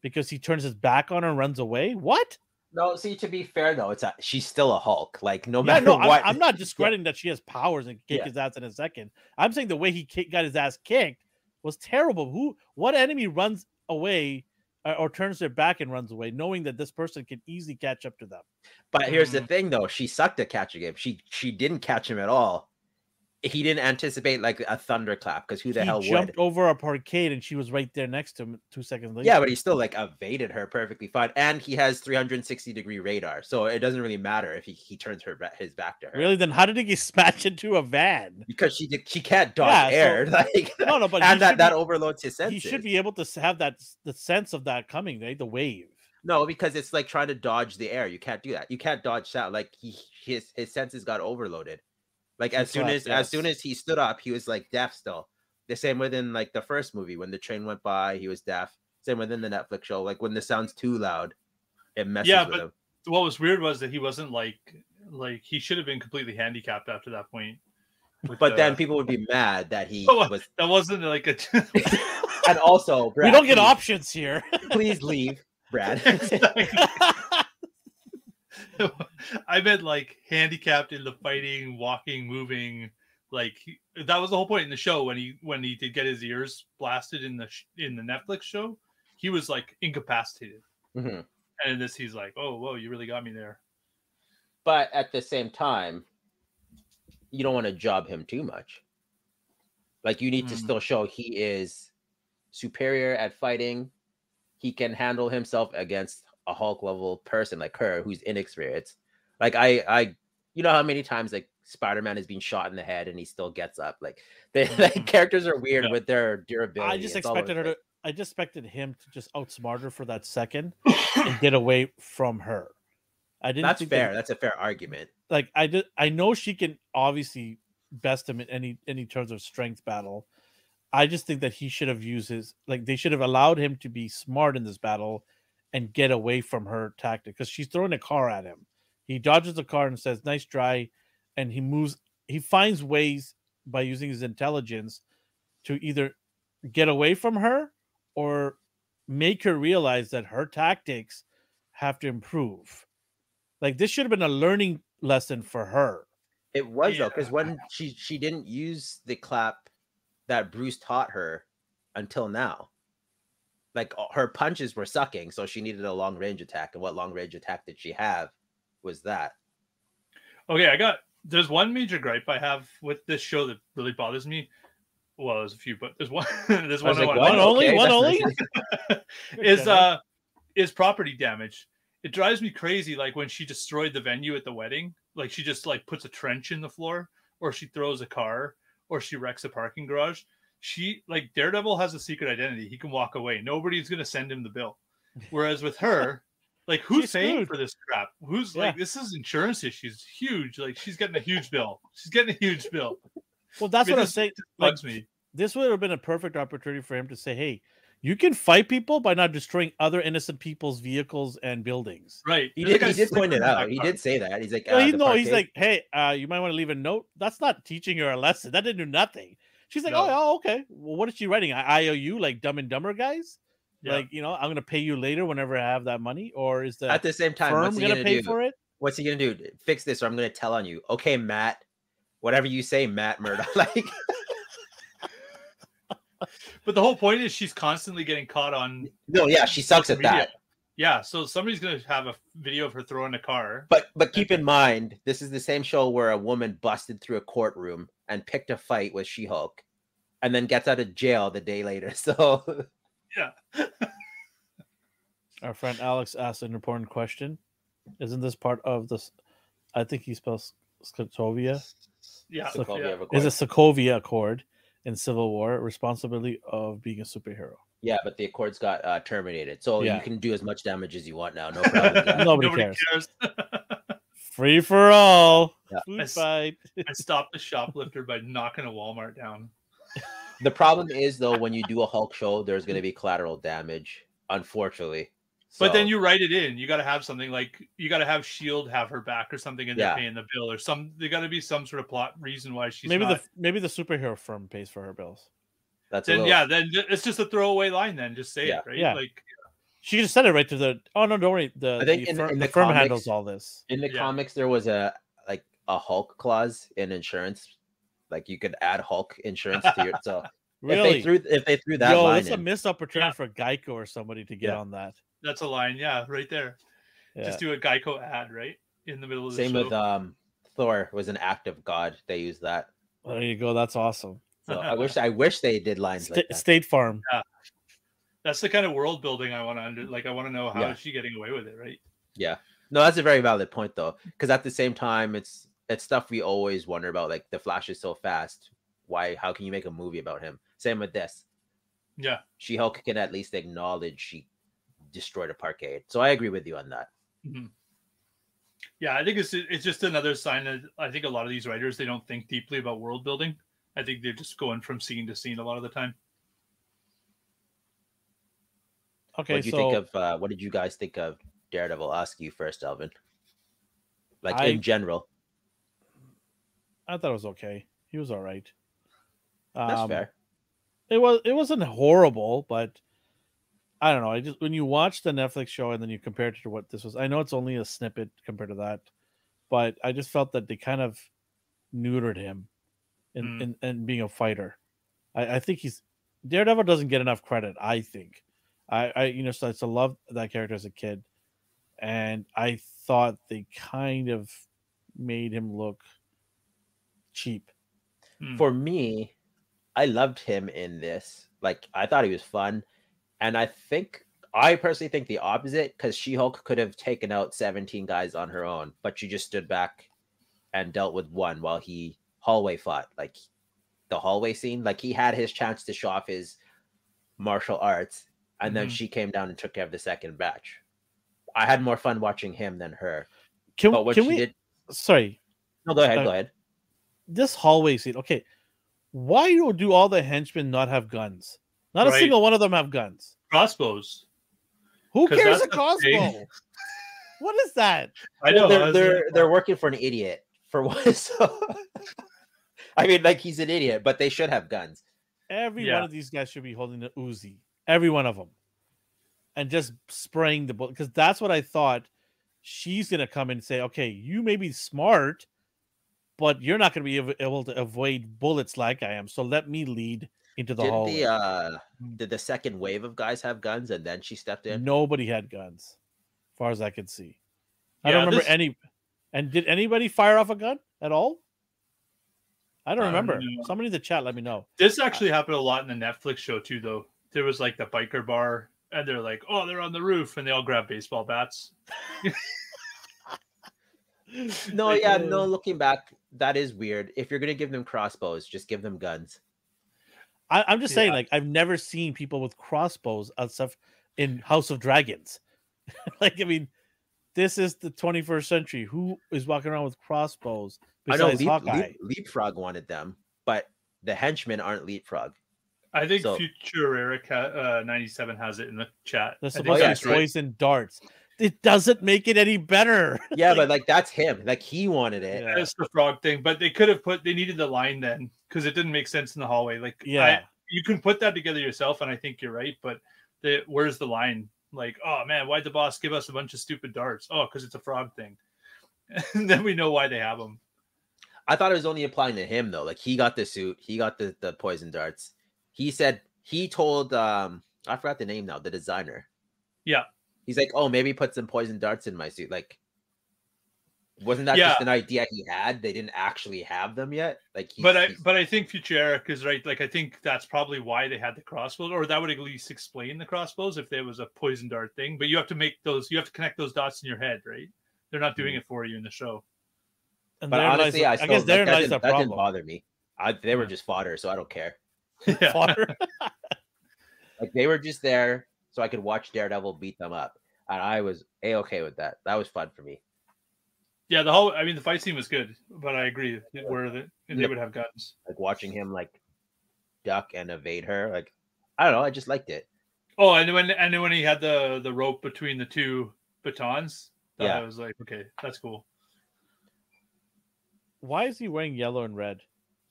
Speaker 2: because he turns his back on her and runs away what
Speaker 1: No, see, to be fair though, it's a, she's still a Hulk. Like no
Speaker 2: yeah,
Speaker 1: matter
Speaker 2: no
Speaker 1: what,
Speaker 2: I'm, I'm not discrediting that she has powers and kick
Speaker 1: Yeah.
Speaker 2: his ass in a second i'm saying the way he kick, got his ass kicked was terrible who what enemy runs away uh, or turns their back and runs away knowing that this person can easily catch up to them
Speaker 1: But here's the
Speaker 2: Mm.
Speaker 3: Mhm.
Speaker 1: thing, though. She sucked at catching him. She she didn't catch him at all. He didn't anticipate like a thunderclap because who the
Speaker 2: he
Speaker 1: hell would?
Speaker 2: jumped over a parkade and she was right there next to him two seconds later.
Speaker 1: Yeah, but he still like evaded her perfectly fine, and he has 360 degree radar, so it doesn't really matter if he, he turns her ba- his back to her.
Speaker 2: really, then how did he get smashed into a van?
Speaker 1: Because she did, she can't dodge
Speaker 2: Yeah, so-
Speaker 1: air, like
Speaker 2: No, no, but he
Speaker 1: and that
Speaker 2: should
Speaker 1: that
Speaker 2: be,
Speaker 1: overloads his senses.
Speaker 2: he should be able to s- have that s- the sense of that coming, right? The wave.
Speaker 1: No, because it's like trying to dodge the air. You can't do that. You can't dodge that. Like he, his his senses got overloaded. Like as
Speaker 2: That's
Speaker 1: soon
Speaker 2: right,
Speaker 1: as as soon as he stood up, he was like deaf still. The same within like the first movie when the train went by, he was deaf. Same within the Netflix show, like when the sound's too loud, it messes
Speaker 3: Yeah,
Speaker 1: with
Speaker 3: but-
Speaker 1: him.
Speaker 3: what was weird was that he wasn't like like he should have been completely handicapped after that point. with
Speaker 1: But
Speaker 3: the-
Speaker 1: then people would be mad that he
Speaker 3: Oh,
Speaker 1: was.
Speaker 3: that wasn't like a
Speaker 1: And also, Brad,
Speaker 2: we don't get
Speaker 1: please-
Speaker 2: options here.
Speaker 1: Please leave, Brad.
Speaker 3: I meant like handicapped in the fighting, walking, moving. Like he- that was the whole point in the show when he when he did get his ears blasted in the sh- in the Netflix show, he was like incapacitated.
Speaker 1: Mhm.
Speaker 3: And in this, he's like, "Oh, whoa, you really got me there."
Speaker 1: but at the same time you don't want to job him too much like you need to
Speaker 2: Hmm.
Speaker 3: Mm.
Speaker 1: still show he is superior at fighting he can handle himself against a hulk level person like her who's inexperienced like i i you know how many times like spider-man is being shot in the head and he still gets up like the
Speaker 3: Mhm.
Speaker 1: like, characters are weird
Speaker 3: Yeah.
Speaker 1: with their durability
Speaker 2: Mm-hmm. I just
Speaker 1: It's all over
Speaker 2: expected
Speaker 1: the
Speaker 2: her to.
Speaker 1: place.
Speaker 2: I just expected him to just outsmart her for that second and get away from her. I didn't.
Speaker 1: that's
Speaker 2: think that-
Speaker 1: fair that's a fair argument
Speaker 2: like I did I know she can obviously best him in any any terms of strength battle. I just think that he should have used his like they should have allowed him to be smart in this battle and get away from her tactic because she's throwing a car at him. He dodges the car and says, nice try, and he moves he finds ways by using his intelligence to either get away from her or make her realize that her tactics have to improve Like this should have been a learning lesson for her.
Speaker 1: It was though, because when she she didn't use the clap that Bruce taught her until now. Like uh, her punches were sucking, so she needed a long range attack. And what long range attack did she have? Was that
Speaker 3: Okay, I got there's one major gripe I have with this show that really bothers me. Well, there's a few, but there's one. there's
Speaker 1: I was
Speaker 3: one. I
Speaker 1: like,
Speaker 3: want
Speaker 1: what?
Speaker 2: One Oh, only,
Speaker 1: Okay,
Speaker 2: one
Speaker 1: that's
Speaker 2: only.
Speaker 1: nice.
Speaker 3: is
Speaker 2: Okay.
Speaker 3: uh is property damage. It drives me crazy. Like when she destroyed the venue at the wedding, like she just like puts a trench in the floor, or she throws a car, or she wrecks a parking garage. She like Daredevil has a secret identity. He can walk away. Nobody's gonna send him the bill. Whereas with her, like who's
Speaker 2: She's
Speaker 3: paying
Speaker 2: screwed.
Speaker 3: for this crap? Who's
Speaker 2: Yeah.
Speaker 3: like this is insurance issues huge. Like she's getting a huge bill. She's getting a huge bill.
Speaker 2: Well, that's
Speaker 3: It
Speaker 2: what I
Speaker 3: just
Speaker 2: say. Like,
Speaker 3: Bugs me.
Speaker 2: this would have been a perfect opportunity for him to say, "Hey, you can fight people by not destroying other innocent people's vehicles and buildings."
Speaker 3: Right.
Speaker 1: he
Speaker 3: This
Speaker 1: did, he
Speaker 3: guy's
Speaker 1: did point
Speaker 3: sleeping in
Speaker 1: it
Speaker 3: the
Speaker 1: out.
Speaker 3: back
Speaker 1: He
Speaker 3: car.
Speaker 1: did say that. He's like,
Speaker 2: Yeah,
Speaker 1: uh,
Speaker 2: he,
Speaker 1: the
Speaker 2: no, he's
Speaker 1: parquet-
Speaker 2: like, "Hey, uh, you might want to leave a note." That's not teaching her a lesson. That didn't do nothing. She's like, "Oh,
Speaker 3: No.
Speaker 2: yeah, okay. Well, what is she writing? I IOU like Dumb and Dumber guys?
Speaker 3: Yeah.
Speaker 2: Like, you know, I'm gonna pay you later whenever I have that money, or is the
Speaker 1: at the same time,
Speaker 2: firm
Speaker 1: what's he
Speaker 2: gonna,
Speaker 1: gonna,
Speaker 2: pay
Speaker 1: do?
Speaker 2: for it?"
Speaker 1: What's he gonna do? Fix this, or I'm gonna tell on you. Okay, Matt. Whatever you say, Matt Murdoch. Like,
Speaker 3: But the whole point is she's constantly getting caught on.
Speaker 1: no, yeah, she sucks at
Speaker 3: Social media.
Speaker 1: that.
Speaker 3: Yeah, so somebody's gonna have a video of her throwing a car.
Speaker 1: But but keep in mind, this is the same show where a woman busted through a courtroom and picked a fight with She-Hulk, and then gets out of jail the day later. So
Speaker 2: Our friend Alex asked an important question. Isn't this part of this? I think he spells Skotovia.
Speaker 3: Yeah,
Speaker 1: So call me
Speaker 3: yeah.
Speaker 1: over
Speaker 2: Is
Speaker 1: court.
Speaker 2: a Sokovia Accord in Civil War responsibility of being a superhero?
Speaker 1: yeah, but the accords got uh, terminated, so
Speaker 2: Yeah.
Speaker 1: you can do as much damage as you want now. No problem. guys.
Speaker 2: Nobody cares. Free for all.
Speaker 1: Yeah.
Speaker 2: Food
Speaker 3: Yes.
Speaker 2: fight.
Speaker 3: I stopped the shoplifter by knocking a Walmart down.
Speaker 1: The problem is though, when you do a Hulk show, there's going to be collateral damage, unfortunately.
Speaker 3: But then
Speaker 1: So,
Speaker 3: you write it in. You got to have something like you got to have Shield have her back or something, and they're
Speaker 1: Yeah.
Speaker 3: paying the bill or some. There got to be some sort of plot reason why she's
Speaker 2: maybe
Speaker 3: not-
Speaker 2: the maybe the superhero firm pays for her bills.
Speaker 1: that's a
Speaker 3: Then
Speaker 1: little-
Speaker 3: yeah, then th- it's just a throwaway line. Then just say
Speaker 1: Yeah.
Speaker 3: it, right?
Speaker 2: Yeah.
Speaker 3: Like
Speaker 2: She just said it right to the. Oh no, don't worry. The,
Speaker 1: I think
Speaker 2: the
Speaker 1: in-
Speaker 2: firm,
Speaker 1: in
Speaker 2: the
Speaker 1: the
Speaker 2: firm
Speaker 1: comics-
Speaker 2: handles all this.
Speaker 1: In the
Speaker 3: Yeah.
Speaker 1: comics, there was a like a Hulk clause in insurance, like you could add Hulk insurance to your. So if
Speaker 2: Really?
Speaker 1: they threw if they threw that
Speaker 2: Yo,
Speaker 1: line
Speaker 2: that's a
Speaker 1: in,
Speaker 2: missed opportunity
Speaker 3: Yeah.
Speaker 2: for Geico or somebody to get
Speaker 1: Yeah.
Speaker 2: on that.
Speaker 3: that's a line. Yeah, right there.
Speaker 2: Yeah.
Speaker 3: Just do a Geico ad, right, in the middle of the
Speaker 1: same
Speaker 3: show.
Speaker 1: with um Thor was an act of God. They used that.
Speaker 2: There you go. That's awesome.
Speaker 1: So I wish I wish they did lines
Speaker 2: Sta-
Speaker 1: like that.
Speaker 2: State Farm.
Speaker 3: That's the kind of world building I want to under. Like I want to know how is
Speaker 1: Yeah.
Speaker 3: she getting away with it, right?
Speaker 1: Yeah. No, that's a very valid point though. Because at the same time, it's it's stuff we always wonder about. Like the Flash is so fast. Why how can you make a movie about him? Same with this.
Speaker 3: Yeah.
Speaker 1: She Hulk can at least acknowledge she destroyed a parkade. So I agree with you on that.
Speaker 3: Mhm. Yeah, I think it's it's just another sign that I think a lot of these writers they don't think deeply about world building. I think they're just going from scene to scene a lot of the time.
Speaker 2: Okay,
Speaker 1: what do you
Speaker 2: so
Speaker 1: think of uh, what did you guys think of Daredevil? I'll ask you first, Alvin. Like
Speaker 2: I-
Speaker 1: in general.
Speaker 2: I thought it was okay. He was all right.
Speaker 1: That's
Speaker 2: Um,
Speaker 1: fair.
Speaker 2: It was it wasn't horrible, but I don't know. I just when you watch the Netflix show and then you compare it to what this was, I know it's only a snippet compared to that, but I just felt that they kind of neutered him in
Speaker 1: Hmm.
Speaker 3: Mm.
Speaker 2: in, in being a fighter. I, I think he's Daredevil doesn't get enough credit. I think I I you know so I used to love that character as a kid, and I thought they kind of made him look cheap. Hmm.
Speaker 3: Mm.
Speaker 1: for me, I loved him in this. Like I thought he was fun, and I think I personally think the opposite because She Hulk could have taken out seventeen guys on her own, but she just stood back and dealt with one while he hallway fought. Like the hallway scene, like he had his chance to show off his martial arts, and then
Speaker 2: Mm-hmm.
Speaker 3: Mhm.
Speaker 1: she came down and took care of the second batch. I had more fun watching him than her.
Speaker 2: Can,
Speaker 1: But what
Speaker 2: can
Speaker 1: she
Speaker 2: we?
Speaker 1: did,
Speaker 2: Sorry,
Speaker 1: no, go ahead,
Speaker 2: Uh,
Speaker 1: go ahead.
Speaker 2: this hallway scene. Okay, why do, do all the henchmen not have guns? Not a
Speaker 3: Right.
Speaker 2: single one of them have guns.
Speaker 3: Crossbows.
Speaker 2: Who
Speaker 3: 'Cause
Speaker 2: carries a
Speaker 3: that's the thing.
Speaker 2: crossbow? what is that?
Speaker 3: I
Speaker 1: Well,
Speaker 3: know I
Speaker 1: they're
Speaker 3: was-
Speaker 1: they're, they're working for an idiot for one. So I mean, like he's an idiot, but they should have guns.
Speaker 2: Every
Speaker 3: Yeah.
Speaker 2: one of these guys should be holding the Uzi. Every one of them, and just spraying the bullet because that's what I thought she's going to come and say, okay, you may be smart, but you're not going to be av- able to avoid bullets like I am. So let me lead into the
Speaker 1: did
Speaker 2: hallway.
Speaker 1: the uh did the second wave of guys have guns and then she stepped in?
Speaker 2: Nobody had guns, as far as I could see. I
Speaker 3: Yeah,
Speaker 2: don't remember
Speaker 3: this-
Speaker 2: any. And did anybody fire off a gun at all? I
Speaker 1: I
Speaker 2: don't
Speaker 1: don't
Speaker 2: remember.
Speaker 3: know.
Speaker 2: Somebody in the chat, let me know.
Speaker 3: This actually happened a lot in the Netflix show too, though. There was like the biker bar, and they're like, "Oh, they're on the roof," and they all grab baseball bats.
Speaker 1: No,
Speaker 3: Like,
Speaker 1: yeah,
Speaker 3: uh,
Speaker 1: no. Looking back, that is weird. If you're gonna give them crossbows, just give them guns.
Speaker 2: I, I'm just saying,
Speaker 3: Yeah.
Speaker 2: like, I've never seen people with crossbows and stuff in House of Dragons. like, I mean, this is the 21st century. Who is walking around with crossbows
Speaker 1: I know
Speaker 2: besides
Speaker 1: Leap,
Speaker 2: Hawkeye?
Speaker 1: Leap- Leapfrog wanted them, but the henchmen aren't Leapfrog.
Speaker 3: I think
Speaker 1: So-
Speaker 3: Future Eric ha- uh, ninety seven has it in the chat.
Speaker 2: They're
Speaker 3: I think
Speaker 2: supposed
Speaker 1: yeah,
Speaker 2: to be
Speaker 1: that's
Speaker 3: that's right.
Speaker 2: poison darts. It doesn't make it any better.
Speaker 1: Yeah, but like that's him. Like he wanted it.
Speaker 2: Yeah.
Speaker 3: That's the frog thing, but they could have put. They needed the line then because it didn't make sense in the hallway. Like,
Speaker 2: Yeah.
Speaker 3: I- you can put that together yourself, and I think you're right. But the, where's the line? Like, oh man, why'd the boss give us a bunch of stupid darts? Oh, because it's a frog thing. and then we know why they have them.
Speaker 1: I thought it was only applying to him though. Like he got the suit, he got the, the poison darts. He said he told um I forgot the name now, the designer.
Speaker 3: Yeah.
Speaker 1: He's like, Oh, maybe put some poison darts in my suit. Like wasn't that just
Speaker 3: Yeah.
Speaker 1: an idea he had? They didn't actually have them yet. Like he,
Speaker 3: But I,
Speaker 1: he-
Speaker 3: but I think Future Eric is right. Like, I think that's probably why they had the crossbows, or that would at least explain the crossbows if there was a poison dart thing. But you have to make those. You have to connect those dots in your head, right? They're not doing it for you in the show.
Speaker 2: And
Speaker 1: but
Speaker 2: therein lies
Speaker 1: honestly,
Speaker 2: the-
Speaker 1: I,
Speaker 2: I guess
Speaker 1: still- like, that,
Speaker 2: therein lies the
Speaker 1: didn't, that didn't
Speaker 2: problem.
Speaker 1: bother me. I, they were
Speaker 3: Yeah.
Speaker 1: just fodder, so I don't care.
Speaker 3: Yeah.
Speaker 2: Fodder.
Speaker 1: Like they were just there so I could watch Daredevil beat them up. And I was a okay with that. That was fun for me.
Speaker 3: Yeah, the whole I mean the fight scene was good, but I agree that where the, they
Speaker 1: Yep.
Speaker 3: would have guns.
Speaker 1: like watching him like duck and evade her. Like I don't know, I just liked it.
Speaker 3: Oh, and when and then when he had the the rope between the two batons, yeah.
Speaker 1: Yeah.
Speaker 3: I was like, okay, that's cool.
Speaker 2: Why is he wearing yellow and red?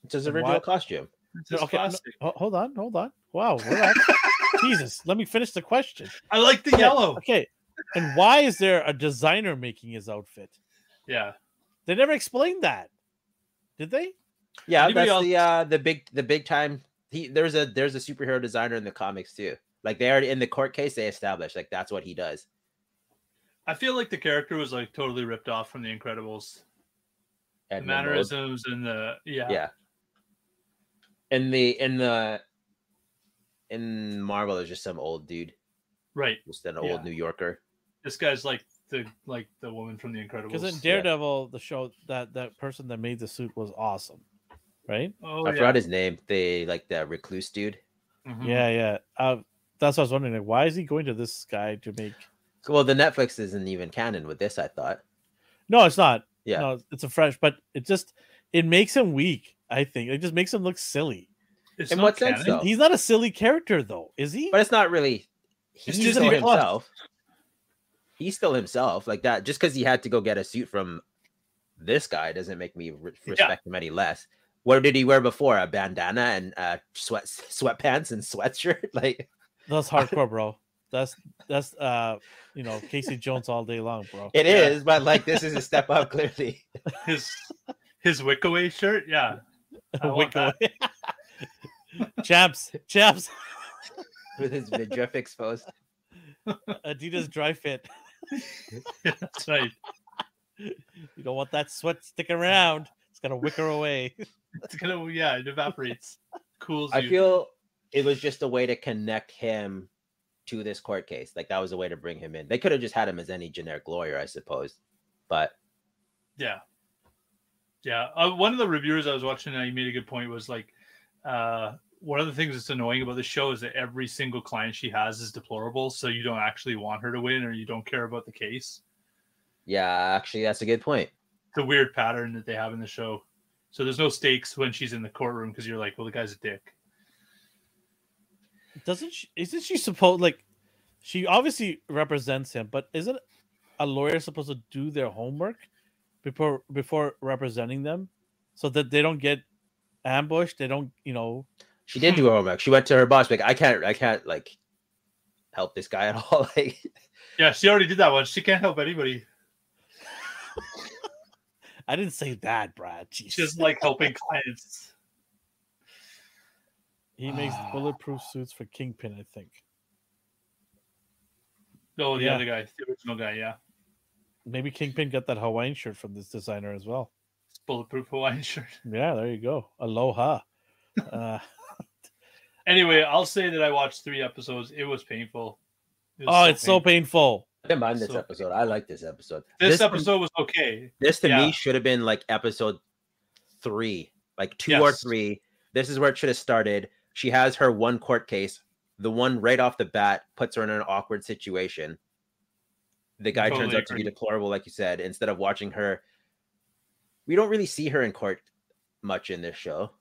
Speaker 1: It's his
Speaker 2: And
Speaker 1: original
Speaker 2: what-
Speaker 1: costume.
Speaker 3: It's just
Speaker 2: okay, no-
Speaker 3: plastic.
Speaker 2: ho- hold on, hold on. Wow, relax. Jesus, let me finish the question.
Speaker 3: I like the yellow.
Speaker 2: Okay, and why is there a designer making his outfit?
Speaker 3: Yeah,
Speaker 2: They never explained that, did they?
Speaker 1: Yeah,
Speaker 3: Anybody
Speaker 1: that's the uh the big the big time he there's a there's a superhero designer in the comics too. Like they already in the court case they established like that's what he does.
Speaker 3: I feel like the character was like totally ripped off from The Incredibles, the
Speaker 1: Edmund Mode.
Speaker 3: mannerisms and the yeah.
Speaker 1: Yeah. In the in the in Marvel there's just some old dude,
Speaker 3: right.
Speaker 1: just an
Speaker 3: Yeah.
Speaker 1: old New Yorker.
Speaker 3: This guy's like the like the woman from The Incredibles.
Speaker 2: Because in Daredevil, the show that that person that made the suit was awesome, right?
Speaker 3: oh
Speaker 1: I
Speaker 3: yeah,
Speaker 1: forgot his name. The like the recluse dude.
Speaker 3: Mhm.
Speaker 2: Yeah, yeah. Uh, that's what I was wondering. Like, why is he going to this guy to make?
Speaker 1: Well, the Netflix isn't even canon with this, I thought.
Speaker 2: No, it's not.
Speaker 1: Yeah.
Speaker 2: no, it's a fresh, but it just it makes him weak. I think it just makes him look silly.
Speaker 3: It's
Speaker 1: In
Speaker 3: not
Speaker 1: what sense,
Speaker 3: canon.
Speaker 1: though?
Speaker 2: He's not a silly character though, is he?
Speaker 1: but it's not really he's
Speaker 3: It's
Speaker 1: still
Speaker 3: Disney Plus.
Speaker 1: himself he's still himself like that just because he had to go get a suit from this guy doesn't make me re- respect him any less what did he wear before a bandana and uh sweat sweatpants and sweatshirt like
Speaker 2: That's hardcore, bro. That's that's uh you know Casey Jones all day long, bro.
Speaker 1: it is,
Speaker 3: Yeah.
Speaker 1: but like this is a step up clearly
Speaker 3: His his Wickaway shirt. Yeah, I want
Speaker 2: Wick away. Chaps, chaps,
Speaker 1: with his midriff exposed
Speaker 2: Adidas dry fit.
Speaker 3: that's right.
Speaker 2: You don't want that sweat sticking around. It's gotta wicker away.
Speaker 3: It's gonna yeah, it evaporates, cools.
Speaker 1: i
Speaker 3: you.
Speaker 1: feel it was just a way to connect him to this court case like that was a way to bring him in they could have just had him as any generic lawyer i suppose but
Speaker 3: Yeah. Yeah. Uh, one of the reviewers I was watching, and he made a good point, was like, uh, one of the things that's annoying about the show is that every single client she has is deplorable. So you don't actually want her to win or you don't care about the case.
Speaker 1: yeah actually that's a good point
Speaker 3: It's a weird pattern that they have in the show. So there's no stakes when she's in the courtroom because you're like, well, the guy's a dick.
Speaker 2: Doesn't she isn't she supposed like she obviously represents him, but isn't a lawyer supposed to do their homework before before representing them so that they don't get ambushed, they don't, you know,
Speaker 1: She did do her homework. She went to her boss, like, I can't, I can't, like, help this guy at all. like,
Speaker 3: Yeah, she already did that one. She can't help anybody.
Speaker 2: I didn't say that, Brad. Jeez.
Speaker 3: Just like helping clients.
Speaker 2: he makes bulletproof suits for Kingpin, I think.
Speaker 3: Oh, the
Speaker 2: Yeah.
Speaker 3: other guy, the original guy, yeah.
Speaker 2: Maybe Kingpin got that Hawaiian shirt from this designer as well.
Speaker 3: Bulletproof Hawaiian shirt.
Speaker 2: Yeah, there you go. Aloha. Uh,
Speaker 3: Anyway, I'll say that I watched three episodes. It was painful. It was
Speaker 2: oh, it's so painful.
Speaker 1: I didn't mind this
Speaker 3: So-
Speaker 1: episode. I like this episode.
Speaker 3: This,
Speaker 1: to-
Speaker 3: episode was okay.
Speaker 1: this to
Speaker 3: yeah.
Speaker 1: me should have been like episode three, like two or
Speaker 3: Yes.
Speaker 1: three. This is where it should have started. She has her one court case. The one right off the bat puts her in an awkward situation. The guy turns
Speaker 3: Totally
Speaker 1: out to be
Speaker 3: agree.
Speaker 1: deplorable, like you said. Instead of watching her, we don't really see her in court much in this show.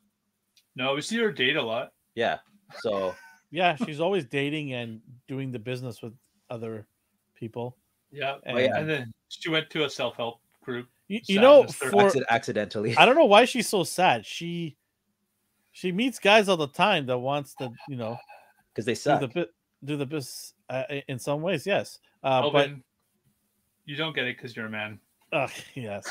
Speaker 3: No, we see her date a lot.
Speaker 1: Yeah. So
Speaker 2: Yeah, she's always dating and doing the business with other people.
Speaker 3: Yeah.
Speaker 2: And
Speaker 1: yeah.
Speaker 3: And then she went to a self help group.
Speaker 2: you, you know,
Speaker 3: Sadness or
Speaker 2: for
Speaker 1: acci- accidentally.
Speaker 2: I don't know why she's so sad. She she meets guys all the time that wants to, you know,
Speaker 1: Because they
Speaker 2: do
Speaker 1: suck.
Speaker 2: the bit do the bus uh, in some ways. Yes, uh, but
Speaker 3: Alvin, you don't get it because you're a man.
Speaker 2: uh, yes,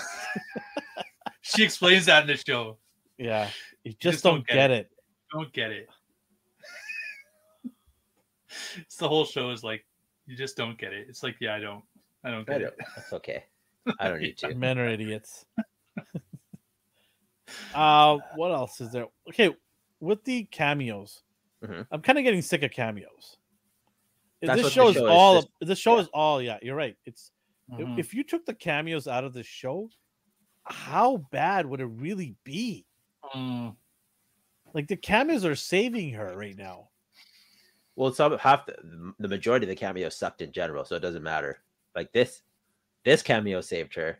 Speaker 3: She explains that in the show.
Speaker 2: yeah, you just, don't, get, it.
Speaker 3: Don't get it. it's the whole show is like you just don't get it. It's like yeah, I don't, I don't
Speaker 1: I
Speaker 3: get
Speaker 1: don't-
Speaker 3: it.
Speaker 1: That's okay. I don't need to.
Speaker 2: Men are idiots. uh, what else is there? Okay, with the cameos,
Speaker 1: Mhm.
Speaker 2: I'm kind of getting sick of cameos.
Speaker 1: That's
Speaker 2: this
Speaker 1: what
Speaker 2: show,
Speaker 1: the
Speaker 2: is
Speaker 1: show is,
Speaker 2: all.
Speaker 1: this-
Speaker 2: This show
Speaker 1: yeah.
Speaker 2: is all. Yeah, you're right. It's
Speaker 3: Mhm.
Speaker 2: if you took the cameos out of the show, how bad would it really be?
Speaker 3: Mm.
Speaker 2: Like the cameos are saving her right now.
Speaker 1: Well, some half the, the majority of the cameos sucked in general, so it doesn't matter. Like this, this cameo saved her,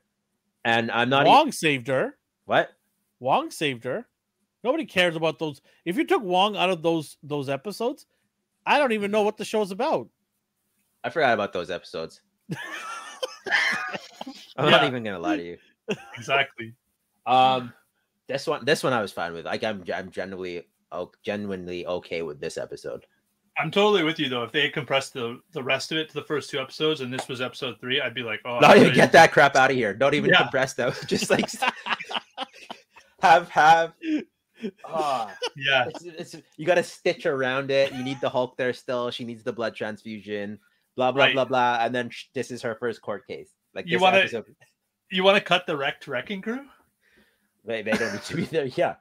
Speaker 1: and I'm not e-
Speaker 2: Wong saved her.
Speaker 1: what
Speaker 2: Wong saved her. Nobody cares about those. If you took Wong out of those those episodes, I don't even know what the show's about.
Speaker 1: I forgot about those episodes. I'm not
Speaker 3: Yeah.
Speaker 1: even gonna lie to you.
Speaker 3: exactly.
Speaker 1: Um, this one, this one I was fine with. Like I'm, I'm genuinely, oh, genuinely okay with this episode.
Speaker 3: I'm totally with you though. If they had compressed the the rest of it to the first two episodes, and this was episode three, I'd be like, oh,
Speaker 1: Not
Speaker 3: I'm
Speaker 1: even
Speaker 3: ready.
Speaker 1: get that crap out of here. Don't even
Speaker 3: Yeah.
Speaker 1: compress them. Just like have have. Ah.
Speaker 3: Yeah,
Speaker 1: it's, it's you got to stitch around it. You need the Hulk there still. She needs the blood transfusion. Blah blah
Speaker 3: Right.
Speaker 1: blah blah. And then sh- this is her first court case. Like
Speaker 3: You
Speaker 1: this
Speaker 3: wanna-
Speaker 1: episode,
Speaker 3: you want to cut the wrecked wrecking crew?
Speaker 1: they, they don't need to be there. Yeah,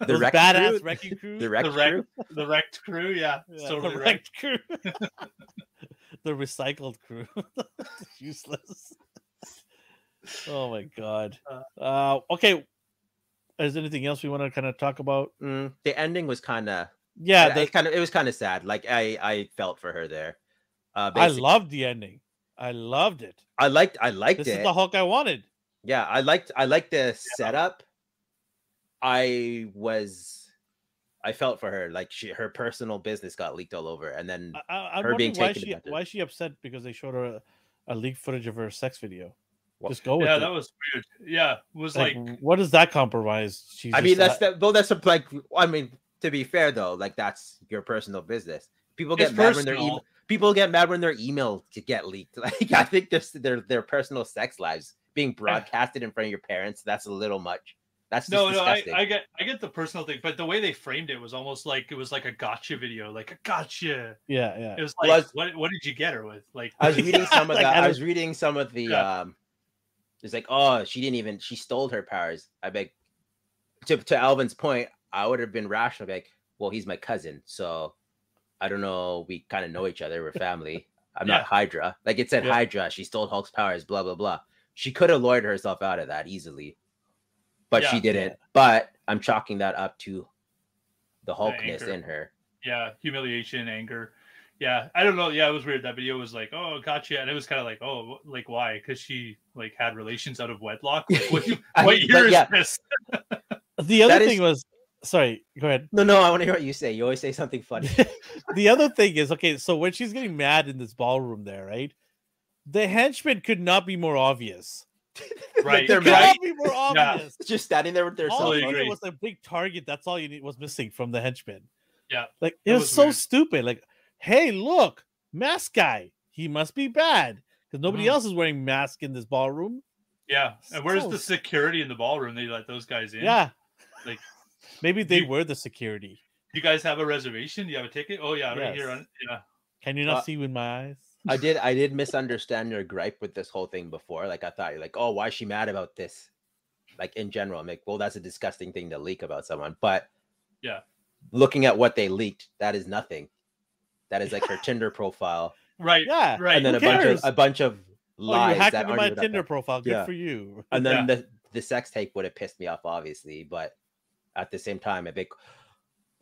Speaker 1: the
Speaker 2: Those
Speaker 1: wreck
Speaker 2: badass
Speaker 1: crew,
Speaker 2: wrecking crew.
Speaker 1: the wreck
Speaker 3: the wreck,
Speaker 1: crew.
Speaker 3: the wrecked crew. Yeah,
Speaker 2: Yeah,
Speaker 3: it's totally
Speaker 2: the
Speaker 3: wrecked.
Speaker 2: wrecked crew. the recycled crew. Useless. Oh my god. Uh, okay. Is there anything else we want to kind of talk about?
Speaker 1: Mm, the ending was kind of
Speaker 2: Yeah, the,
Speaker 1: kind of it was kind of sad. Like I I felt for her there. Uh,
Speaker 2: I
Speaker 1: basically,
Speaker 2: loved the ending. I loved it.
Speaker 1: I liked I liked
Speaker 2: This
Speaker 1: it.
Speaker 2: is the Hulk I wanted.
Speaker 1: yeah i liked i liked the setup i was i felt for her like she her personal business got leaked all over and then
Speaker 2: I, I- I'm
Speaker 1: her being
Speaker 2: wondering why
Speaker 1: taken
Speaker 2: she
Speaker 1: advantage.
Speaker 2: why is she upset because they showed her a, a leaked footage of her sex video.
Speaker 1: Well,
Speaker 2: Just go with
Speaker 3: Yeah,
Speaker 2: it.
Speaker 3: that was weird. Yeah, it was
Speaker 2: like,
Speaker 3: like,
Speaker 2: what does that compromise? She's
Speaker 1: i mean
Speaker 2: just uh,
Speaker 1: that's
Speaker 2: a-
Speaker 1: that well that's a, like i mean to be fair though like that's your personal business people get
Speaker 3: It's
Speaker 1: mad when their
Speaker 3: personal.
Speaker 1: email people get mad when their email to get leaked like i think there's their their personal sex lives being broadcasted in front of your parents that's a little much that's just
Speaker 3: no, no, I,
Speaker 1: disgusting.
Speaker 3: I get, I get the personal thing, but the way they framed it was almost like it was like a gotcha video, like a gotcha.
Speaker 2: yeah, yeah.
Speaker 3: It was like,
Speaker 1: Was-
Speaker 3: what, what did you get her with? Like,
Speaker 1: I was reading some of
Speaker 2: Like,
Speaker 1: the.
Speaker 2: I
Speaker 1: I
Speaker 2: don't-
Speaker 1: was reading some of the.
Speaker 3: Yeah.
Speaker 1: um It's like, oh, she didn't even. She stole her powers. I beg. To to Alvin's point, I would have been rational. be Like, well, he's my cousin, so I don't know. We kind of know each other. We're family. I'm
Speaker 3: Yeah.
Speaker 1: not Hydra. Like it said,
Speaker 3: Yeah.
Speaker 1: Hydra. She stole Hulk's powers. Blah blah blah. She could have lawyered herself out of that easily, but she
Speaker 3: Yeah.
Speaker 1: didn't. But I'm chalking that up to the Hulkness
Speaker 3: anchor.
Speaker 1: in her.
Speaker 3: yeah, humiliation, anger. Yeah, I don't know. Yeah, it was weird. That video was like, oh, gotcha, and it was kind of like, oh, wh- like why? Because she like had relations out of wedlock. Like, what
Speaker 1: I-
Speaker 3: what
Speaker 1: but
Speaker 3: year is
Speaker 1: yeah.
Speaker 3: this?
Speaker 2: The other
Speaker 1: That is-
Speaker 2: thing was sorry, go ahead.
Speaker 1: No, no, I want to hear what you say. You always say something funny.
Speaker 2: the other thing is okay, so when she's getting mad in this ballroom there, right? The henchman could not be more obvious.
Speaker 3: Right,
Speaker 1: they're
Speaker 2: Could
Speaker 1: mad.
Speaker 3: right.
Speaker 2: not be more obvious.
Speaker 1: just standing there with their
Speaker 2: All
Speaker 1: cell
Speaker 3: Totally
Speaker 2: it
Speaker 1: phone.
Speaker 3: agree.
Speaker 2: was a big target. That's all you need was missing from the henchman.
Speaker 3: Yeah,
Speaker 2: Like it
Speaker 3: that
Speaker 2: was,
Speaker 3: was
Speaker 2: so
Speaker 3: weird.
Speaker 2: stupid. Like, hey, look, mask guy. He must be bad because nobody
Speaker 3: Mhm.
Speaker 2: else is wearing mask in this ballroom.
Speaker 3: Yeah. And where's
Speaker 2: So-
Speaker 3: the security in the ballroom? They let those guys in.
Speaker 2: Yeah.
Speaker 3: Like-
Speaker 2: maybe they
Speaker 3: You-
Speaker 2: were the security.
Speaker 3: You guys have a reservation? Do you have a ticket? Oh yeah, right here.
Speaker 2: Yes.
Speaker 3: On, yeah.
Speaker 2: Can you not
Speaker 1: Uh,
Speaker 2: see with my eyes?
Speaker 1: I did I did misunderstand your gripe with this whole thing before. Like I thought you're like, oh, why is she mad about this? Like in general, I'm like, well, that's a disgusting thing to leak about someone. But
Speaker 3: Yeah.
Speaker 1: looking at what they leaked, that is nothing. That is like her Tinder profile,
Speaker 3: Right.
Speaker 2: Yeah.
Speaker 3: Right.
Speaker 1: and then
Speaker 2: who
Speaker 1: a bunch
Speaker 2: cares?
Speaker 1: of a bunch of
Speaker 2: Oh, you
Speaker 1: lies
Speaker 2: hacked
Speaker 1: that
Speaker 2: into
Speaker 1: aren't
Speaker 2: my
Speaker 1: even up
Speaker 2: Tinder
Speaker 1: there.
Speaker 2: profile. Good
Speaker 1: Yeah.
Speaker 2: for you.
Speaker 1: And then the the sex tape would have pissed me off, obviously. But at the same time, I'd be, like,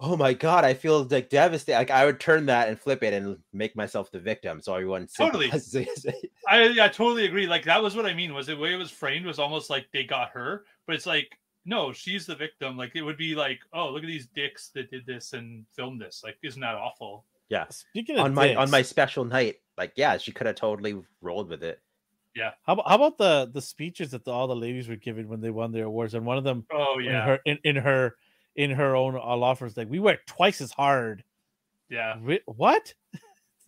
Speaker 1: oh my god, I feel like devastated. Like I would turn that and flip it and make myself the victim, so everyone
Speaker 3: Totally.
Speaker 1: sympathizes.
Speaker 3: I, I totally agree. Like that was what I mean. Was the way it was framed was almost like they got her, but it's like no, she's the victim. Like it would be like, oh, look at these dicks that did this and filmed this. Like, isn't that awful?
Speaker 2: Speaking of
Speaker 1: on my on
Speaker 2: dicks,
Speaker 1: my special night. Like, yeah, she could have totally rolled with it.
Speaker 2: how, about- how about the the speeches that the, all the ladies were given when they won their awards, and one of them
Speaker 3: Oh
Speaker 2: in
Speaker 3: yeah,
Speaker 2: her in, in her in her own uh, law firm's like we work twice as hard.
Speaker 3: yeah.
Speaker 2: Re- What?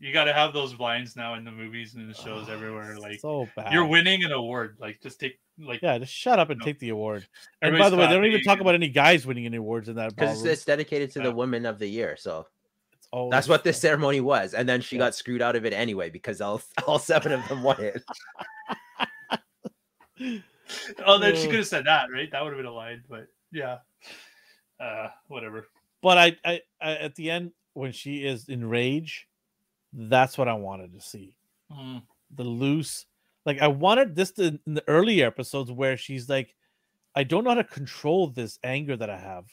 Speaker 3: You got to have those blinds now in the movies and in the shows everywhere. Like
Speaker 2: Oh, so bad.
Speaker 3: you're winning an award. Like just take like
Speaker 2: Yeah, just shut up and
Speaker 3: No.
Speaker 2: take the award. And by
Speaker 3: Everybody's
Speaker 2: the way, they don't even
Speaker 3: clapping.
Speaker 2: talk about any guys winning any awards in that
Speaker 1: Because
Speaker 2: ballroom.
Speaker 1: it's dedicated to
Speaker 3: Yeah.
Speaker 1: the women of the year. So
Speaker 2: It's always
Speaker 1: that's what this ceremony was. And then she
Speaker 2: Yeah.
Speaker 1: got screwed out of it anyway because all all seven of them won it.
Speaker 3: Oh, then she
Speaker 2: Ugh.
Speaker 3: could have said that, right? That would have been a line. But yeah, uh, whatever.
Speaker 2: But I, I, I, at the end when she is in rage, that's what I wanted to see.
Speaker 3: Mm,
Speaker 2: the loose like i wanted this to, in the earlier episodes where she's like i don't know how to control this anger that i have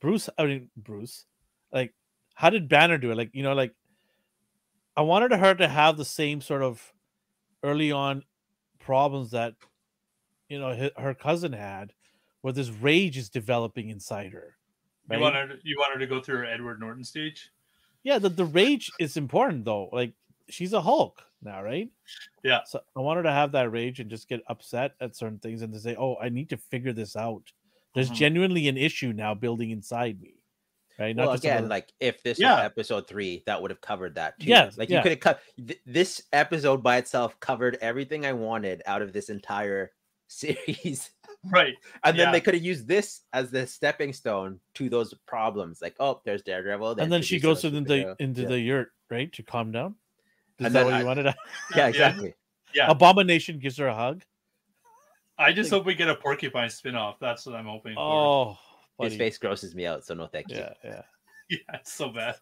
Speaker 2: bruce i mean bruce like how did banner do it like you know like i wanted her to have the same sort of early on problems that you know he- her cousin had where this rage is developing inside her
Speaker 3: You
Speaker 2: Right?
Speaker 3: want her? to- You want her to go through her Edward Norton stage?
Speaker 2: Yeah, the, the rage is important though. Like she's a Hulk now, right?
Speaker 3: Yeah.
Speaker 2: So I want her to have that rage and just get upset at certain things and to say, Oh, I need to figure this out. There's
Speaker 3: Mhm.
Speaker 2: genuinely an issue now building inside me. Right.
Speaker 1: well,
Speaker 2: just
Speaker 1: again,
Speaker 2: another-
Speaker 1: like if this
Speaker 3: Yeah.
Speaker 1: was episode three, that would have covered that too.
Speaker 2: Yes,
Speaker 1: like
Speaker 2: yeah.
Speaker 1: you could have cut th- this episode by itself covered everything I wanted out of this entire series.
Speaker 3: Right.
Speaker 1: And then
Speaker 3: Yeah.
Speaker 1: they could have used this as the stepping stone to those problems. Like, oh, there's Daredevil.
Speaker 2: and then she goes
Speaker 1: introduced him
Speaker 2: into
Speaker 1: as
Speaker 2: the
Speaker 1: superhero.
Speaker 2: into
Speaker 1: Yeah.
Speaker 2: the yurt, right? To calm down. Is
Speaker 1: And
Speaker 2: that
Speaker 1: then
Speaker 2: what
Speaker 1: I-
Speaker 2: you wanted?
Speaker 1: yeah,
Speaker 3: Yeah.
Speaker 1: exactly.
Speaker 3: Yeah.
Speaker 2: Abomination gives her a hug.
Speaker 3: I just
Speaker 2: Like-
Speaker 3: hope we get a porcupine spin-off. That's what I'm hoping for.
Speaker 2: Oh buddy.
Speaker 1: His face grosses me out, so no thank you.
Speaker 2: Yeah, yeah.
Speaker 3: Yeah, it's so bad.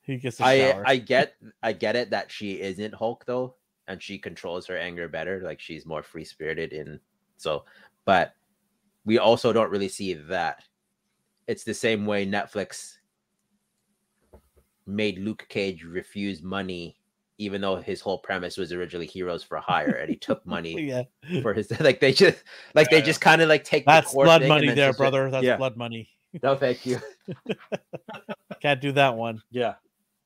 Speaker 2: He gets a
Speaker 1: I
Speaker 2: shower.
Speaker 1: I get I get it that she isn't Hulk though, and she controls her anger better. Like she's more free spirited in so, but we also don't really see that. It's the same way Netflix made Luke Cage refuse money, even though his whole premise was originally Heroes for Hire, and he took money
Speaker 2: yeah.
Speaker 1: for his like they just like they
Speaker 3: Yeah.
Speaker 1: just kind of like take the
Speaker 2: That's
Speaker 1: core
Speaker 2: blood
Speaker 1: thing and
Speaker 2: money
Speaker 1: then
Speaker 2: there,
Speaker 1: just like,
Speaker 2: brother. That's
Speaker 1: yeah.
Speaker 2: blood money.
Speaker 1: No, thank you.
Speaker 2: Can't do that one.
Speaker 1: Yeah.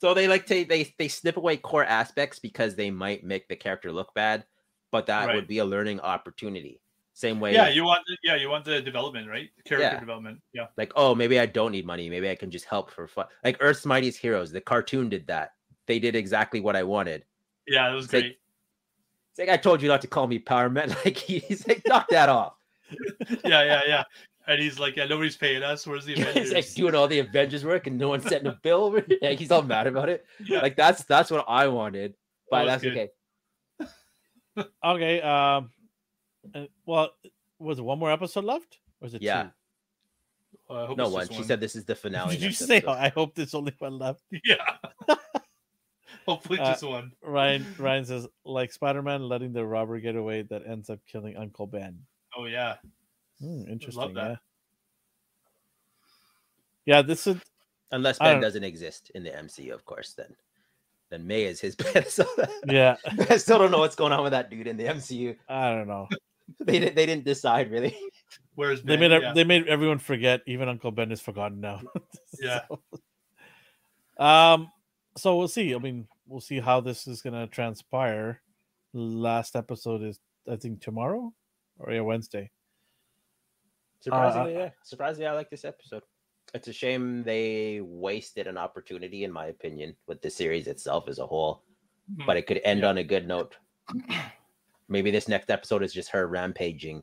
Speaker 1: So they like to they they snip away core aspects because they might make the character look bad, but that
Speaker 3: Right.
Speaker 1: would be a learning opportunity. Same way,
Speaker 3: Yeah,
Speaker 1: with,
Speaker 3: you want the, yeah, you want the development, right? Character
Speaker 1: Yeah.
Speaker 3: development. Yeah.
Speaker 1: like oh maybe I don't need money, maybe I can just help for fun. Like Earth's Mightiest Heroes, the cartoon did that. They did exactly what I wanted.
Speaker 3: Yeah, that was
Speaker 1: It's like-
Speaker 3: great.
Speaker 1: It's like I told you not to call me Power Man. Like he's like knock that off.
Speaker 3: yeah, yeah, yeah. And he's like, yeah, nobody's paying us. Where's the
Speaker 1: he's like
Speaker 3: Avengers?
Speaker 1: doing all the Avengers work and no one's sending a bill. like he's all mad about it.
Speaker 3: yeah.
Speaker 1: Like that's that's what I wanted, but
Speaker 3: was
Speaker 1: that's
Speaker 3: good.
Speaker 1: okay.
Speaker 2: Okay. Um. uh, well, was it one more episode left? Or was it
Speaker 1: Yeah.
Speaker 2: two?
Speaker 3: Uh, I hope
Speaker 1: No
Speaker 3: it's
Speaker 1: one.
Speaker 3: just
Speaker 1: She said this is the finale.
Speaker 2: Did you
Speaker 1: next
Speaker 2: say?
Speaker 1: episode.
Speaker 2: "Oh, I hope there's only one left.
Speaker 3: Yeah. Hopefully,
Speaker 2: Uh,
Speaker 3: just one.
Speaker 2: Ryan. Ryan says, like Spider-Man letting the robber get away that ends up killing Uncle Ben.
Speaker 3: Oh yeah.
Speaker 2: Hmm, interesting. Yeah.
Speaker 3: that.
Speaker 2: Yeah. This is
Speaker 1: Unless
Speaker 2: I
Speaker 1: Ben
Speaker 2: don't-
Speaker 1: doesn't exist in the MCU, of course, then then May is his Ben. So
Speaker 2: yeah.
Speaker 1: I still don't know what's going on with that dude in the MCU.
Speaker 2: I don't know.
Speaker 1: They didn't they didn't decide really.
Speaker 3: Where's
Speaker 2: They
Speaker 3: Ben?
Speaker 2: made ev-
Speaker 3: yeah.
Speaker 2: they made everyone forget. Even Uncle Ben is forgotten now.
Speaker 3: Yeah.
Speaker 2: So- um. So we'll see. I mean, we'll see how this is gonna transpire. Last episode is, I think, tomorrow or yeah, Wednesday.
Speaker 1: Surprisingly, yeah. Surprisingly, I like this episode. It's a shame they wasted an opportunity, in my
Speaker 3: Mm.
Speaker 1: opinion, with the series itself as a whole. But it could end on a good note. Maybe this next episode is just her rampaging.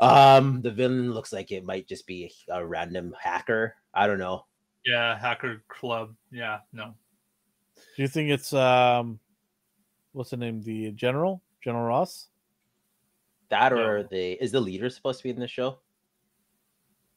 Speaker 1: Um, the villain looks like it might just be a random hacker. I don't know.
Speaker 3: Yeah, hacker club. Yeah, no.
Speaker 2: Do you think it's um, what's the name? The general, General Ross.
Speaker 1: That or the is the leader supposed to be in the show?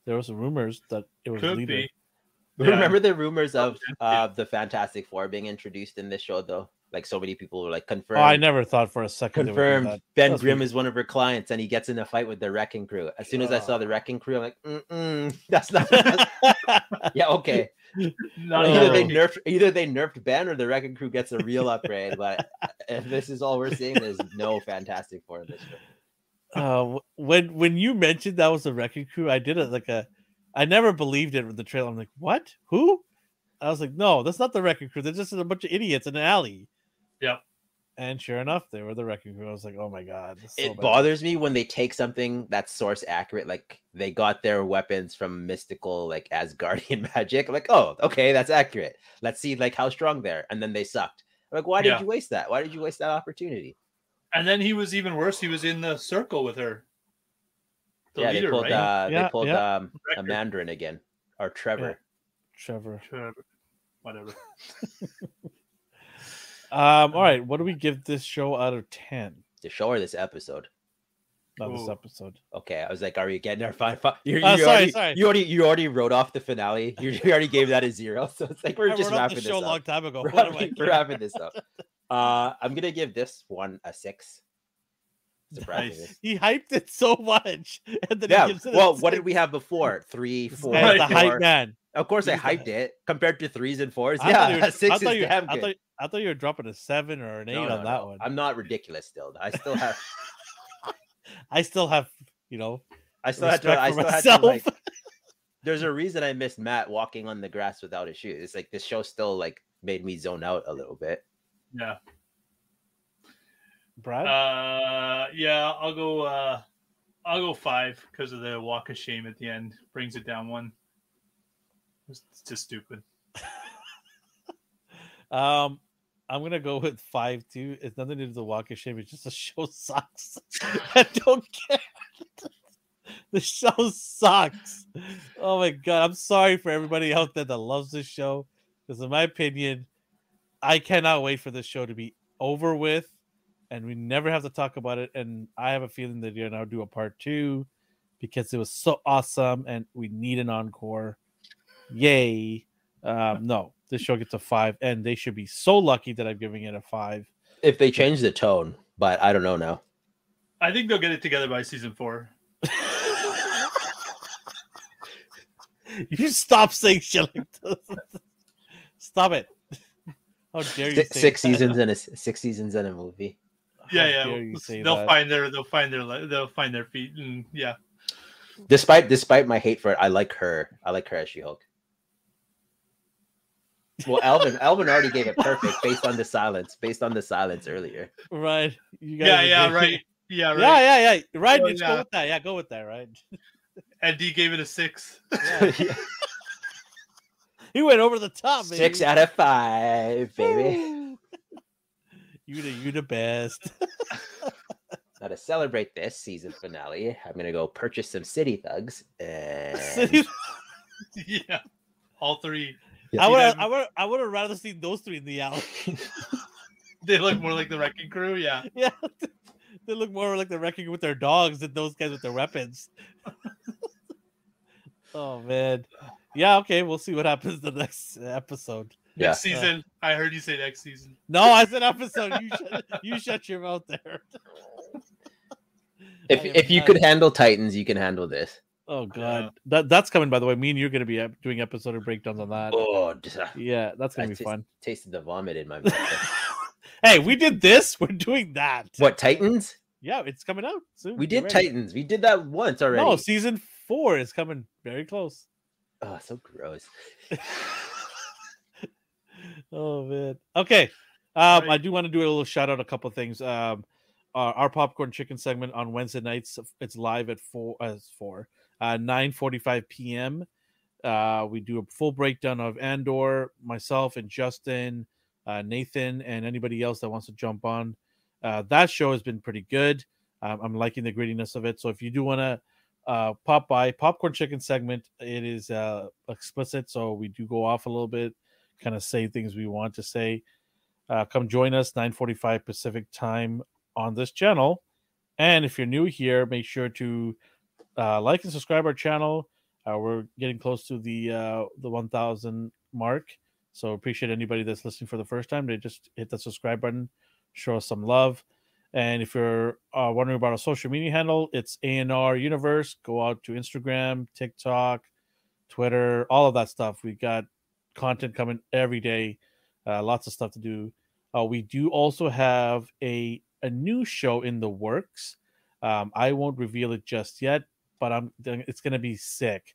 Speaker 2: There was rumors that it was
Speaker 3: Could
Speaker 2: leader.
Speaker 3: be. Yeah.
Speaker 1: Remember the rumors of
Speaker 3: Yeah.
Speaker 1: uh, the Fantastic Four being introduced in this show, though. Like so many people were like
Speaker 2: Oh,
Speaker 1: confirmed.
Speaker 2: I never thought for a second. they would do
Speaker 1: confirmed.
Speaker 2: that.
Speaker 1: Ben
Speaker 2: That's
Speaker 1: Grimm
Speaker 2: weird.
Speaker 1: is one of her clients, and he gets in a fight with the Wrecking Crew. As soon as I saw
Speaker 3: Oh.
Speaker 1: the Wrecking Crew, I'm like, Mm-mm, that's not. that's- yeah, okay. Oh.
Speaker 3: Not
Speaker 1: Either they
Speaker 3: even-
Speaker 1: nerfed, either they nerfed Ben, or the Wrecking Crew gets a real upgrade. But if this is all we're seeing, there's no Fantastic Four in this show.
Speaker 2: uh, when when you mentioned that was the wrecking crew, I did it like a. I never believed it with the trailer. I'm like, what? Who? I was like, no, that's not the wrecking crew. They're just a bunch of idiots in an alley.
Speaker 3: Yep.
Speaker 2: And sure enough, they were the wrecking crew. I was like, oh my god, this is so
Speaker 1: it
Speaker 2: bad.
Speaker 1: bothers me when they take something that's source accurate like they got their weapons from mystical like asgardian magic like oh okay that's accurate let's see like how strong they're and then they sucked like why did
Speaker 3: Yeah.
Speaker 1: you waste that why did you waste that opportunity
Speaker 3: And then he was even worse. He was in the circle with her. The
Speaker 1: yeah
Speaker 3: leader,
Speaker 1: they pulled
Speaker 3: right?
Speaker 1: uh
Speaker 2: Yeah,
Speaker 1: they pulled
Speaker 2: yeah.
Speaker 1: um a
Speaker 3: Wrecker.
Speaker 1: mandarin again or trevor
Speaker 2: Trevor.
Speaker 3: Trevor. Whatever.
Speaker 2: Um, all right, what do we give this show out of ten?
Speaker 1: to show her this episode
Speaker 2: Not this
Speaker 3: Ooh.
Speaker 2: episode.
Speaker 1: okay i was like are you getting our fine fi- you, you,
Speaker 2: Uh, sorry,
Speaker 1: already,
Speaker 2: sorry.
Speaker 1: you already you already wrote off the finale you, you already gave that a zero so it's like we're
Speaker 2: I
Speaker 1: just
Speaker 2: wrote off
Speaker 1: wrapping
Speaker 2: the
Speaker 1: this
Speaker 2: show a
Speaker 1: up
Speaker 2: long time ago.
Speaker 1: We're
Speaker 2: What am I
Speaker 1: wrapping, we're
Speaker 2: kidding?
Speaker 1: wrapping this up. Uh, I'm gonna give this one a six. Surprisingly.
Speaker 3: Nice.
Speaker 2: He hyped it so much, and then he
Speaker 1: Yeah.
Speaker 2: gives it a
Speaker 1: Well, what did
Speaker 2: six.
Speaker 1: we have before? Three,
Speaker 2: This
Speaker 1: four.
Speaker 2: man's the
Speaker 1: four.
Speaker 2: hype man.
Speaker 1: Of course, I
Speaker 2: He's the
Speaker 1: hyped it compared to threes and fours.
Speaker 2: I
Speaker 1: yeah,
Speaker 2: thought you
Speaker 1: a
Speaker 2: were-
Speaker 1: six
Speaker 2: I thought
Speaker 1: is
Speaker 2: you,
Speaker 1: damn
Speaker 2: I
Speaker 1: good.
Speaker 2: thought, I thought you were dropping a seven or an eight
Speaker 1: No,
Speaker 2: on
Speaker 1: no,
Speaker 2: that
Speaker 1: no.
Speaker 2: one. i
Speaker 1: I'm not ridiculous still. I still have.
Speaker 2: still have, you know,
Speaker 1: I still had to.
Speaker 2: Respect
Speaker 1: I
Speaker 2: for
Speaker 1: still had to
Speaker 2: myself.
Speaker 1: like. There's a reason I missed Matt walking on the grass without his shoes. It's like this show still like made me zone out a little bit.
Speaker 3: Yeah.
Speaker 2: Brad.
Speaker 3: Uh, yeah, I'll go. Uh, I'll go five because of the walk of shame at the end. Brings it down one. It's it's just stupid.
Speaker 2: um, I'm gonna go with five two. It's nothing to do with the walk of shame. It's just the show sucks. I don't care. the show sucks. Oh my god, I'm sorry for everybody out there that loves this show. Because in my opinion, I cannot wait for this show to be over with, and we never have to talk about it. And I have a feeling that you're now do a part two because it was so awesome, and we need an encore. Yay! Um, no, this show gets a five, and they should be so lucky that I'm giving it a five.
Speaker 1: If they change the tone, but I don't know now.
Speaker 3: I think they'll get it together by season four.
Speaker 2: you stop saying shit like this. Stop it. How dare you?
Speaker 1: Six,
Speaker 2: say
Speaker 1: six
Speaker 2: that?
Speaker 1: seasons in a six seasons in a movie.
Speaker 2: How
Speaker 3: Yeah,
Speaker 2: dare
Speaker 3: yeah.
Speaker 2: you say
Speaker 3: They'll
Speaker 2: that.
Speaker 3: find their. They'll find their. le- They'll find their feet. And yeah,
Speaker 1: Despite despite my hate for it, I like her. I like her as She Hulk. Well, Alvin Alvin already gave it perfect based on the silence, based on the silence earlier.
Speaker 2: Right. You
Speaker 3: yeah,
Speaker 2: guys are
Speaker 3: yeah,
Speaker 2: doing-
Speaker 3: right. Yeah, right.
Speaker 2: Yeah, yeah, yeah. Right.
Speaker 3: Oh,
Speaker 2: let's go
Speaker 3: yeah.
Speaker 2: with that. Yeah, go with that. Right.
Speaker 3: And D gave it a six.
Speaker 1: Yeah.
Speaker 2: He went over the top. Baby.
Speaker 1: Six out of five, baby.
Speaker 2: Woo. you the you the best.
Speaker 1: Now to celebrate this season finale, I'm gonna go purchase some City Thugs. And
Speaker 3: yeah, all three.
Speaker 2: I
Speaker 3: You
Speaker 2: would
Speaker 3: guys-
Speaker 2: I would I would have rather seen those three in the alley.
Speaker 3: They look more like the Wrecking Crew. Yeah,
Speaker 2: Yeah. They look more like they're wrecking with their dogs than those guys with their weapons. oh man. Yeah, okay, we'll see what happens the next episode.
Speaker 1: yeah,
Speaker 3: next season. I heard you say next season.
Speaker 2: No, I said episode. You shut, you shut your mouth there.
Speaker 1: if
Speaker 2: I am
Speaker 1: if you
Speaker 2: not-
Speaker 1: could handle Titans, you can handle this.
Speaker 2: Oh god. That that's coming by the way. Me and you're going to be ep- doing episode of breakdowns on that.
Speaker 1: Oh, just, uh,
Speaker 2: Yeah, that's going
Speaker 1: I
Speaker 2: to be
Speaker 1: just-
Speaker 2: fun.
Speaker 1: tasted the vomit in my mouth.
Speaker 2: hey, we did this. We're doing that.
Speaker 1: what Titans?
Speaker 2: Yeah, it's coming out soon.
Speaker 1: We
Speaker 2: Get
Speaker 1: did
Speaker 2: ready.
Speaker 1: Titans. We did that once already.
Speaker 2: No, season four is coming very close.
Speaker 1: Oh, so gross.
Speaker 2: Oh man. Okay. Um, I
Speaker 3: Right.
Speaker 2: do want to do a little shout out a couple of things. Um, our, our popcorn chicken segment on Wednesday nights. It's live at four. Uh, it's four. Uh, nine forty-five p.m. Uh, we do a full breakdown of Andor. Myself and Justin, uh, Nathan, and anybody else that wants to jump on. Uh, that show has been pretty good. Um, I'm liking the grittiness of it. So if you do want to uh, pop by popcorn chicken segment, it is uh, explicit, so we do go off a little bit, kind of say things we want to say. Uh, come join us 9:45 Pacific time on this channel. And if you're new here, make sure to uh, like and subscribe our channel. Uh, we're getting close to the uh, the 1,000 mark, so appreciate anybody that's listening for the first time to just hit the subscribe button, show us some love. And if you're uh, wondering about our social media handle, it's ANR Universe. Go out to Instagram, TikTok, Twitter, all of that stuff. We got content coming every day, uh, lots of stuff to do. Uh, we do also have a a new show in the works. Um, I won't reveal it just yet, but I'm it's gonna be sick.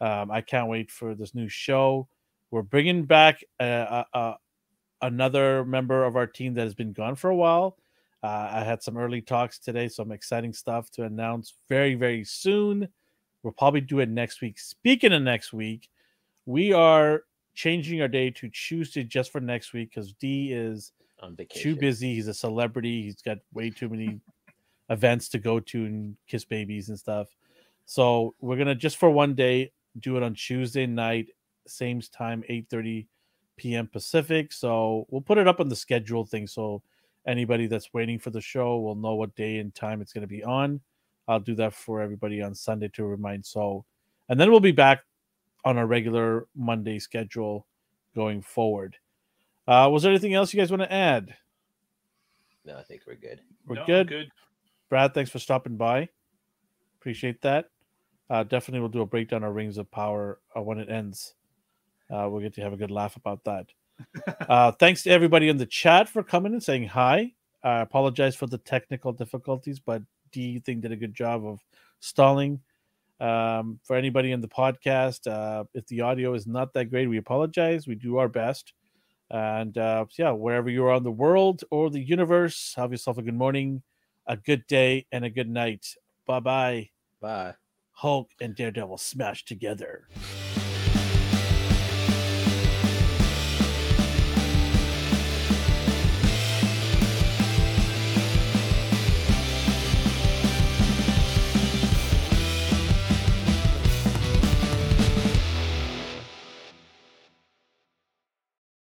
Speaker 2: Um, I can't wait for this new show. We're bringing back a, a, a, another member of our team that has been gone for a while. Uh, I had some early talks today, some exciting stuff to announce very very soon. We'll probably do it next week. Speaking of next week, we are changing our day to Tuesday just for next week because D is
Speaker 1: on
Speaker 2: too
Speaker 1: vacation.
Speaker 2: busy. He's a celebrity. He's got way too many events to go to and kiss babies and stuff. So we're gonna just for one day do it on Tuesday night, same time, eight thirty p.m. Pacific. So we'll put it up on the schedule thing. So anybody that's waiting for the show will know what day and time it's gonna be on. I'll do that for everybody on Sunday to remind. So, and then we'll be back on our regular Monday schedule going forward. Uh, was there anything else you guys want to add?
Speaker 1: No, I think we're good.
Speaker 2: We're
Speaker 3: No,
Speaker 2: good.
Speaker 3: Good.
Speaker 2: Brad, thanks for stopping by. Appreciate that. Uh, definitely, we'll do a breakdown of Rings of Power uh, when it ends. Uh, we'll get to have a good laugh about that. uh, thanks to everybody in the chat for coming and saying hi. I apologize for the technical difficulties, but D thing did a good job of stalling. Um, for anybody in the podcast, uh, if the audio is not that great, we apologize. We do our best. And uh, yeah, wherever you are in the world or the universe, have yourself a good morning, a good day, and a good night. Bye bye.
Speaker 1: Bye.
Speaker 2: Hulk and Daredevil smash together.